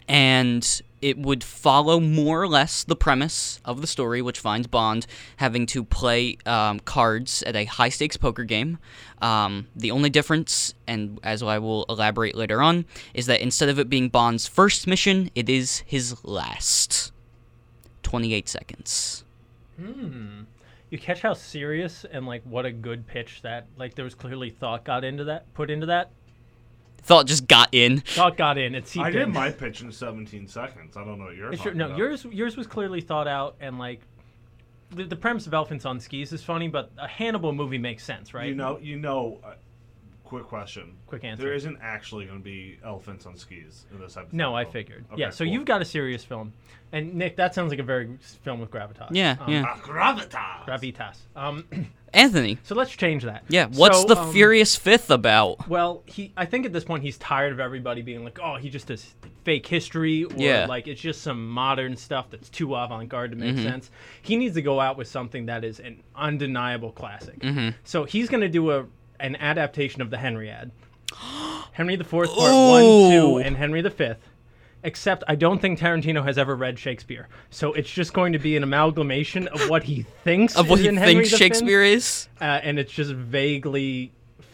Speaker 1: and it would follow more or less the premise of the story, which finds Bond having to play um, cards at a high stakes poker game. Um, the only difference, and as I will elaborate later on, is that instead of it being Bond's first mission, it is his last. 28 seconds.
Speaker 3: You catch how serious and like what a good pitch that like there was clearly thought got into that, put into that.
Speaker 1: Thought just got in.
Speaker 3: Thought got in. It's
Speaker 2: I did my pitch in 17 seconds. I don't know what you're
Speaker 3: It's your,
Speaker 2: talking
Speaker 3: no,
Speaker 2: about.
Speaker 3: yours yours was clearly thought out and like the, the premise of elephants on skis is funny, but a Hannibal movie makes sense, right?
Speaker 2: You know, you know. Uh, quick question.
Speaker 3: Quick
Speaker 2: There
Speaker 3: answer.
Speaker 2: isn't actually going to be elephants on skis in this episode.
Speaker 3: no, I figured.
Speaker 2: Oh, Okay,
Speaker 3: yeah, so
Speaker 2: cool.
Speaker 3: you've got a serious film, and Nick, that sounds like a very s- film with gravitas.
Speaker 1: Yeah,
Speaker 3: um,
Speaker 1: yeah.
Speaker 2: Ah, gravitas.
Speaker 3: Gravitas. Um,
Speaker 1: Anthony.
Speaker 3: so let's change that.
Speaker 1: Yeah, what's
Speaker 3: So,
Speaker 1: the
Speaker 3: um,
Speaker 1: Furious Fifth about?
Speaker 3: Well, he I think at this point he's tired of everybody being like, oh, he just does fake history or
Speaker 1: Yeah. Mm-hmm.
Speaker 3: like it's just some modern stuff that's too avant-garde to make sense. He needs to go out with something that is an undeniable classic.
Speaker 1: Mm-hmm.
Speaker 3: So he's going to do a an adaptation of the Henriad. Henry the Fourth, Part One, Two,
Speaker 1: Ooh.
Speaker 3: and Henry the Fifth. Except I don't think Tarantino has ever read Shakespeare, so it's just going to be an amalgamation of what he thinks
Speaker 1: Of what
Speaker 3: is
Speaker 1: he
Speaker 3: in Henry
Speaker 1: thinks
Speaker 3: the Fifth
Speaker 1: Shakespeare is?
Speaker 3: uh, and it's just vaguely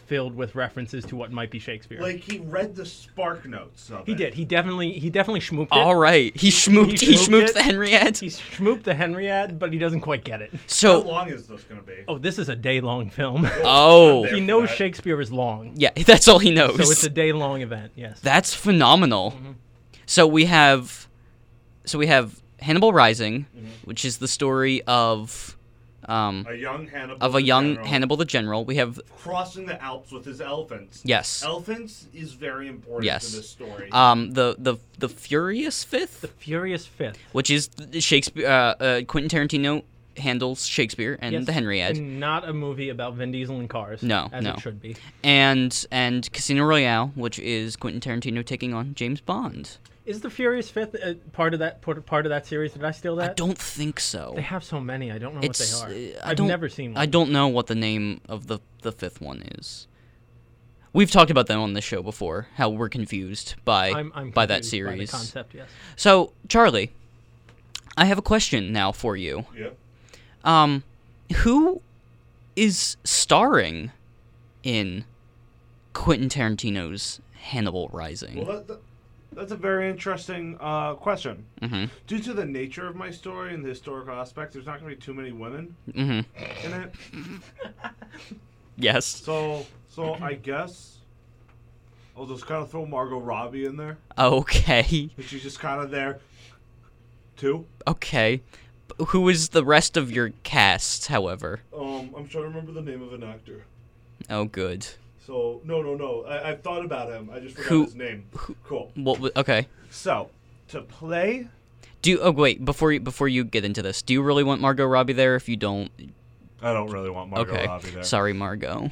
Speaker 3: filled with references to what might be Shakespeare.
Speaker 2: Like he read the spark notes of
Speaker 3: he
Speaker 2: it.
Speaker 3: did. He definitely he definitely schmooped it.
Speaker 1: All right, he schmooped. He,
Speaker 3: schmooped
Speaker 1: schmooped
Speaker 3: it.
Speaker 1: the Henriette.
Speaker 3: He schmooped the Henriette, but he doesn't quite get it.
Speaker 2: How
Speaker 1: So,
Speaker 2: long is this going to be?
Speaker 3: Oh, this is a day long film.
Speaker 1: oh,
Speaker 2: there.
Speaker 3: he knows
Speaker 2: that.
Speaker 3: Shakespeare is long,
Speaker 1: yeah, that's all he knows.
Speaker 3: so it's a Mm-hmm. day long event. Yes.
Speaker 1: That's phenomenal. So we have, so we have Hannibal Rising,
Speaker 3: Mm-hmm.
Speaker 1: which is the story of, um,
Speaker 2: A young Hannibal.
Speaker 1: of a
Speaker 2: the
Speaker 1: young
Speaker 2: general
Speaker 1: Hannibal the general. We have
Speaker 2: crossing the Alps with his elephants.
Speaker 1: yes,
Speaker 2: Elephants is very important
Speaker 1: Yes.
Speaker 2: to this story.
Speaker 1: um, the the the Furious Fifth,
Speaker 3: Furious Fifth.
Speaker 1: which is Shakespeare. Uh, uh, Quentin Tarantino handles Shakespeare and
Speaker 3: Yes, Mm.
Speaker 1: the Henriette,
Speaker 3: and Not a movie about Vin Diesel and cars.
Speaker 1: No,
Speaker 3: as
Speaker 1: no.
Speaker 3: it should be.
Speaker 1: and and Casino Royale, which is Quentin Tarantino taking on James Bond.
Speaker 3: Is the Furious Fifth uh, part of that part part of that series? Did I steal that?
Speaker 1: I don't think so.
Speaker 3: They have so many. I don't know
Speaker 1: It's,
Speaker 3: what they are.
Speaker 1: uh, I
Speaker 3: I've
Speaker 1: don't-
Speaker 3: never seen one.
Speaker 1: I don't know what the name of the the fifth one is. We've talked about them on this show before. How we're confused by
Speaker 3: I'm, I'm
Speaker 1: by that
Speaker 3: confused
Speaker 1: series.
Speaker 3: By the concept, yes.
Speaker 1: so, Charlie, I have a question now for you.
Speaker 2: Yep.
Speaker 1: Um, who is starring in Quentin Tarantino's Hannibal Rising?
Speaker 2: Well, that, that, that's a very interesting uh, question.
Speaker 1: Mhm.
Speaker 2: Due to the nature of my story and the historical aspect, there's not going to be too many women
Speaker 1: hmm
Speaker 2: in it.
Speaker 1: Yes.
Speaker 2: So, so I guess I'll just kind of throw Margot Robbie in there.
Speaker 1: Okay.
Speaker 2: 'cause She's just kind of there, too.
Speaker 1: Okay. B- Who is the rest of your cast? However.
Speaker 2: Um, I'm trying to remember the name of an actor.
Speaker 1: Oh, good.
Speaker 2: So, no, no, no. I, I've thought about him. I just forgot
Speaker 1: Who-
Speaker 2: his name. Cool.
Speaker 1: What? w- Okay.
Speaker 2: So, to play
Speaker 1: Do you, oh wait before you before you get into this, do you really want Margot Robbie there? If you don't,
Speaker 2: I don't really want Margot
Speaker 1: okay,
Speaker 2: Robbie there.
Speaker 1: sorry, Margot, or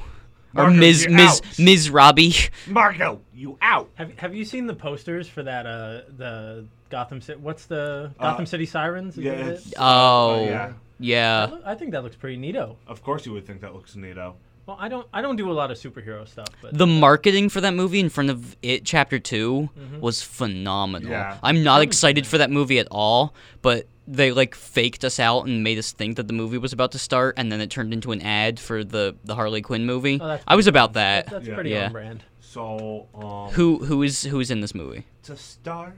Speaker 2: Margot,
Speaker 1: Ms.
Speaker 2: you're
Speaker 1: Ms.
Speaker 2: out.
Speaker 1: Ms. Robbie.
Speaker 2: Margot, you out.
Speaker 3: Have Have you seen the posters for that? Uh, the Gotham City. What's the Gotham City Sirens? Is
Speaker 2: Uh, yeah,
Speaker 3: that
Speaker 2: it's-
Speaker 3: it?
Speaker 1: Oh, yeah.
Speaker 2: yeah.
Speaker 3: That loo- I think that looks pretty neato.
Speaker 2: Of course you would think that looks neato.
Speaker 3: Well, I don't I don't do a lot of superhero stuff, but
Speaker 1: The marketing for that movie in front of it, Chapter 2
Speaker 3: Mm-hmm.
Speaker 1: was phenomenal.
Speaker 2: Yeah.
Speaker 1: I'm not excited for that movie at all, but they like faked us out and made us think that the movie was about to start, and then it turned into an ad for the the Harley Quinn movie.
Speaker 3: Oh, that's
Speaker 1: I was about that.
Speaker 3: that's
Speaker 2: Yeah.
Speaker 3: pretty
Speaker 1: Yeah.
Speaker 3: on brand.
Speaker 2: So, um,
Speaker 1: who who is who is in this movie?
Speaker 2: to star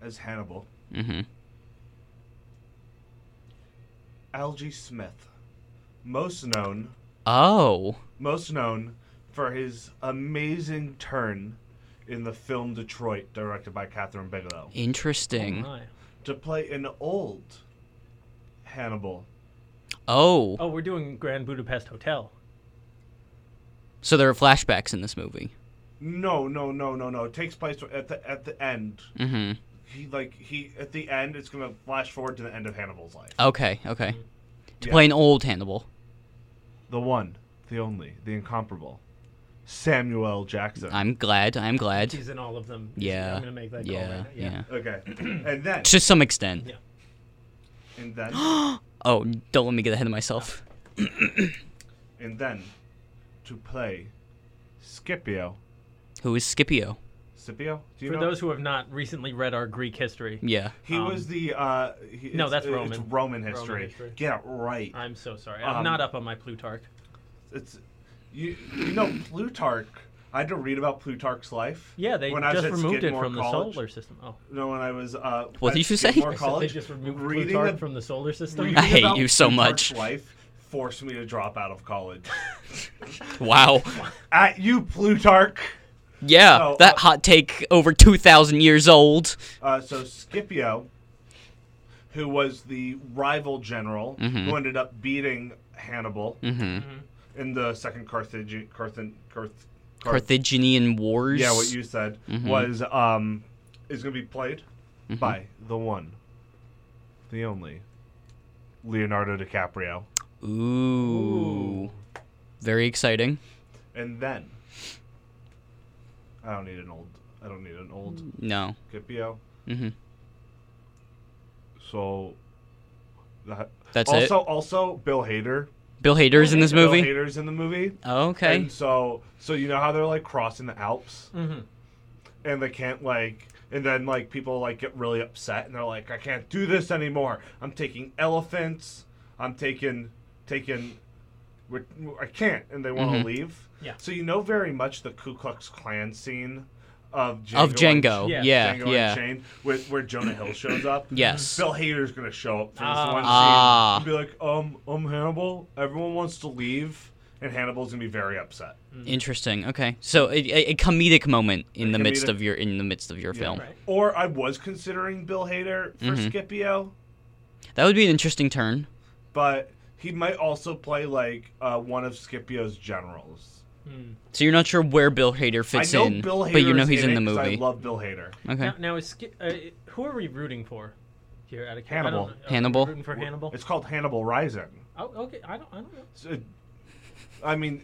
Speaker 2: as Hannibal,
Speaker 1: hmm
Speaker 2: Algie Smith, most known,
Speaker 1: Oh.
Speaker 2: most known for his amazing turn in the film Detroit, directed by Catherine Bigelow,
Speaker 1: Interesting.
Speaker 3: Oh, My.
Speaker 2: to play an old Hannibal.
Speaker 1: Oh,
Speaker 3: Oh, we're doing Grand Budapest Hotel.
Speaker 1: so there are flashbacks in this movie.
Speaker 2: No, no, no, no, no. It takes place at the at the end.
Speaker 1: hmm
Speaker 2: He like he at the end. It's gonna flash forward to the end of Hannibal's life.
Speaker 1: Okay, okay. To
Speaker 3: Mm-hmm.
Speaker 2: Yeah.
Speaker 1: play an old Hannibal.
Speaker 2: The one, the only, the incomparable, Samuel Jackson.
Speaker 1: I'm glad. I'm glad.
Speaker 3: He's in all of them.
Speaker 1: Yeah.
Speaker 3: I'm gonna make that call.
Speaker 1: Yeah,
Speaker 3: right now.
Speaker 1: yeah.
Speaker 2: Okay, and then
Speaker 1: To some extent.
Speaker 3: Yeah.
Speaker 2: and then
Speaker 1: Oh, don't let me get ahead of myself.
Speaker 2: and then to play Scipio.
Speaker 1: Who is Scipio?
Speaker 2: Scipio, do you
Speaker 3: For
Speaker 2: know?
Speaker 3: those who have not recently read our Greek history,
Speaker 1: Yeah.
Speaker 2: he
Speaker 3: um,
Speaker 2: was the uh. He,
Speaker 3: No,
Speaker 2: it's-
Speaker 3: that's
Speaker 2: uh, It's
Speaker 3: Roman.
Speaker 2: Roman history.
Speaker 3: history.
Speaker 2: Get it right.
Speaker 3: I'm so sorry.
Speaker 2: Um,
Speaker 3: I'm not up on my Plutarch.
Speaker 2: It's you. You know Plutarch. I had to read about Plutarch's life.
Speaker 3: Yeah, they
Speaker 2: when I was
Speaker 3: just
Speaker 2: at
Speaker 3: removed it
Speaker 2: Skidmore
Speaker 3: from the
Speaker 2: College.
Speaker 3: solar system. Oh.
Speaker 2: No, when I was uh,
Speaker 1: What
Speaker 2: at
Speaker 1: did you say?
Speaker 2: Skidmore
Speaker 1: I said
Speaker 2: College,
Speaker 3: They just removed
Speaker 2: reading
Speaker 3: Plutarch
Speaker 2: the-
Speaker 3: from the solar system.
Speaker 2: reading
Speaker 1: I hate
Speaker 2: about
Speaker 1: you so
Speaker 2: Plutarch's
Speaker 1: much.
Speaker 2: Life forced me to drop out of college.
Speaker 1: Wow.
Speaker 2: At you, Plutarch.
Speaker 1: Yeah,
Speaker 2: So,
Speaker 1: that
Speaker 2: uh,
Speaker 1: hot take over 2,000 years old.
Speaker 2: Uh, so Scipio who was the rival general
Speaker 1: Mm-hmm.
Speaker 2: who ended up beating Hannibal
Speaker 3: Mm-hmm.
Speaker 1: hmm
Speaker 2: in the second Carthage, Carthan, Carth, Carth-
Speaker 1: Carthaginian Wars.
Speaker 2: yeah, what you said
Speaker 1: Mm-hmm.
Speaker 2: was um, is going to be played by the one, the only, Leonardo DiCaprio,
Speaker 1: Ooh.
Speaker 3: Ooh.
Speaker 1: Very exciting.
Speaker 2: and then I don't need an old. I don't need an old
Speaker 1: No.
Speaker 2: Scipio.
Speaker 1: hmm
Speaker 2: So that,
Speaker 1: That's
Speaker 2: also,
Speaker 1: it.
Speaker 2: Also, Bill Hader.
Speaker 1: Bill Hader's in this movie.
Speaker 2: Bill Hader's in the movie.
Speaker 1: Oh, okay.
Speaker 2: And so, so you know how they're like crossing the Alps
Speaker 3: Mm-hmm.
Speaker 2: and they can't like, and then like people like get really upset and they're like, I can't do this anymore. I'm taking elephants. I'm taking taking. we're- I can't, and they want to
Speaker 1: Mhm.
Speaker 2: leave.
Speaker 3: Yeah.
Speaker 2: So you know very much the Ku Klux Klan scene of Django
Speaker 1: of
Speaker 2: and-
Speaker 1: Django.
Speaker 3: Yeah,
Speaker 1: Yeah.
Speaker 2: Django
Speaker 1: Yeah.
Speaker 2: and Shane, where, where Jonah Hill shows up.
Speaker 1: Yes.
Speaker 2: Bill Hader's gonna show up for this
Speaker 3: Ah.
Speaker 2: one scene
Speaker 1: Ah.
Speaker 2: and be like, um, um, Hannibal, everyone wants to leave, and Hannibal's gonna be very upset.
Speaker 1: Interesting. Okay. So a, a, a comedic moment in
Speaker 2: Mm. A
Speaker 1: the midst
Speaker 2: comedic-
Speaker 1: of your in the midst of your film.
Speaker 3: Right.
Speaker 2: Or I was considering Bill Hader for
Speaker 1: Mhm.
Speaker 2: Scipio,
Speaker 1: That would be an interesting turn.
Speaker 2: but he might also play like uh, one of Scipio's generals.
Speaker 3: Mm.
Speaker 1: So you're not sure where Bill Hader fits
Speaker 2: I know
Speaker 1: in,
Speaker 2: Bill Hader,
Speaker 1: but you know he's in,
Speaker 2: in,
Speaker 1: the
Speaker 2: it 'cause
Speaker 1: movie.
Speaker 2: I love Bill Hader.
Speaker 1: okay.
Speaker 3: Now, now is Ski- uh, who are we rooting for here at a
Speaker 2: Hannibal.
Speaker 1: Hannibal.
Speaker 3: Rooting for Hannibal.
Speaker 2: It's called Hannibal Rising.
Speaker 3: Oh, okay. I don't. I don't know.
Speaker 2: It's- it- I mean,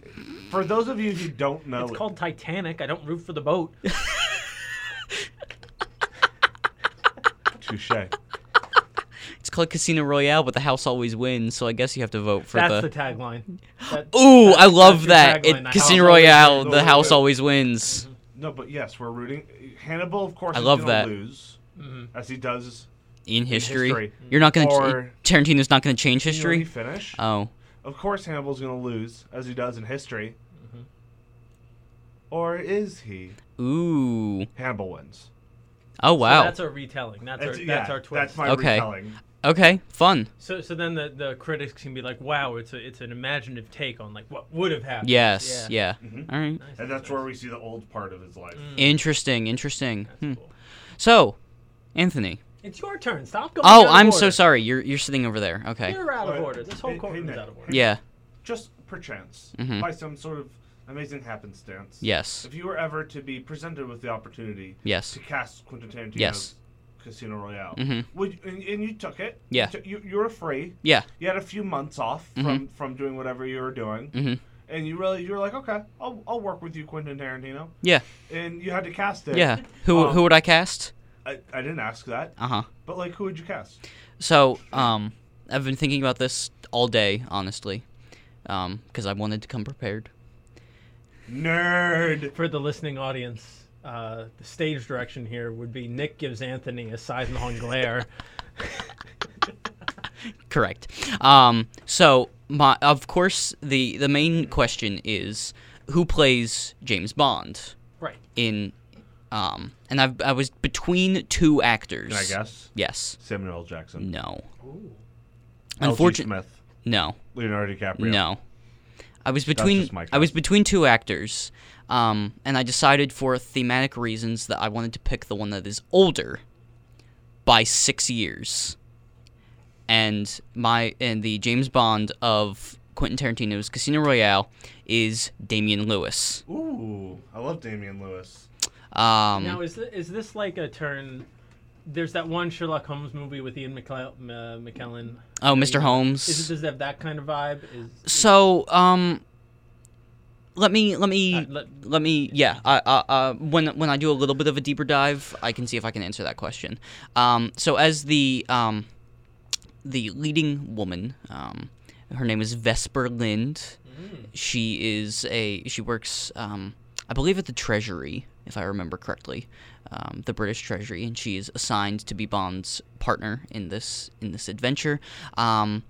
Speaker 2: for those of you who don't know,
Speaker 3: It's called Titanic. I don't root for the boat.
Speaker 2: Touche.
Speaker 1: It's called Casino Royale, but the house always wins. So I guess you have to vote for
Speaker 3: That's the,
Speaker 1: the. Oh,
Speaker 3: tagline. That-
Speaker 1: Ooh, I love
Speaker 3: your
Speaker 1: that.
Speaker 3: tagline,
Speaker 1: It-
Speaker 3: the
Speaker 1: Casino
Speaker 3: house always
Speaker 1: Royale,
Speaker 2: wins.
Speaker 1: the
Speaker 2: No,
Speaker 1: house
Speaker 2: no.
Speaker 1: always wins.
Speaker 2: No, but yes, we're rooting. Hannibal, of course,
Speaker 1: I
Speaker 2: is
Speaker 1: love
Speaker 2: gonna
Speaker 1: that.
Speaker 2: lose
Speaker 3: Mhm.
Speaker 2: as he does.
Speaker 1: In history,
Speaker 2: history.
Speaker 1: you're not gonna.
Speaker 2: Or-
Speaker 1: Tarantino's not gonna change
Speaker 2: Can you let me
Speaker 1: history.
Speaker 2: finish.
Speaker 1: Oh,
Speaker 2: Of course, Hannibal's going to lose as he does in history.
Speaker 3: Mm-hmm.
Speaker 2: Or is he?
Speaker 1: Oh. ooh,
Speaker 2: Hannibal wins.
Speaker 1: oh
Speaker 3: So
Speaker 1: wow.
Speaker 3: that's our retelling. That's,
Speaker 2: That's,
Speaker 3: our.
Speaker 2: yeah,
Speaker 3: that's our twist.
Speaker 2: That's my
Speaker 1: Okay.
Speaker 2: retelling.
Speaker 1: okay, fun.
Speaker 3: So, so then the, the critics can be like, "Wow, it's a, it's an imaginative take on like what would have happened."
Speaker 1: Yes,
Speaker 3: Yeah. Mm-hmm.
Speaker 1: yeah.
Speaker 2: Mhm.
Speaker 1: All right. Mm-hmm.
Speaker 3: Nice,
Speaker 2: And
Speaker 3: nice,
Speaker 2: that's where
Speaker 3: nice.
Speaker 2: we see the old part of his life.
Speaker 3: Mm.
Speaker 1: Interesting, interesting.
Speaker 3: That's
Speaker 1: Hmm.
Speaker 3: cool.
Speaker 1: So, Anthony.
Speaker 3: It's your turn. Stop going.
Speaker 1: Oh,
Speaker 3: out of
Speaker 1: I'm
Speaker 3: order.
Speaker 1: so sorry. You're you're sitting over there. Okay.
Speaker 3: You're out of
Speaker 2: Alright.
Speaker 3: order. This whole
Speaker 2: Hey-
Speaker 3: courtroom's
Speaker 2: hey, Nick.
Speaker 3: out of order.
Speaker 1: Yeah.
Speaker 2: Just perchance,
Speaker 1: Mhm.
Speaker 2: by some sort of amazing happenstance.
Speaker 1: Yes.
Speaker 2: If you were ever to be presented with the opportunity
Speaker 1: Yes.
Speaker 2: to cast Quentin Tarantino's
Speaker 1: Yes.
Speaker 2: Casino Royale,
Speaker 1: Mhm.
Speaker 2: would and, and you took it.
Speaker 1: Yeah. Mm-hmm.
Speaker 2: You, took- you, you were free.
Speaker 1: Yeah.
Speaker 2: You had a few months off from, from doing whatever you were doing.
Speaker 1: Mhm.
Speaker 2: And you really, you were like, okay, I'll, I'll work with you, Quentin Tarantino.
Speaker 1: Yeah.
Speaker 2: and you had to cast it.
Speaker 1: Yeah. Who
Speaker 2: Um,
Speaker 1: who would I cast?
Speaker 2: I, I didn't ask that,
Speaker 1: Uh huh.
Speaker 2: but like, who would you cast?
Speaker 1: So, um, I've been thinking about this all day, honestly, um, because I wanted to come prepared.
Speaker 2: Nerd.
Speaker 3: For the listening audience, uh, the stage direction here would be Nick gives Anthony a Seisenhorn glare.
Speaker 1: Correct. Um, so my, of course, the the main question is who plays James Bond
Speaker 3: right.
Speaker 1: in, um, and I've, I was between two actors.
Speaker 2: Can I guess?
Speaker 1: Yes.
Speaker 2: Samuel L. Jackson.
Speaker 1: No.
Speaker 3: Ooh.
Speaker 2: Unfortunately,
Speaker 1: Unfortunately,
Speaker 2: Smith.
Speaker 1: no.
Speaker 2: Leonardo DiCaprio.
Speaker 1: No. I was between
Speaker 2: just my
Speaker 1: I was
Speaker 2: guess.
Speaker 1: between two actors, um, and I decided for thematic reasons that I wanted to pick the one that is older by six years. And my and the James Bond of Quentin Tarantino's Casino Royale is Damian Lewis.
Speaker 2: Ooh, I love Damian Lewis.
Speaker 1: Um,
Speaker 3: Now, is this, is this like a turn? There's that one Sherlock Holmes movie with Ian McKell- M- uh, McKellen.
Speaker 1: oh, Mr. Holmes.
Speaker 3: Is it, does it have that kind of vibe? Is,
Speaker 1: so um let me let me
Speaker 3: Uh,
Speaker 1: let,
Speaker 3: let-
Speaker 1: me yeah I, I, uh, when when i do a little bit of a deeper dive i can see if i can answer that question um so as the um the leading woman um her name is vesper lind she is a she works um i believe at the treasury if i remember correctly um, the british treasury and she is assigned to be bond's partner in this in this adventure um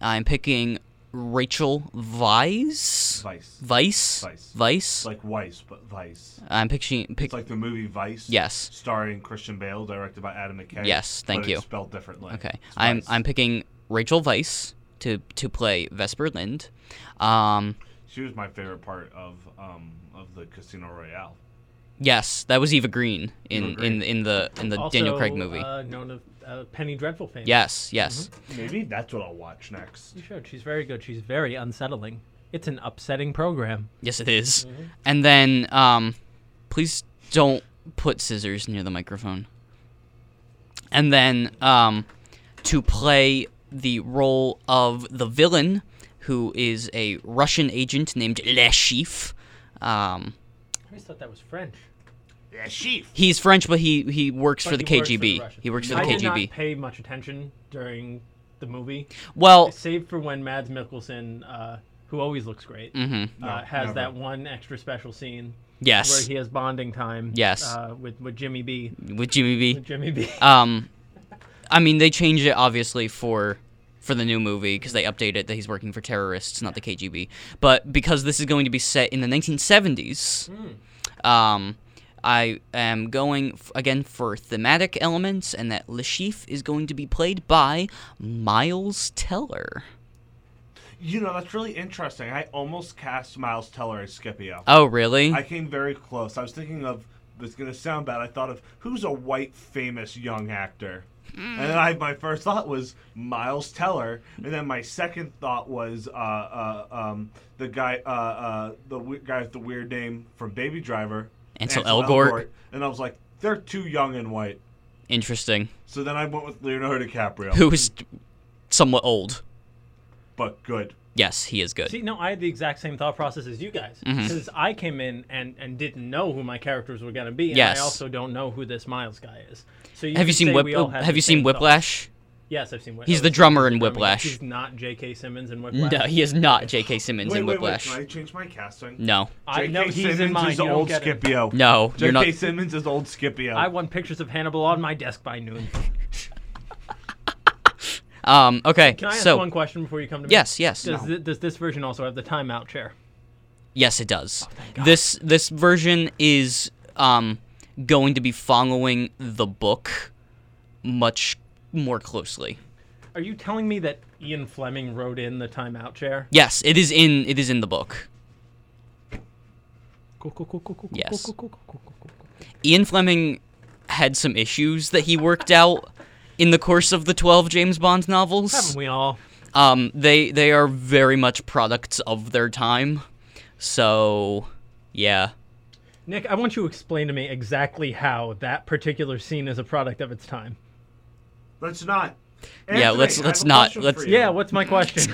Speaker 1: i'm picking rachel Vise.
Speaker 2: Vice.
Speaker 1: Vice.
Speaker 2: Vice.
Speaker 1: Vice.
Speaker 2: It's like Vice, but Vice.
Speaker 1: I'm picturing. Pic-
Speaker 2: It's like the movie Vice.
Speaker 1: Yes.
Speaker 2: Starring Christian Bale, directed by Adam McKay.
Speaker 1: Yes,
Speaker 2: but
Speaker 1: thank
Speaker 2: it's
Speaker 1: you.
Speaker 2: Spelled differently.
Speaker 1: okay.
Speaker 2: It's
Speaker 1: I'm
Speaker 2: Vice.
Speaker 1: I'm picking Rachel Vice to to play Vesper Lind. Um,
Speaker 2: She was my favorite part of um of the Casino Royale.
Speaker 1: Yes, that was Eva Green in
Speaker 2: Eva
Speaker 1: in in the in the
Speaker 3: also,
Speaker 1: Daniel Craig movie.
Speaker 3: Uh, mm-hmm. known of uh, Penny Dreadful fame.
Speaker 1: yes, yes.
Speaker 2: Maybe that's what I'll watch next.
Speaker 3: You should. She's very good. She's very unsettling. It's an upsetting program.
Speaker 1: Yes, it is.
Speaker 3: Mm-hmm.
Speaker 1: And then, um, please don't put scissors near the microphone. And then, um, to play the role of the villain, who is a Russian agent named Leshif. Um,
Speaker 3: I always thought that was French.
Speaker 2: Yeah, chief.
Speaker 1: he's French, but he he works for
Speaker 3: But
Speaker 1: the
Speaker 3: he works for the
Speaker 1: KGB.
Speaker 3: Russians.
Speaker 1: he works for the
Speaker 3: I did
Speaker 1: KGB.
Speaker 3: not pay much attention during the movie,
Speaker 1: Well,
Speaker 3: save for when Mads Mikkelsen, uh, who always looks great,
Speaker 1: hmm
Speaker 3: uh,
Speaker 2: No,
Speaker 3: has
Speaker 2: never.
Speaker 3: that one extra special scene where
Speaker 1: yes,
Speaker 3: he has bonding time.
Speaker 1: Yes. Mm-hmm.
Speaker 3: Uh, with with Jimmy B.
Speaker 1: with Jimmy B.
Speaker 3: With Jimmy B.
Speaker 1: Um, I mean, they changed it obviously for for the new movie because they updated that he's working for terrorists, not the KGB. But because this is going to be set in the 1970s,
Speaker 3: Hmm.
Speaker 1: um, I am going f- again for thematic elements, and that Lashif is going to be played by Miles Teller.
Speaker 2: You know, that's really interesting. I almost cast Miles Teller as Scipio.
Speaker 1: Oh, really?
Speaker 2: I came very close. I was thinking of it's gonna sound bad. I thought of who's a white famous young actor, and then I my first thought was Miles Teller, and then my second thought was uh, uh, um, the guy uh, uh, the we- guy with the weird name from Baby Driver,
Speaker 1: Ansel Elgort.
Speaker 2: and I was like, they're too young and white.
Speaker 1: Interesting.
Speaker 2: So then I went with Leonardo DiCaprio,
Speaker 1: Who is somewhat old.
Speaker 2: but good.
Speaker 1: Yes, he is good.
Speaker 3: See, no, I had the exact same thought process as you guys
Speaker 1: Mm-hmm.
Speaker 3: because I came in and, and didn't know who my characters were going to be, and
Speaker 1: Yes.
Speaker 3: I also don't know who this Miles guy is. So
Speaker 1: have you
Speaker 3: could say
Speaker 1: seen Whip- oh,
Speaker 3: we all had
Speaker 1: Have
Speaker 3: the
Speaker 1: you
Speaker 3: same
Speaker 1: seen
Speaker 3: thought.
Speaker 1: Whiplash?
Speaker 3: Yes, I've seen Whiplash.
Speaker 1: He's the drummer in Whiplash.
Speaker 3: He's not J.K. Simmons in Whiplash.
Speaker 1: No, he is not J.K. Simmons in
Speaker 2: wait, wait,
Speaker 1: Whiplash.
Speaker 2: can I change my casting?
Speaker 1: No.
Speaker 3: I know he's
Speaker 2: Simmons
Speaker 3: in mine.
Speaker 2: is
Speaker 3: you don't
Speaker 2: old
Speaker 3: get it.
Speaker 2: Scipio.
Speaker 1: No,
Speaker 2: J.K.
Speaker 1: you're not.
Speaker 2: Simmons is old Scipio.
Speaker 3: I want pictures of Hannibal on my desk by noon.
Speaker 1: Um. Okay.
Speaker 3: Can I ask
Speaker 1: so
Speaker 3: one question before you come to me?
Speaker 1: yes, yes,
Speaker 3: Does, thi- does this version also have the timeout chair?
Speaker 1: yes, it does.
Speaker 3: Oh,
Speaker 1: this this version is um going to be following the book much more closely.
Speaker 3: Are you telling me that Ian Fleming wrote in the timeout chair?
Speaker 1: Yes, it is in it is in the book.
Speaker 3: Cool, cool, cool, cool, cool, cool,
Speaker 1: Yes.
Speaker 3: cool, cool, cool, cool, cool, cool, cool.
Speaker 1: Ian Fleming had some issues that he worked out in the course of the 12 James Bond novels.
Speaker 3: Haven't we all?
Speaker 1: Um they they are very much products of their time. So, yeah.
Speaker 3: Nick, I want you to explain to me exactly how that particular scene is a product of its time.
Speaker 2: Let's not.
Speaker 1: Yeah, let's-
Speaker 2: I
Speaker 1: let's
Speaker 2: have a
Speaker 1: not.
Speaker 2: question
Speaker 1: Let's-
Speaker 2: for you.
Speaker 3: Yeah, what's my question?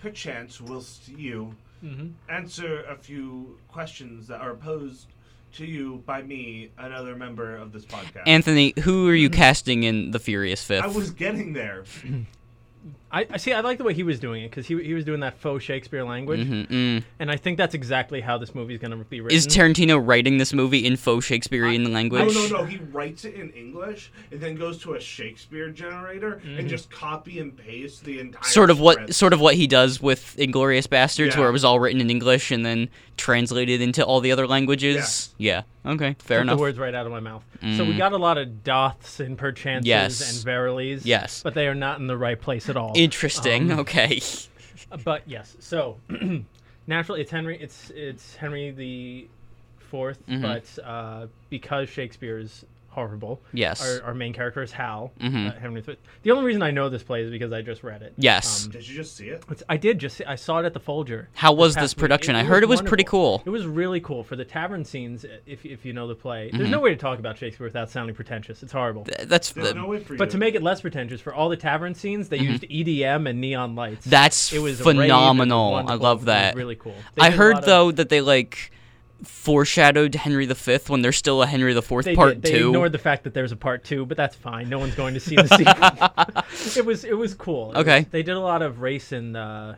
Speaker 2: Perchance we'll see you
Speaker 3: Mm-hmm.
Speaker 2: answer a few questions that are posed to you by me, another member of this podcast.
Speaker 1: Anthony, who are you casting in The Furious 5th?
Speaker 2: Mm-hmm. I was getting there.
Speaker 3: I, I see. I like the way he was doing it because he he was doing that faux Shakespeare language, and I think that's exactly how this movie's going to be written.
Speaker 1: Mm-hmm, mm. Is Tarantino writing this movie in faux Shakespearean
Speaker 2: No,
Speaker 1: language?
Speaker 2: no, no. He writes it in English and then goes to a Shakespeare generator
Speaker 3: Mm-hmm.
Speaker 2: and just copy and paste the entire.
Speaker 1: Sort of what
Speaker 2: script.
Speaker 1: sort of what he does with Inglorious Bastards,
Speaker 2: Yeah.
Speaker 1: where it was all written in English and then translated into all the other languages. Yeah. Okay. Fair
Speaker 3: Took
Speaker 1: enough. Mm.
Speaker 3: The words right out of my mouth. So we got a lot of doths and perchances
Speaker 1: Yes.
Speaker 3: and verilies.
Speaker 1: Yes.
Speaker 3: But they are not in the right place at all.
Speaker 1: Interesting.
Speaker 2: Um,
Speaker 1: okay.
Speaker 3: But yes. So naturally, it's Henry. It's it's Henry the 4th
Speaker 1: Mm-hmm.
Speaker 3: But uh, because Shakespeare is horrible.
Speaker 1: Yes. Mm-hmm.
Speaker 3: Our, our main character is Hal. uh, Henry the Fifth. The only reason I know this play is because I just read it.
Speaker 1: Yes.
Speaker 2: Did you just see it?
Speaker 3: It's- I did just. See, I saw it at the Folger.
Speaker 1: How was
Speaker 3: past
Speaker 1: this
Speaker 3: week.
Speaker 1: production? I heard it was pretty
Speaker 3: wonderful.
Speaker 1: cool.
Speaker 3: It was really cool for the tavern scenes. If if you know the play,
Speaker 1: Mm-hmm.
Speaker 3: there's no way to talk about Shakespeare without sounding pretentious. It's horrible.
Speaker 1: Th- That's
Speaker 2: There's
Speaker 1: th-
Speaker 2: no way for you.
Speaker 3: But to make it less pretentious, for all the tavern scenes, they used EDM and neon lights.
Speaker 1: Mm-hmm. that's
Speaker 3: it was a rave, it was
Speaker 1: phenomenal. I
Speaker 3: wonderful,
Speaker 1: love
Speaker 3: it was
Speaker 1: that.
Speaker 3: really cool. They
Speaker 1: I
Speaker 3: did a lot
Speaker 1: heard
Speaker 3: of-
Speaker 1: though that they like foreshadowed Henry V when there's still a Henry IV
Speaker 3: They
Speaker 1: part
Speaker 3: did. They
Speaker 1: two.
Speaker 3: ignored the fact that there's a part two, but that's fine. No one's going to see the sequel. it was it was cool. It was-
Speaker 1: Okay.
Speaker 3: they did a lot of race and uh,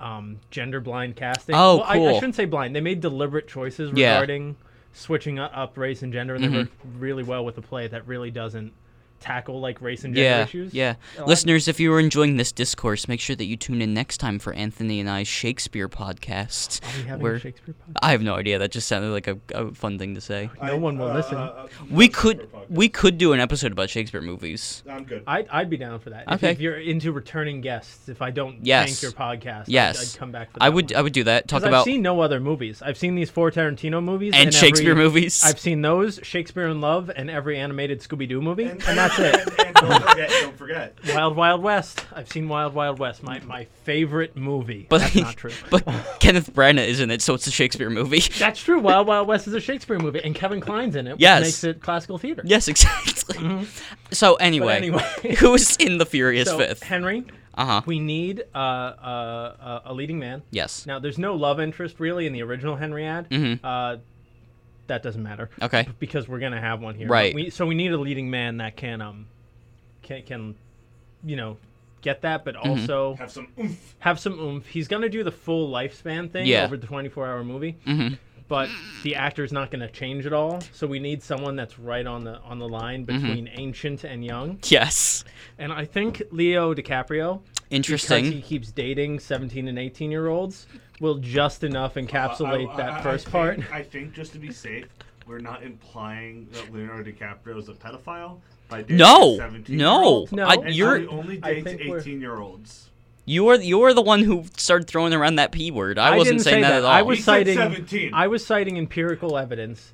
Speaker 3: um, gender blind casting.
Speaker 1: Oh,
Speaker 3: well, I- I,
Speaker 1: cool.
Speaker 3: shouldn't say blind. They made deliberate choices
Speaker 1: Yeah. Mm-hmm.
Speaker 3: regarding switching u- up race and gender, and they worked really well with the play. That really doesn't tackle like race and gender
Speaker 1: Yeah,
Speaker 3: issues.
Speaker 1: yeah.
Speaker 3: Well, I-
Speaker 1: Listeners, if you were enjoying this discourse, make sure that you tune in next time for Anthony and I's Shakespeare podcast.
Speaker 3: Are we having
Speaker 1: where-
Speaker 3: a Shakespeare podcast?
Speaker 1: I have no idea. That just sounded like a, a fun thing to say.
Speaker 3: No
Speaker 2: I- uh,
Speaker 3: one will listen.
Speaker 1: We could we could do an episode about Shakespeare movies.
Speaker 2: I'm good.
Speaker 3: I'd, I'd be down for that. If-
Speaker 1: Okay.
Speaker 3: If, you're into returning guests, if I don't
Speaker 1: Yes.
Speaker 3: thank your podcast, I'd-
Speaker 1: Yes.
Speaker 3: I'd, come back for that
Speaker 1: I would
Speaker 3: one.
Speaker 1: I would do that. Talk
Speaker 3: 'Cause I've
Speaker 1: about
Speaker 3: seen no other movies. I've seen these four Tarantino movies
Speaker 1: and
Speaker 3: every-
Speaker 1: Shakespeare movies.
Speaker 3: I've seen those, Shakespeare in Love, and every animated Scooby Doo movie, and, that's it.
Speaker 2: And, and don't forget, don't forget.
Speaker 3: Wild Wild West. I've seen Wild Wild West. My my favorite movie.
Speaker 1: But-
Speaker 3: that's not true.
Speaker 1: but Kenneth Branagh is in it, so it's a Shakespeare movie.
Speaker 3: That's true. Wild Wild West is a Shakespeare movie, and Kevin Kline's in it. Which
Speaker 1: Yes.
Speaker 3: makes it classical theater.
Speaker 1: yes, exactly. So anyway,
Speaker 3: Mm-hmm. anyway.
Speaker 1: who is in the Furious
Speaker 3: So
Speaker 1: Fifth?
Speaker 3: Henry,
Speaker 1: Uh huh.
Speaker 3: we need uh, uh, a leading man.
Speaker 1: Yes.
Speaker 3: Now, there's no love interest really in the original Henry ad.
Speaker 1: Mhm.
Speaker 3: Uh, that doesn't matter
Speaker 1: Okay.
Speaker 3: because we're gonna have one here.
Speaker 1: Right.
Speaker 3: We, so we need a leading man that can um can can you know get that,
Speaker 1: Mm-hmm.
Speaker 3: but also
Speaker 2: Have some oomph.
Speaker 3: have some oomph. He's gonna do the full lifespan thing
Speaker 1: Yeah.
Speaker 3: over the 24 hour movie,
Speaker 1: Mhm.
Speaker 3: but the actor's not gonna change at all. So we need someone that's right on the on the line
Speaker 1: Mm-hmm.
Speaker 3: between ancient and young.
Speaker 1: Yes.
Speaker 3: And I think Leo DiCaprio
Speaker 1: Interesting.
Speaker 3: because he keeps dating 17 and 18 year olds will just enough encapsulate
Speaker 2: I- I- I-
Speaker 3: that
Speaker 2: I
Speaker 3: first
Speaker 2: think-
Speaker 3: part
Speaker 2: I think just to be safe, we're not implying that Leonardo DiCaprio is a pedophile. By dating
Speaker 1: No,
Speaker 2: 17
Speaker 1: no,
Speaker 3: No.
Speaker 1: I,
Speaker 2: And
Speaker 1: you're
Speaker 2: he only
Speaker 3: I
Speaker 2: dates
Speaker 3: think we're-
Speaker 2: 18 year olds.
Speaker 1: you're you're the one who started throwing around that p word. I,
Speaker 3: I
Speaker 1: wasn't
Speaker 3: didn't
Speaker 1: saying
Speaker 3: say
Speaker 1: that,
Speaker 3: that.
Speaker 1: at all.
Speaker 3: I was
Speaker 2: He
Speaker 3: citing-
Speaker 2: said 17.
Speaker 3: i was citing empirical evidence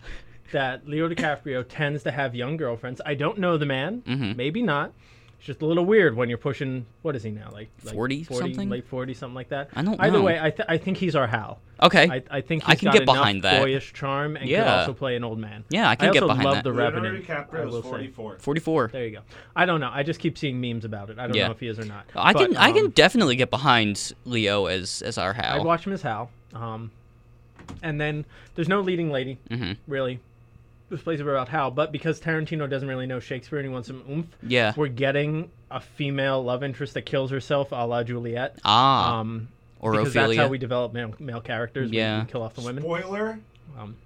Speaker 3: that leo dicaprio tends to have young girlfriends i don't know the man
Speaker 1: Mm-hmm.
Speaker 3: maybe not it's just a little weird when you're pushing what is he now like, like
Speaker 1: 40 something?
Speaker 3: late 40 something like that
Speaker 1: I don't
Speaker 3: either
Speaker 1: know.
Speaker 3: way I, th- I think he's our hal
Speaker 1: okay.
Speaker 3: I, I think
Speaker 1: I
Speaker 3: he's
Speaker 1: can
Speaker 3: got
Speaker 1: get
Speaker 3: enough
Speaker 1: behind that.
Speaker 3: boyish charm and could
Speaker 1: Yeah.
Speaker 3: also play an old man.
Speaker 1: Yeah, I can get
Speaker 3: also
Speaker 1: behind
Speaker 3: love
Speaker 1: that.
Speaker 3: the
Speaker 2: Leonardo
Speaker 3: Revenant. I
Speaker 2: DiCaprio
Speaker 3: will
Speaker 2: is
Speaker 3: say.
Speaker 2: 44.
Speaker 1: Forty-four.
Speaker 3: There you go. I don't know. I just keep seeing memes about it. I don't
Speaker 1: Yeah.
Speaker 3: know if he is or not.
Speaker 1: I
Speaker 3: But,
Speaker 1: can I can
Speaker 3: um,
Speaker 1: definitely get behind Leo as as our Hal.
Speaker 3: I'd watch him as Hal. Um, and then there's no leading lady
Speaker 1: Mhm.
Speaker 3: really. This plays about Hal, but because Tarantino doesn't really know Shakespeare and he wants some oomph,
Speaker 1: Yeah.
Speaker 3: we're getting a female love interest that kills herself, a la Juliet.
Speaker 1: ah,
Speaker 3: Um,
Speaker 1: or
Speaker 3: because
Speaker 1: Ophelia.
Speaker 3: that's how we develop male, male characters. We-
Speaker 1: Yeah.
Speaker 3: we kill off the women.
Speaker 2: Spoiler.
Speaker 3: Um,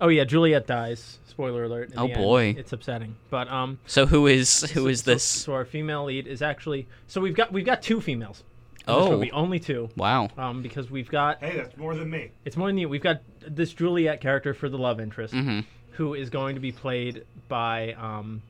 Speaker 3: oh yeah, Juliet dies. Spoiler alert. in
Speaker 1: Oh,
Speaker 3: the end.
Speaker 1: boy.
Speaker 3: it's upsetting. But um,
Speaker 1: so who is who
Speaker 3: so-
Speaker 1: is
Speaker 3: so-
Speaker 1: this?
Speaker 3: So, our female lead is actually so we've got we've got two females. in this
Speaker 1: Oh.
Speaker 3: movie, only two.
Speaker 1: wow.
Speaker 3: Um, because we've got
Speaker 2: Hey, that's more than me.
Speaker 3: it's more than you. We've got this Juliet character for the love interest,
Speaker 1: Mhm.
Speaker 3: who is going to be played by um.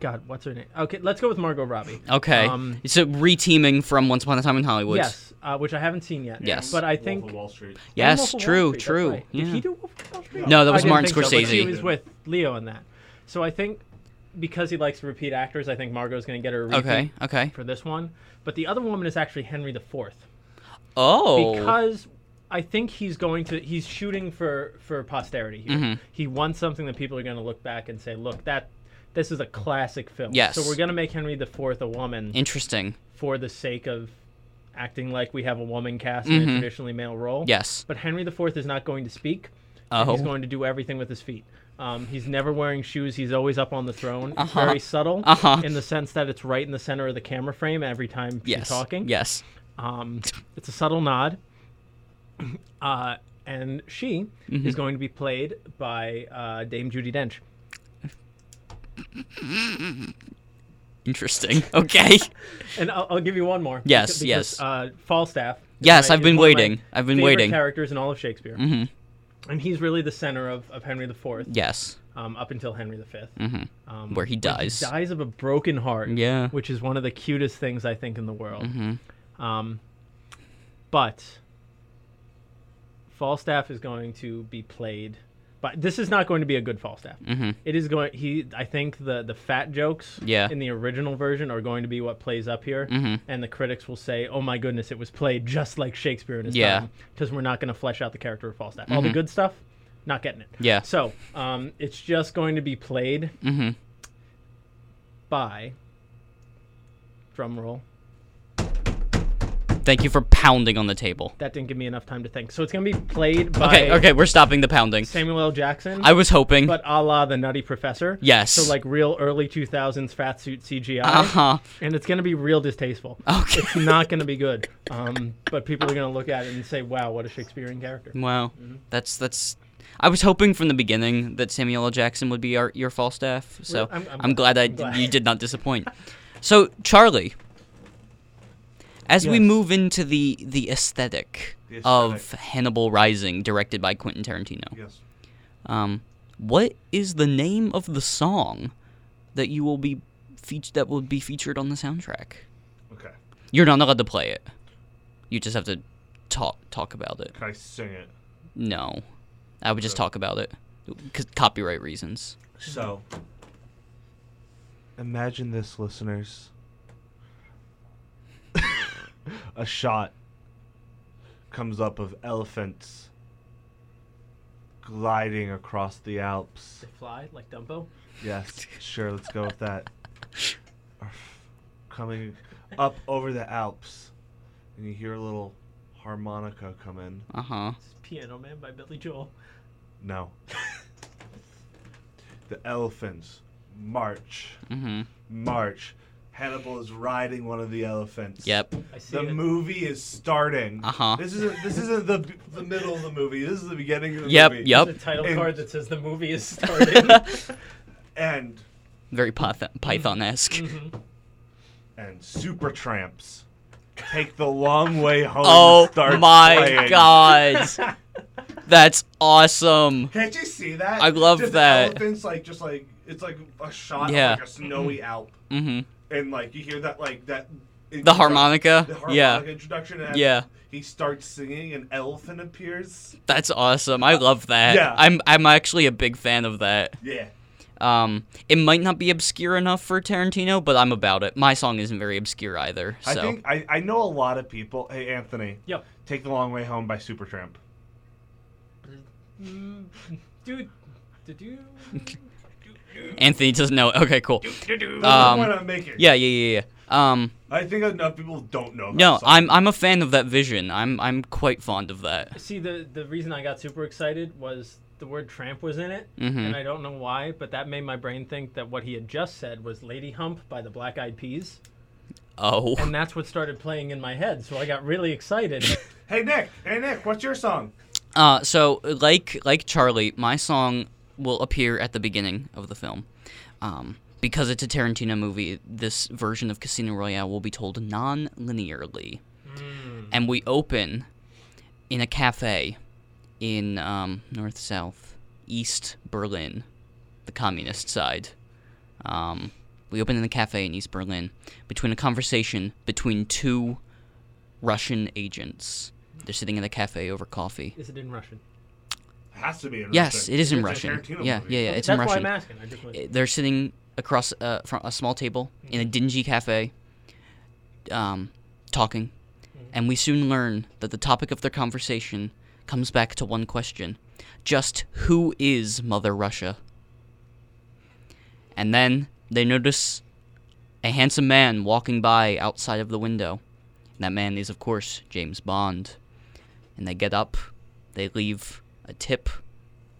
Speaker 3: God, what's her name? Okay, let's go with Margot Robbie.
Speaker 1: Okay.
Speaker 3: Um,
Speaker 1: so reteaming from Once Upon a Time in Hollywood.
Speaker 3: yes, uh, which I haven't seen yet.
Speaker 1: Yes.
Speaker 3: but I
Speaker 2: Wolf of
Speaker 3: think
Speaker 2: Wall Street.
Speaker 3: And
Speaker 1: Yes.
Speaker 3: Wolf of Wall
Speaker 1: True.
Speaker 3: Street, that's
Speaker 1: True.
Speaker 3: right.
Speaker 1: Yeah.
Speaker 3: Did he do Wolf of Wall Street?
Speaker 1: No, that
Speaker 3: I
Speaker 1: was
Speaker 3: didn't
Speaker 1: Martin
Speaker 3: think so, but
Speaker 1: Scorsese.
Speaker 3: he was with Leo in that. So I think because he likes to repeat actors, I think Margot's going to get her a repeat
Speaker 1: okay. Okay.
Speaker 3: for this one. But the other woman is actually Henry IV
Speaker 1: Oh.
Speaker 3: because I think he's going to he's shooting for for posterity. Here.
Speaker 1: Mm-hmm.
Speaker 3: He wants something that people are going to look back and say, "Look, that this is a classic film."
Speaker 1: Yes.
Speaker 3: So we're going to make Henry IV a woman
Speaker 1: Interesting.
Speaker 3: for the sake of acting like we have a woman cast in a traditionally male role.
Speaker 1: Mm-hmm. Yes.
Speaker 3: But Henry IV is not going to speak. and
Speaker 1: Oh.
Speaker 3: He's going to do everything with his feet. Um, he's never wearing shoes. He's always up on the throne. It's
Speaker 1: Uh-huh.
Speaker 3: Very subtle
Speaker 1: Uh-huh.
Speaker 3: in the sense that it's right in the center of the camera frame every time
Speaker 1: yes.
Speaker 3: she's talking.
Speaker 1: Yes.
Speaker 3: Um, it's a subtle nod. Uh, and she
Speaker 1: Mm-hmm.
Speaker 3: is going to be played by uh, Dame Judy Dench.
Speaker 1: Interesting. Okay.
Speaker 3: And I'll, I'll give you one more.
Speaker 1: Yes,
Speaker 3: becau-
Speaker 1: yes.
Speaker 3: Uh, Falstaff. is
Speaker 1: Yes,
Speaker 3: my-
Speaker 1: I've
Speaker 3: is
Speaker 1: been
Speaker 3: one of my
Speaker 1: waiting. I've been
Speaker 3: favorite
Speaker 1: waiting.
Speaker 3: Characters in all of Shakespeare,
Speaker 1: Mhm.
Speaker 3: and he's really the center of, of Henry IV,
Speaker 1: yes.
Speaker 3: um, up until Henry V,
Speaker 1: Mhm.
Speaker 3: um,
Speaker 1: Where he dies.
Speaker 3: dies of a broken heart.
Speaker 1: Yeah.
Speaker 3: which is one of the cutest things I think in the world.
Speaker 1: Mhm.
Speaker 3: Um, but Falstaff is going to be played, but this is not going to be a good Falstaff.
Speaker 1: Mhm.
Speaker 3: It is going. He, I think the the fat jokes
Speaker 1: Yeah.
Speaker 3: in the original version are going to be what plays up here,
Speaker 1: Mhm.
Speaker 3: and the critics will say, "Oh my goodness, it was played just like Shakespeare in his
Speaker 1: Yeah. Mm-hmm.
Speaker 3: time," because we're not going to flesh out the character of Falstaff. All the good stuff, not getting it.
Speaker 1: Yeah.
Speaker 3: So, um, it's just going to be played
Speaker 1: Mhm.
Speaker 3: by. Drum roll.
Speaker 1: Thank you for pounding on the table.
Speaker 3: That didn't give me enough time to think. So it's gonna be played by
Speaker 1: Okay. Okay. We're stopping the pounding.
Speaker 3: Samuel L. Jackson,
Speaker 1: I was hoping.
Speaker 3: but a la the Nutty Professor.
Speaker 1: Yes.
Speaker 3: So like real early 2000s fat suit CGI,
Speaker 1: Uh huh.
Speaker 3: and it's gonna be real distasteful.
Speaker 1: Okay.
Speaker 3: It's not gonna be good.
Speaker 1: Mm.
Speaker 3: Um, but people are gonna look at it and say, "Wow, what a Shakespearean character."
Speaker 1: Wow. That's that's I was hoping from the beginning that Samuel L. Jackson would be our, your Falstaff, so
Speaker 3: I'm- I'm
Speaker 1: glad I
Speaker 3: I'm glad.
Speaker 1: you did not disappoint. so Charlie, as we
Speaker 2: Yes.
Speaker 1: move into the the aesthetic,
Speaker 2: The
Speaker 1: of Hannibal Rising, directed by Quentin Tarantino,
Speaker 2: Yes.
Speaker 1: um, what is the name of the song that you will be feat- that will be featured on the soundtrack?
Speaker 2: Okay.
Speaker 1: You're not allowed to play it. You just have to talk talk about it.
Speaker 2: Can I sing it?
Speaker 1: No, I would just
Speaker 2: Okay.
Speaker 1: talk about it, 'cause copyright reasons.
Speaker 2: So, imagine this, listeners. a shot comes up of elephants gliding across the Alps.
Speaker 3: They fly like Dumbo.
Speaker 2: Yes, sure, let's go with that. Are f- Coming up over the Alps, and you hear a little harmonica come in.
Speaker 1: Uh huh.
Speaker 3: It's Piano Man by Billy Joel.
Speaker 2: No. the elephants march.
Speaker 1: Mhm.
Speaker 2: March. Hannibal is riding one of the elephants.
Speaker 1: Yep.
Speaker 3: I see
Speaker 2: The
Speaker 3: it.
Speaker 2: movie is starting.
Speaker 1: Uh-huh.
Speaker 2: This isn't. This isn't the the middle of the movie. This is the beginning of the
Speaker 1: Yep,
Speaker 2: movie.
Speaker 1: yep.
Speaker 3: The title
Speaker 2: And-
Speaker 3: card that says the movie is starting.
Speaker 2: And
Speaker 1: Very Python Python esque.
Speaker 2: Mm-hmm.
Speaker 3: Mhm.
Speaker 2: and super tramps take the long way home.
Speaker 1: Oh
Speaker 2: starts
Speaker 1: my
Speaker 2: playing.
Speaker 1: god, that's awesome.
Speaker 2: Can't you see that?
Speaker 1: I love
Speaker 2: Just
Speaker 1: that.
Speaker 2: Elephants like just like it's like a shot
Speaker 1: Yeah.
Speaker 2: of like a snowy alp,
Speaker 1: Mhm.
Speaker 2: and like you hear that like that.
Speaker 1: The harmonica.
Speaker 2: The
Speaker 1: Uh, yeah.
Speaker 2: harmonica introduction. And
Speaker 1: Yeah.
Speaker 2: He starts singing, an elephant appears.
Speaker 1: That's awesome. I love that.
Speaker 2: Yeah.
Speaker 1: I'm I'm actually a big fan of that.
Speaker 2: Yeah.
Speaker 1: Um it might not be obscure enough for Tarantino, but I'm about it. My song isn't very obscure either. So
Speaker 2: I think I, I know a lot of people. Hey Anthony,
Speaker 3: Yep.
Speaker 2: take the long way home by Supertramp.
Speaker 3: Mm, Dude, did you?
Speaker 1: Anthony doesn't know. Okay, cool.
Speaker 2: That's
Speaker 1: Um,
Speaker 2: the point I'm making.
Speaker 1: Yeah, yeah, yeah, yeah. Um
Speaker 2: I think enough people don't know. That
Speaker 1: no,
Speaker 2: song.
Speaker 1: I'm I'm a fan of that vision. I'm I'm quite fond of that.
Speaker 3: See, the the reason I got super excited was the word tramp was in it,
Speaker 1: Mhm.
Speaker 3: and I don't know why, but that made my brain think that what he had just said was "Lady Hump" by the Black Eyed Peas,
Speaker 1: Oh.
Speaker 3: and that's what started playing in my head. So I got really excited.
Speaker 2: Hey Nick, hey Nick, what's your song?
Speaker 1: Uh, so like like Charlie, my song will appear at the beginning of the film. Um, because it's a Tarantino movie, this version of Casino Royale will be told non-linearly, and we open in a cafe in um, North South East Berlin, the communist side. Um, we open in a cafe in East Berlin between a conversation between two Russian agents. They're sitting in a cafe over coffee.
Speaker 3: Is it in Russian?
Speaker 2: Has to be in
Speaker 1: Yes, it is in
Speaker 2: It's a
Speaker 1: Russian.
Speaker 2: Tarantino
Speaker 1: Yeah,
Speaker 2: movie.
Speaker 1: yeah, yeah. It's
Speaker 3: that's
Speaker 1: in
Speaker 3: why
Speaker 1: Russian.
Speaker 3: I'm asking. I just went,
Speaker 1: Uh, They're sitting across uh, from a small table in a dingy cafe, um, talking, and we soon learn that the topic of their conversation comes back to one question: just who is Mother Russia? And then they notice a handsome man walking by outside of the window. And that man is, of course, James Bond. And they get up, they leave a tip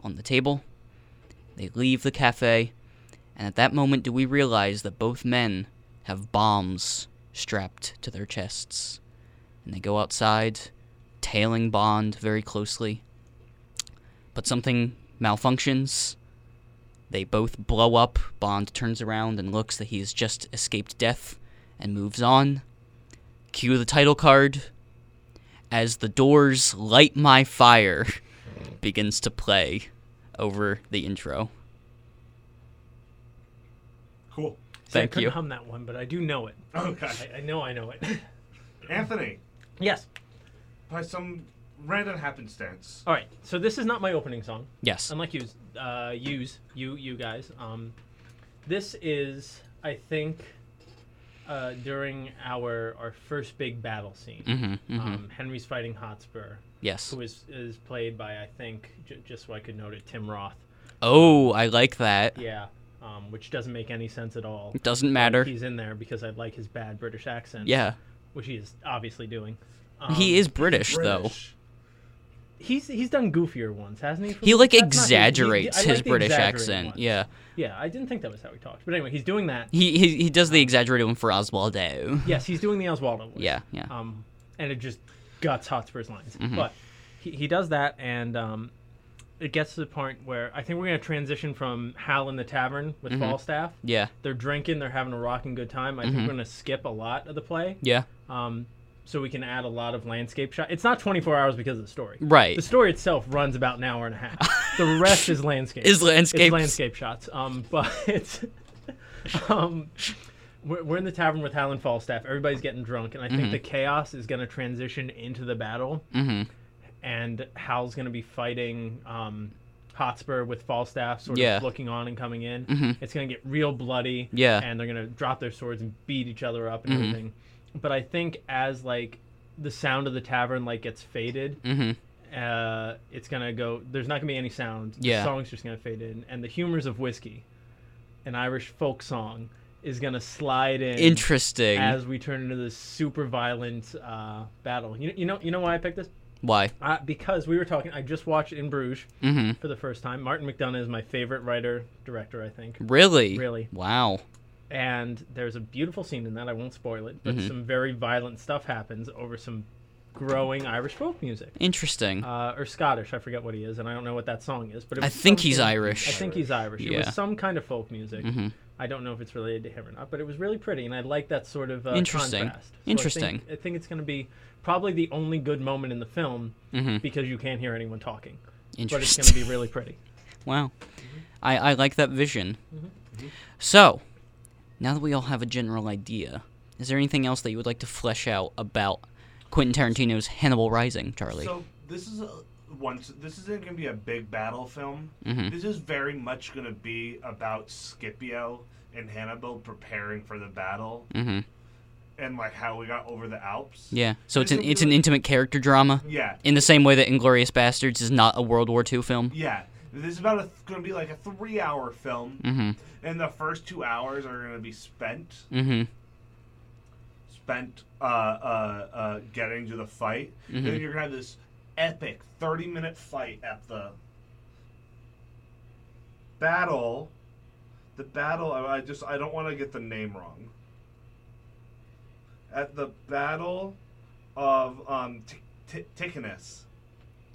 Speaker 1: on the table, they leave the cafe, and at that moment do we realize that both men have bombs strapped to their chests. And they go outside, tailing Bond very closely. But something malfunctions. They both blow up. Bond turns around and looks that he has just escaped death and moves on. Cue the title card as the doors Light My Fire begins to play over the intro.
Speaker 2: Cool.
Speaker 3: See, I
Speaker 1: thank
Speaker 3: couldn't
Speaker 1: you.
Speaker 3: hum that one, but I do know it.
Speaker 2: Okay.
Speaker 3: I, I know I know it.
Speaker 2: Anthony,
Speaker 3: yes.
Speaker 2: by some random happenstance.
Speaker 3: All right. So this is not my opening song.
Speaker 1: Yes.
Speaker 3: unlike you, uh, use you you guys. Um, this is, I think, uh, during our our first big battle scene.
Speaker 1: Mm-hmm,
Speaker 3: Um, Henry's fighting Hotspur,
Speaker 1: yes.
Speaker 3: who is is played by I think j- just so I could note it, Tim Roth.
Speaker 1: Oh, I like that.
Speaker 3: Yeah, um, which doesn't make any sense at all.
Speaker 1: Doesn't matter.
Speaker 3: He's in there because I like his bad British accent.
Speaker 1: Yeah.
Speaker 3: which he is obviously doing. Um,
Speaker 1: he is British, though.
Speaker 2: British.
Speaker 3: He's he's done goofier ones, hasn't he?
Speaker 1: He like
Speaker 3: That's not his- he-
Speaker 1: exaggerates
Speaker 3: I like
Speaker 1: his
Speaker 3: the
Speaker 1: British
Speaker 3: exaggerate
Speaker 1: accent.
Speaker 3: ones.
Speaker 1: Yeah.
Speaker 3: Yeah, I didn't think that was how he talked. But anyway, he's doing that.
Speaker 1: He, he he does the
Speaker 3: Um,
Speaker 1: exaggerated one for Oswaldo.
Speaker 3: Yes, he's doing the Oswaldo voice.
Speaker 1: Yeah, Mm-hmm. yeah.
Speaker 3: Um, and it just guts Hotspur's lines. But he, he does that, and um, it gets to the point where I think we're gonna transition from Hal in the tavern with Falstaff.
Speaker 1: Mm-hmm. Yeah. Mm-hmm.
Speaker 3: They're drinking, they're having a rocking good time. I think we're gonna skip a lot of the play,
Speaker 1: Yeah.
Speaker 3: um, so we can add a lot of landscape shots. It's not 24 hours because of the story.
Speaker 1: Right.
Speaker 3: The story itself runs about an hour and a half. the rest is landscape.
Speaker 1: Is landscapes.
Speaker 3: It's landscape shots. Um, but um, we're, we're in the tavern with Hal and Falstaff. Everybody's getting drunk, and I think the chaos is gonna transition into the battle
Speaker 1: Mm-hmm.
Speaker 3: and Hal's going to be fighting um, Hotspur with Falstaff, sort
Speaker 1: Yeah. Mm-hmm.
Speaker 3: of looking on and coming in. It's going to get real bloody.
Speaker 1: Yeah. Mm-hmm.
Speaker 3: And they're going to drop their swords and beat each other up and everything. But I think as like the sound of the tavern like gets faded,
Speaker 1: Mm-hmm.
Speaker 3: uh, it's going to go. There's not going to be any sound.
Speaker 1: Yeah.
Speaker 3: The song's just going to fade in, and the humors of whiskey, an Irish folk song, is going to slide in.
Speaker 1: Interesting.
Speaker 3: as we turn into this super violent uh, battle, you, you know you know why I picked this?
Speaker 1: Why?
Speaker 3: Uh, because we were talking, I just watched In Bruges
Speaker 1: Mm-hmm.
Speaker 3: for the first time. Martin McDonough is my favorite writer director, I think.
Speaker 1: Really?
Speaker 3: Really.
Speaker 1: Wow.
Speaker 3: And there's a beautiful scene in that. I won't spoil it, but
Speaker 1: Mhm.
Speaker 3: some very violent stuff happens over some growing Irish folk music.
Speaker 1: Interesting.
Speaker 3: Uh, or Scottish, I forget what he is, and I don't know what that song is. But it
Speaker 1: I
Speaker 3: was
Speaker 1: think he's
Speaker 3: something-
Speaker 1: Irish.
Speaker 3: I think he's Irish. It
Speaker 1: Yeah.
Speaker 3: was some kind of folk music.
Speaker 1: mm-hmm.
Speaker 3: I don't know if it's related to him or not, but it was really pretty, and I like that sort of uh,
Speaker 1: Interesting.
Speaker 3: contrast. So I think- I
Speaker 1: Interesting.
Speaker 3: think, it's going to be probably the only good moment in the film
Speaker 1: Mm-hmm.
Speaker 3: because you can't hear anyone talking. but it's Mm-hmm.
Speaker 1: Interesting.
Speaker 3: going to be really pretty.
Speaker 1: Wow. I, I like that vision.
Speaker 3: Mm-hmm.
Speaker 1: So, now that we all have a general idea, is there anything else that you would like to flesh out about Quentin Tarantino's Hannibal Rising, Charlie?
Speaker 2: So this is a, once this isn't going to be a big battle film.
Speaker 1: Mhm.
Speaker 2: This is very much going to be about Scipio and Hannibal preparing for the battle
Speaker 1: mm-hmm.
Speaker 2: and like how we got over the Alps.
Speaker 1: Yeah. So it's
Speaker 2: This
Speaker 1: an
Speaker 2: will be
Speaker 1: it's an
Speaker 2: like-
Speaker 1: intimate character drama
Speaker 2: Yeah.
Speaker 1: in the same way that Inglorious Bastards is not a World War II film.
Speaker 2: Yeah. This is about a, going to be like a 3-hour film
Speaker 1: Mhm.
Speaker 2: and the first 2 hours are going to be spent
Speaker 1: Mhm.
Speaker 2: spent uh, uh, uh, getting to the fight.
Speaker 3: Mm-hmm.
Speaker 2: Then you're gonna have this epic 30 minute fight at the battle. The battle. I I just I don't want to get the name wrong. At the battle of um, Ti- Ti- Ticinus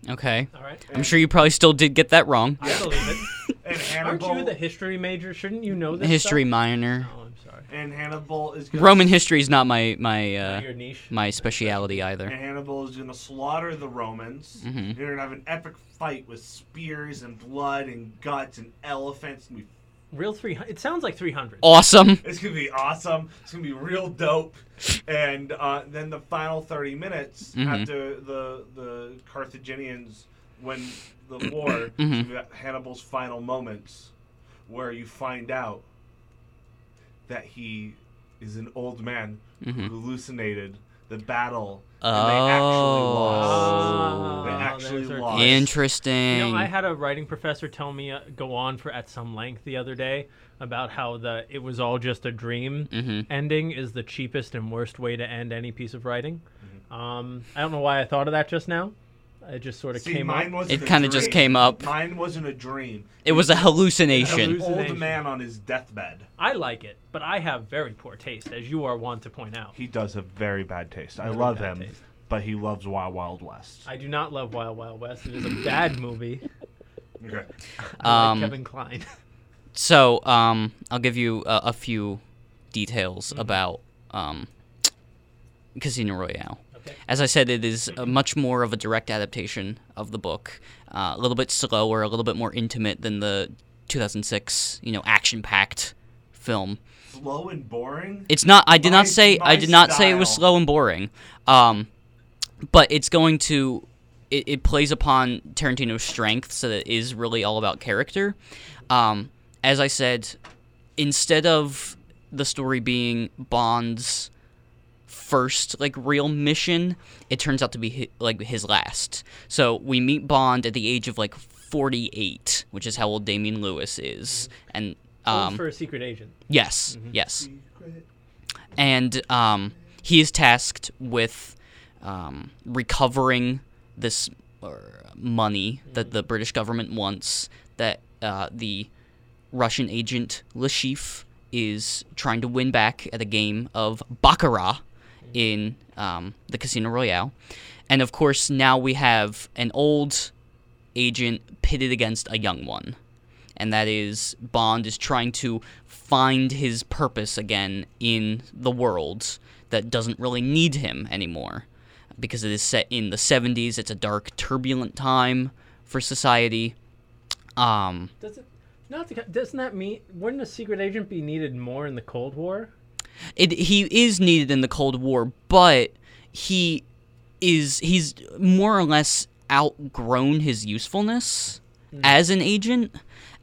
Speaker 1: Okay.
Speaker 3: All right.
Speaker 1: I'm sure you probably still did get that wrong.
Speaker 3: I believe it.
Speaker 2: and
Speaker 3: Aren't
Speaker 2: Hannibal.
Speaker 3: you the history major? Shouldn't you know this?
Speaker 1: History
Speaker 3: Stuff?
Speaker 1: minor.
Speaker 3: Oh, I'm sorry.
Speaker 2: and Hannibal is gonna,
Speaker 1: Roman history is not my my uh,
Speaker 3: Your niche.
Speaker 1: my speciality either.
Speaker 2: And Hannibal is gonna slaughter the Romans.
Speaker 1: Mhm.
Speaker 2: You're gonna have an epic fight with spears and blood and guts and elephants. And we
Speaker 3: Real three. It sounds like 300.
Speaker 1: Oh, Awesome.
Speaker 2: It's gonna be awesome. It's gonna be real dope. And uh, then the final thirty minutes
Speaker 1: Mhm.
Speaker 2: after the the Carthaginians win the
Speaker 1: Mm-hmm.
Speaker 2: war, it's gonna be about Hannibal's final moments, where you find out that he is an old man
Speaker 1: Mhm.
Speaker 2: who hallucinated the battle, and they actually lost.
Speaker 1: Oh.
Speaker 2: They actually
Speaker 3: there's our-
Speaker 2: lost.
Speaker 1: Interesting.
Speaker 3: You know, I had a writing professor tell me uh, go on for at some length the other day about how the it was all just a dream
Speaker 1: Mhm.
Speaker 3: ending is the cheapest and worst way to end any piece of writing. Um, I don't know why I thought of that just now. It just sort of
Speaker 2: See,
Speaker 3: came
Speaker 2: mine
Speaker 3: up.
Speaker 2: wasn't
Speaker 1: it
Speaker 2: a
Speaker 1: kind of just
Speaker 2: dream.
Speaker 1: came up.
Speaker 2: Mine wasn't a dream.
Speaker 1: It was a hallucination.
Speaker 2: Old
Speaker 3: Halluc- Hallucination.
Speaker 2: man on his deathbed.
Speaker 3: I like it, but I have very poor taste, as you are wont to point out.
Speaker 2: He does have very bad taste. I
Speaker 3: Very
Speaker 2: love
Speaker 3: bad
Speaker 2: him,
Speaker 3: taste.
Speaker 2: but he loves Wild Wild West.
Speaker 3: I do not love Wild Wild West. It is a bad movie.
Speaker 2: Okay.
Speaker 3: I like
Speaker 1: Um,
Speaker 3: Kevin Klein.
Speaker 1: So, um, I'll give you a, a few details about um, Casino Royale.
Speaker 3: Okay.
Speaker 1: As I said, it is a much more of a direct adaptation of the book, uh, a little bit slower, a little bit more intimate than the 2006, you know, action-packed film.
Speaker 2: Slow and boring.
Speaker 1: It's not. I did
Speaker 2: My-
Speaker 1: not say.
Speaker 2: my
Speaker 1: I did not say it was
Speaker 2: style.
Speaker 1: slow and boring. Um, but it's going to. It, it plays upon Tarantino's strength, so that it is really all about character. Um, as I said, instead of the story being Bond's first like real mission, it turns out to be hi- like his last. So we meet Bond at the age of like 48, which is how old Damien Lewis is, and
Speaker 3: Mm-hmm. Old
Speaker 1: um,
Speaker 3: for Mm-hmm. a secret agent.
Speaker 1: yes, yes
Speaker 2: Secret.
Speaker 1: and um, he is tasked with um, recovering this uh, money that the British government wants that uh, the Russian agent Lashif is trying to win back at a game of baccarat in um, the Casino Royale, and of course now we have an old agent pitted against a young one. And that is Bond is trying to find his purpose again in the world that doesn't really need him anymore. Because it is set in the 70s, it's a dark, turbulent time for society. Um,
Speaker 3: Does it? Not to, doesn't that mean wouldn't a secret agent be needed more in the Cold War?
Speaker 1: it, he is needed in the Cold War, but he is he's more or less outgrown his usefulness as an agent,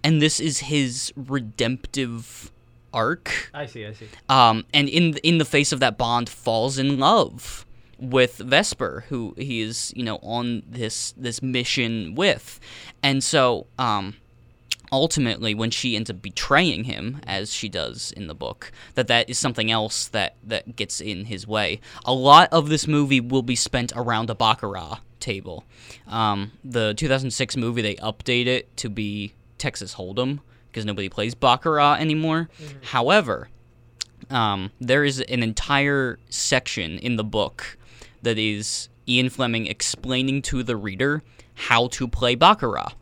Speaker 1: and this is his redemptive arc.
Speaker 3: I see. I see.
Speaker 1: Um, and in in the face of that, Bond falls in love with Vesper, who he is you know on this this mission with, and so um, ultimately, when she ends up betraying him, as she does in the book, that that is something else that that gets in his way. A lot of this movie will be spent around a baccarat table. Um, the 2006 movie they update it to be Texas Hold'em because nobody plays baccarat anymore. However um, there is an entire section in the book that is Ian Fleming explaining to the reader how to play Baccarat.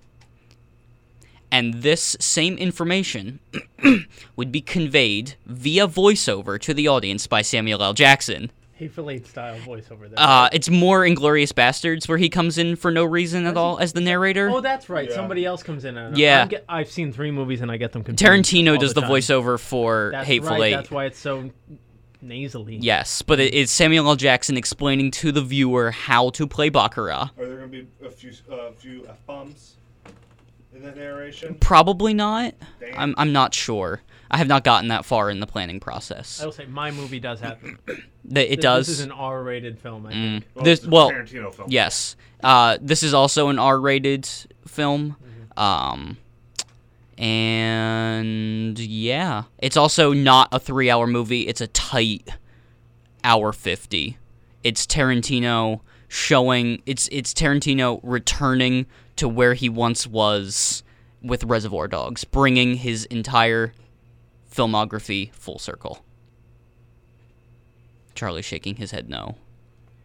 Speaker 1: And this same information would be conveyed via voiceover to the audience by Samuel L. Jackson.
Speaker 3: Hateful Eight style voiceover there.
Speaker 1: Uh, it's more Inglorious Bastards, where he comes in for no reason at all as the narrator.
Speaker 3: oh, that's right. Somebody else comes in. And
Speaker 1: Yeah.
Speaker 3: i get, I've seen three movies and I get them confused. all
Speaker 1: Tarantino does the,
Speaker 3: time.
Speaker 1: voiceover for
Speaker 3: That's
Speaker 1: Hateful
Speaker 3: right,
Speaker 1: Eight.
Speaker 3: That's why it's so nasally.
Speaker 1: Yes, but it, it's Samuel L. Jackson explaining to the viewer how to play Baccarat.
Speaker 2: Are there gonna be a few a few f bombs in the narration?
Speaker 1: Probably not.
Speaker 2: Damn.
Speaker 1: I'm I'm not sure. I have not gotten that far in the planning
Speaker 3: I
Speaker 1: process.
Speaker 3: will say my movie does have.
Speaker 1: That it
Speaker 3: this,
Speaker 1: does.
Speaker 3: This is an R-rated film. I
Speaker 1: Mm.
Speaker 3: think.
Speaker 1: this
Speaker 2: it's a
Speaker 1: well,
Speaker 2: Tarantino film.
Speaker 1: yes. Uh, this is also an R-rated film. Um, and yeah, it's also not a three-hour movie. It's a tight hour fifty. It's Tarantino showing. It's it's Tarantino returning to where he once was with Reservoir Dogs, bringing his entire filmography full circle. Charlie shaking his head no.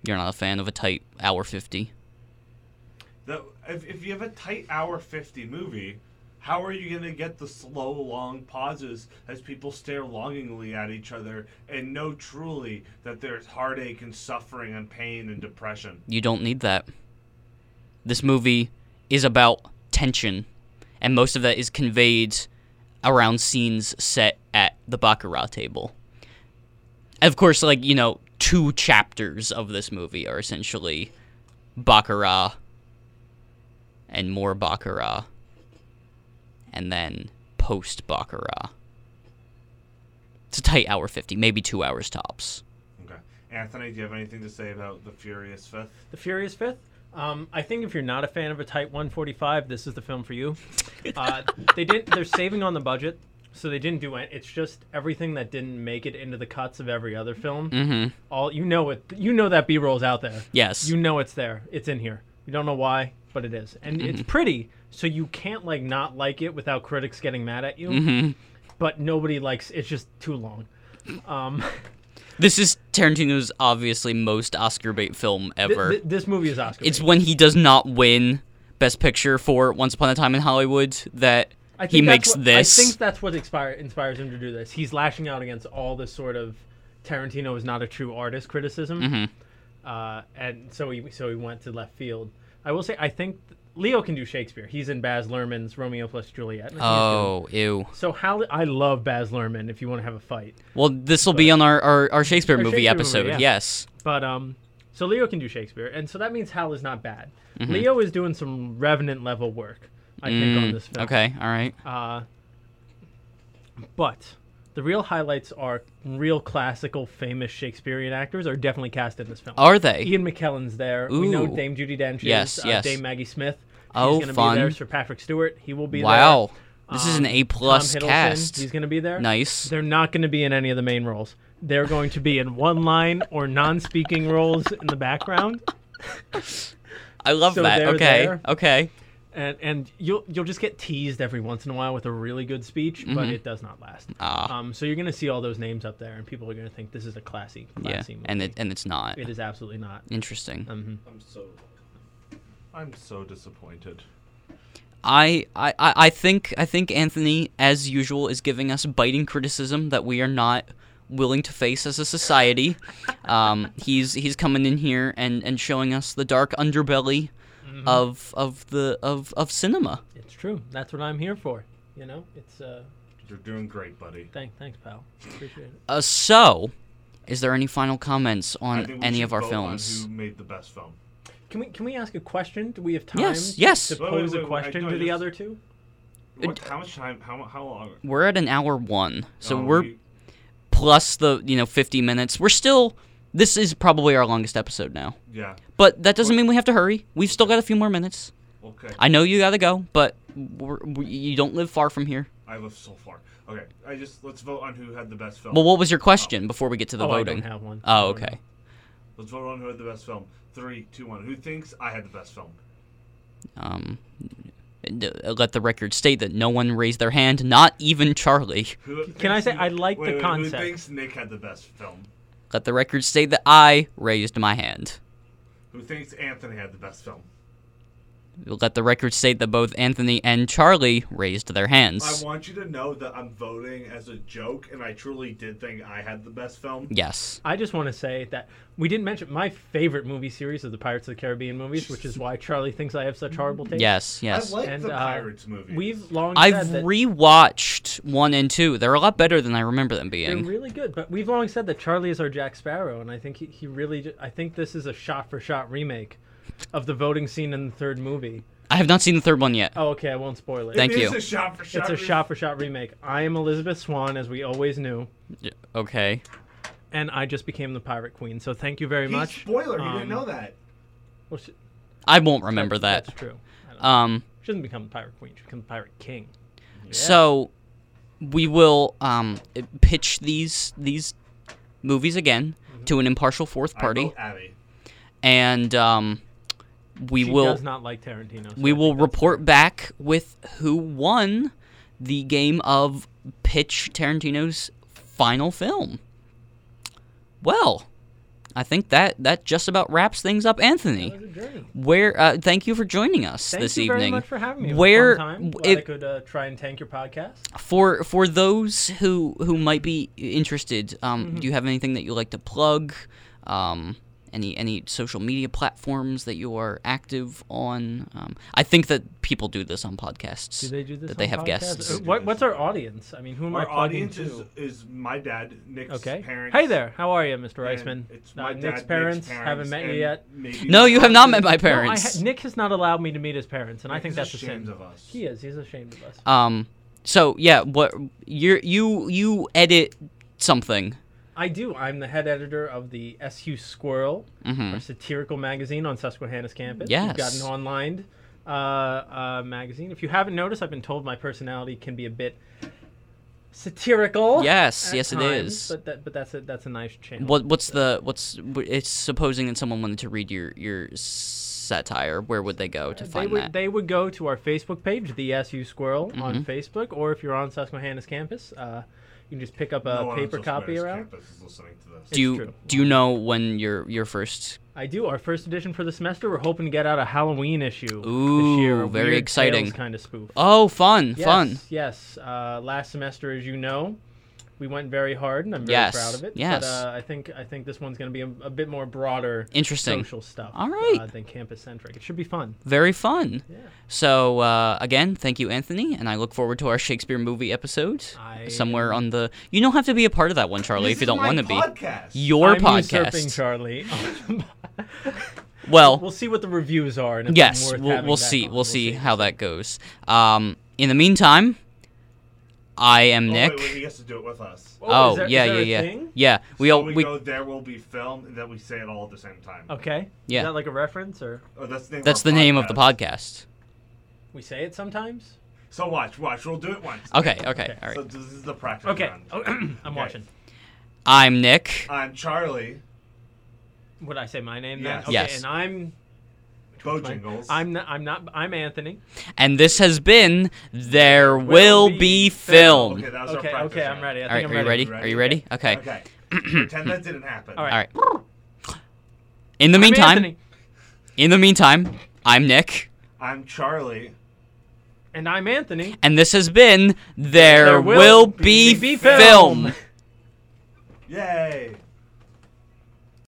Speaker 1: You're not a fan of a tight hour 50.
Speaker 2: The, if, if you have a tight hour 50 movie, how are you going to get the slow, long pauses as people stare longingly at each other and know truly that there's heartache and suffering and pain and depression?
Speaker 1: You don't need that. This movie is about tension, and most of that is conveyed around scenes set at the Baccarat table. And of course, like, you know, two chapters of this movie are essentially Baccarat and more Baccarat, and then post Baccarat. It's a tight hour 50, maybe two hours tops.
Speaker 2: Okay. Anthony, do you have anything to say about The Furious Fifth?
Speaker 3: The Furious Fifth. Um, I think if you're not a fan of a Type 145, this is the film for you. Uh, they didn't. They're saving on the budget, so they didn't do it. It's just everything that didn't make it into the cuts of every other film.
Speaker 1: Mm hmm.
Speaker 3: All you know it. You know that B-roll's out there.
Speaker 1: Yes.
Speaker 3: You know it's there. It's in here. You don't know why, but it is, and it's
Speaker 1: Mm-hmm.
Speaker 3: pretty. So you can't like not like it without critics getting mad at you.
Speaker 1: hmm.
Speaker 3: But nobody likes. It's just too long. Um,
Speaker 1: This is Tarantino's obviously most Oscar bait film
Speaker 3: th-
Speaker 1: ever.
Speaker 3: th- this movie is Oscar.
Speaker 1: it's when he does not win Best Picture for Once Upon a Time in Hollywood that
Speaker 3: I
Speaker 1: he
Speaker 3: think that's
Speaker 1: makes
Speaker 3: what-
Speaker 1: this.
Speaker 3: I think that's what expire, inspires him to do this. He's lashing out against all this sort of Tarantino is not a true artist criticism,
Speaker 1: Mm-hmm.
Speaker 3: uh, and so he so he went to left field. I will say I think Leo can do Shakespeare. He's in Baz Luhrmann's Romeo plus Juliet. and I think he's good.
Speaker 1: Oh, ew.
Speaker 3: So how I love Baz Luhrmann. If you want to have a fight,
Speaker 1: Well, this will be on our, our, our Shakespeare
Speaker 3: Our
Speaker 1: movie
Speaker 3: Shakespeare movie,
Speaker 1: episode.
Speaker 3: yeah.
Speaker 1: Yes.
Speaker 3: but um, so Leo can do Shakespeare, and so that means Hal is not bad.
Speaker 1: Mm-hmm.
Speaker 3: Leo is doing some Revenant level work. I think on
Speaker 1: Mm,
Speaker 3: this film.
Speaker 1: Okay, all right.
Speaker 3: Uh, but the real highlights are real classical, famous Shakespearean actors are definitely cast in this film.
Speaker 1: Are they?
Speaker 3: Ian McKellen's there. We know
Speaker 1: Ooh.
Speaker 3: Dame Judy Dench.
Speaker 1: Yes,
Speaker 3: is,
Speaker 1: yes.
Speaker 3: Uh, Dame Maggie Smith. She's
Speaker 1: Oh,
Speaker 3: gonna
Speaker 1: fun.
Speaker 3: be there. Sir Patrick Stewart. He will be there.
Speaker 1: wow. This is an
Speaker 3: Um,
Speaker 1: A plus
Speaker 3: Tom Hiddleston,
Speaker 1: cast.
Speaker 3: He's going to be there.
Speaker 1: Nice.
Speaker 3: They're not going to be in any of the main roles. They're going to be in one line or non speaking roles in the background.
Speaker 1: I love
Speaker 3: so
Speaker 1: that.
Speaker 3: they're
Speaker 1: Okay.
Speaker 3: there.
Speaker 1: Okay.
Speaker 3: and and you'll you'll just get teased every once in a while with a really good speech, but it does not last.
Speaker 1: Mm-hmm. Ah.
Speaker 3: Um, so you're gonna see all those names up there, and people are gonna think this is a classy,
Speaker 1: Yeah.
Speaker 3: classy movie.
Speaker 1: And it and it's not.
Speaker 3: it is absolutely not.
Speaker 1: Interesting.
Speaker 3: Mhm.
Speaker 2: I'm so. I'm so disappointed.
Speaker 1: I, I, I I think I think Anthony, as usual, is giving us biting criticism that we are not willing to face as a society. Um, he's he's coming in here and, and showing us the dark underbelly of of the of, of cinema.
Speaker 3: It's true. That's what I'm here for. You know, it's uh,
Speaker 2: You're doing great, buddy.
Speaker 3: thank, thanks, pal. Appreciate it.
Speaker 1: Uh, so, is there any final comments
Speaker 2: I
Speaker 1: on
Speaker 2: think we
Speaker 1: any
Speaker 2: should
Speaker 1: of our
Speaker 2: vote on
Speaker 1: films?
Speaker 2: who made the best film?
Speaker 3: Can we can we ask a question? Do we have time?
Speaker 1: Yes,
Speaker 3: to-
Speaker 1: yes.
Speaker 3: To
Speaker 2: Wait, wait,
Speaker 3: pose
Speaker 2: wait,
Speaker 3: a
Speaker 2: wait,
Speaker 3: question
Speaker 2: no,
Speaker 3: to the
Speaker 2: just-
Speaker 3: other two.
Speaker 2: What, how much time? How how long?
Speaker 1: We're at an hour one, so
Speaker 2: Oh,
Speaker 1: we're
Speaker 2: we-
Speaker 1: plus the you know fifty minutes. We're still. This is probably our longest episode now,
Speaker 2: yeah.
Speaker 1: but that doesn't mean we have to hurry. We've still got a few more minutes.
Speaker 2: Okay.
Speaker 1: I know you gotta go, but we're, we, you don't live far from here.
Speaker 2: I live so far. Okay. I just let's vote on who had the best film.
Speaker 1: Well, what was your question before we get to the
Speaker 3: oh,
Speaker 1: voting?
Speaker 3: I don't have one.
Speaker 1: Oh,
Speaker 3: I don't
Speaker 1: okay.
Speaker 2: Let's vote on who had the best film. Three, two, one. Who thinks I had the best film?
Speaker 1: Um, d- uh, let the record state that no one raised their hand, not even Charlie.
Speaker 2: Who
Speaker 3: can I
Speaker 2: thinks
Speaker 3: say
Speaker 2: Nick-
Speaker 3: I like
Speaker 2: wait,
Speaker 3: the
Speaker 2: wait,
Speaker 3: concept.
Speaker 2: Who thinks Nick had the best film?
Speaker 1: Let the record state that I raised my hand.
Speaker 2: Who thinks Anthony had the best film?
Speaker 1: Let the record state that both Anthony and Charlie raised their
Speaker 2: I
Speaker 1: hands.
Speaker 2: want you to know that I'm voting as a joke, and I truly did think I had the best film.
Speaker 1: Yes.
Speaker 3: I just want to say that we didn't mention my favorite movie series of the Pirates of the Caribbean movies, which is why Charlie thinks I have such horrible taste.
Speaker 1: Yes.
Speaker 2: I
Speaker 1: Yes.
Speaker 2: like
Speaker 3: And,
Speaker 2: the
Speaker 3: uh,
Speaker 2: Pirates movie.
Speaker 3: We've long
Speaker 1: I've
Speaker 3: said that
Speaker 1: rewatched one and two. They're a lot better than I remember them
Speaker 3: they're
Speaker 1: being.
Speaker 3: really good, but we've long said that Charlie is our Jack Sparrow, and I think he, he really ju- I think this is a shot for shot remake of the voting scene in the third movie.
Speaker 1: I have not seen the third one yet.
Speaker 3: Oh, okay, I won't spoil it.
Speaker 1: Thank
Speaker 2: It is
Speaker 1: you.
Speaker 2: a shot for shot.
Speaker 3: it's a
Speaker 2: review.
Speaker 3: shot for shot remake. I am Elizabeth Swan, as we always knew, Oh.
Speaker 1: Okay.
Speaker 3: and I just became the pirate queen. So thank you very
Speaker 2: He's
Speaker 3: much.
Speaker 2: Spoiler. He
Speaker 3: Um,
Speaker 2: didn't know that.
Speaker 3: Well, she-
Speaker 1: I won't remember
Speaker 3: that's-
Speaker 1: that.
Speaker 3: That's true. I don't know.
Speaker 1: Um.
Speaker 3: she doesn't become the pirate queen. She becomes the pirate king.
Speaker 1: So we will um, pitch these these movies again
Speaker 3: Mm-hmm.
Speaker 1: to an impartial fourth
Speaker 2: I
Speaker 1: party,
Speaker 2: vote Abby.
Speaker 1: and um, we
Speaker 3: She
Speaker 1: will
Speaker 3: does not like Tarantino. so
Speaker 1: we
Speaker 3: I
Speaker 1: will
Speaker 3: think that's-
Speaker 1: report back with who won the game of pitch Tarantino's final film. Well, I think that that just about wraps things up, Anthony.
Speaker 3: That was a journey.
Speaker 1: Where uh, thank you for joining us
Speaker 3: Thank
Speaker 1: this
Speaker 3: you
Speaker 1: evening.
Speaker 3: very much for having me. It was a
Speaker 1: Where
Speaker 3: fun time. Glad I
Speaker 1: if-
Speaker 3: could uh, try and tank your podcast.
Speaker 1: for for those who who might be interested um,
Speaker 3: Mm-hmm.
Speaker 1: do you have anything that you like to plug um, any any social media platforms that you are active on um, i think that people do this on podcasts
Speaker 3: Do they do this?
Speaker 1: that they
Speaker 3: on
Speaker 1: have
Speaker 3: podcasts?
Speaker 1: guests
Speaker 3: Uh, What, what's our audience? I mean, who am I
Speaker 2: Our
Speaker 3: plugging
Speaker 2: audience is,
Speaker 3: to?
Speaker 2: is my dad, Nick's
Speaker 3: okay.
Speaker 2: parents.
Speaker 3: Hey there. How are you, Mr.
Speaker 2: and
Speaker 3: Reisman?
Speaker 2: It's
Speaker 3: Uh,
Speaker 2: my
Speaker 3: Nick's
Speaker 2: dad,
Speaker 3: parents, haven't met you
Speaker 2: and
Speaker 3: yet.
Speaker 2: maybe
Speaker 1: no
Speaker 2: my
Speaker 1: you have not met
Speaker 2: cousin.
Speaker 1: my
Speaker 2: Nick
Speaker 3: No, I ha-
Speaker 1: parents
Speaker 3: Nick has not allowed me to meet his parents, and I think
Speaker 2: is
Speaker 3: that's a
Speaker 2: ashamed
Speaker 3: sin.
Speaker 2: of us.
Speaker 3: He is. He's ashamed of us.
Speaker 1: um so yeah what you you you edit something
Speaker 3: I do. I'm the head editor of the SU Squirrel, our satirical magazine on Susquehanna's campus. We've got
Speaker 1: Mm-hmm. Yes.
Speaker 3: an online uh, uh, magazine. If you haven't noticed, I've been told my personality can be a bit satirical.
Speaker 1: Yes,
Speaker 3: at
Speaker 1: yes, it
Speaker 3: times,
Speaker 1: is.
Speaker 3: But that, but that's a that's a nice channel.
Speaker 1: what what's the what's it's supposing that someone wanted to read your your satire where would they go to
Speaker 3: they
Speaker 1: find
Speaker 3: would
Speaker 1: that Mm-hmm.
Speaker 3: they would go to our Facebook page, the SU Squirrel on Facebook, or if you're on Susquehanna's campus, uh, you can just pick up a
Speaker 2: No one on
Speaker 3: paper copy
Speaker 2: Susquehanna's
Speaker 3: around.
Speaker 2: campus is listening to this.
Speaker 1: do you
Speaker 3: true.
Speaker 1: do you know when your your first
Speaker 3: I do. Our first edition for the semester, we're hoping to get out a Halloween issue
Speaker 1: Ooh,
Speaker 3: this year. a
Speaker 1: very
Speaker 3: weird
Speaker 1: exciting.
Speaker 3: Tales kind of spoof.
Speaker 1: Oh, fun,
Speaker 3: yes,
Speaker 1: fun.
Speaker 3: Yes. Uh, last semester, as you know, we went very hard, and I'm very
Speaker 1: Yes,
Speaker 3: proud of it.
Speaker 1: yes.
Speaker 3: But uh, I think I think this one's going to be a, a bit more broader,
Speaker 1: Interesting.
Speaker 3: social stuff.
Speaker 1: All right.
Speaker 3: Uh, than campus centric. It should be fun.
Speaker 1: Very fun.
Speaker 3: Yeah.
Speaker 1: So, uh, again, thank you, Anthony, and I look forward to our Shakespeare movie episode
Speaker 3: I
Speaker 1: somewhere on the. You don't have to be a part of that one, Charlie, if
Speaker 2: This
Speaker 1: you
Speaker 2: is
Speaker 1: don't
Speaker 2: my
Speaker 1: want to be.
Speaker 2: podcast.
Speaker 1: Your
Speaker 3: I'm usurping
Speaker 1: podcast.
Speaker 3: Charlie.
Speaker 1: Well,
Speaker 3: we'll see what the reviews are. And if
Speaker 1: yes,
Speaker 3: it's worth
Speaker 1: we'll,
Speaker 3: having
Speaker 1: we'll
Speaker 3: back
Speaker 1: see.
Speaker 3: on. Oh,
Speaker 1: We'll, see how that goes. Um, in the meantime, I am
Speaker 2: Oh,
Speaker 1: Nick.
Speaker 2: Wait, wait, he has to do it with us.
Speaker 1: Oh,
Speaker 3: is there- is
Speaker 1: yeah,
Speaker 3: there a
Speaker 1: yeah, yeah,
Speaker 3: thing?
Speaker 1: yeah. We
Speaker 2: So
Speaker 1: all
Speaker 2: we,
Speaker 1: we
Speaker 2: go. There will be film, and then we say it all at the same time.
Speaker 3: Okay.
Speaker 1: Yeah.
Speaker 3: Is that like a reference, or
Speaker 2: Oh, that's the name.
Speaker 1: that's
Speaker 2: our
Speaker 1: the name of the
Speaker 2: podcast.
Speaker 1: podcast.
Speaker 3: we say it sometimes?
Speaker 2: So watch, watch. We'll do it once.
Speaker 1: Okay, okay, all right.
Speaker 2: So this is the practice
Speaker 3: Okay. Oh,
Speaker 2: round.
Speaker 3: I'm
Speaker 2: Okay.
Speaker 3: watching.
Speaker 1: I'm Nick.
Speaker 2: I'm Charlie
Speaker 3: Would I say my name
Speaker 2: Yes.
Speaker 3: then? Okay,
Speaker 1: Yes.
Speaker 3: And I'm
Speaker 2: Bojangles.
Speaker 3: I'm not, I'm not I'm Anthony.
Speaker 1: And this has been There Will Be Film.
Speaker 2: Okay, that was our
Speaker 3: Okay,
Speaker 2: practice
Speaker 3: okay, I'm
Speaker 2: round.
Speaker 3: ready. I
Speaker 1: All right,
Speaker 3: think
Speaker 1: are
Speaker 3: I'm
Speaker 1: you ready? Are you ready? Okay.
Speaker 2: Okay. Pretend that didn't happen.
Speaker 3: All right.
Speaker 1: All right. In the
Speaker 3: I'm
Speaker 1: meantime,
Speaker 3: Anthony.
Speaker 1: in the meantime, I'm Nick.
Speaker 2: I'm Charlie.
Speaker 3: And I'm Anthony.
Speaker 1: And this has been There, Will, Be, Film.
Speaker 2: Yay!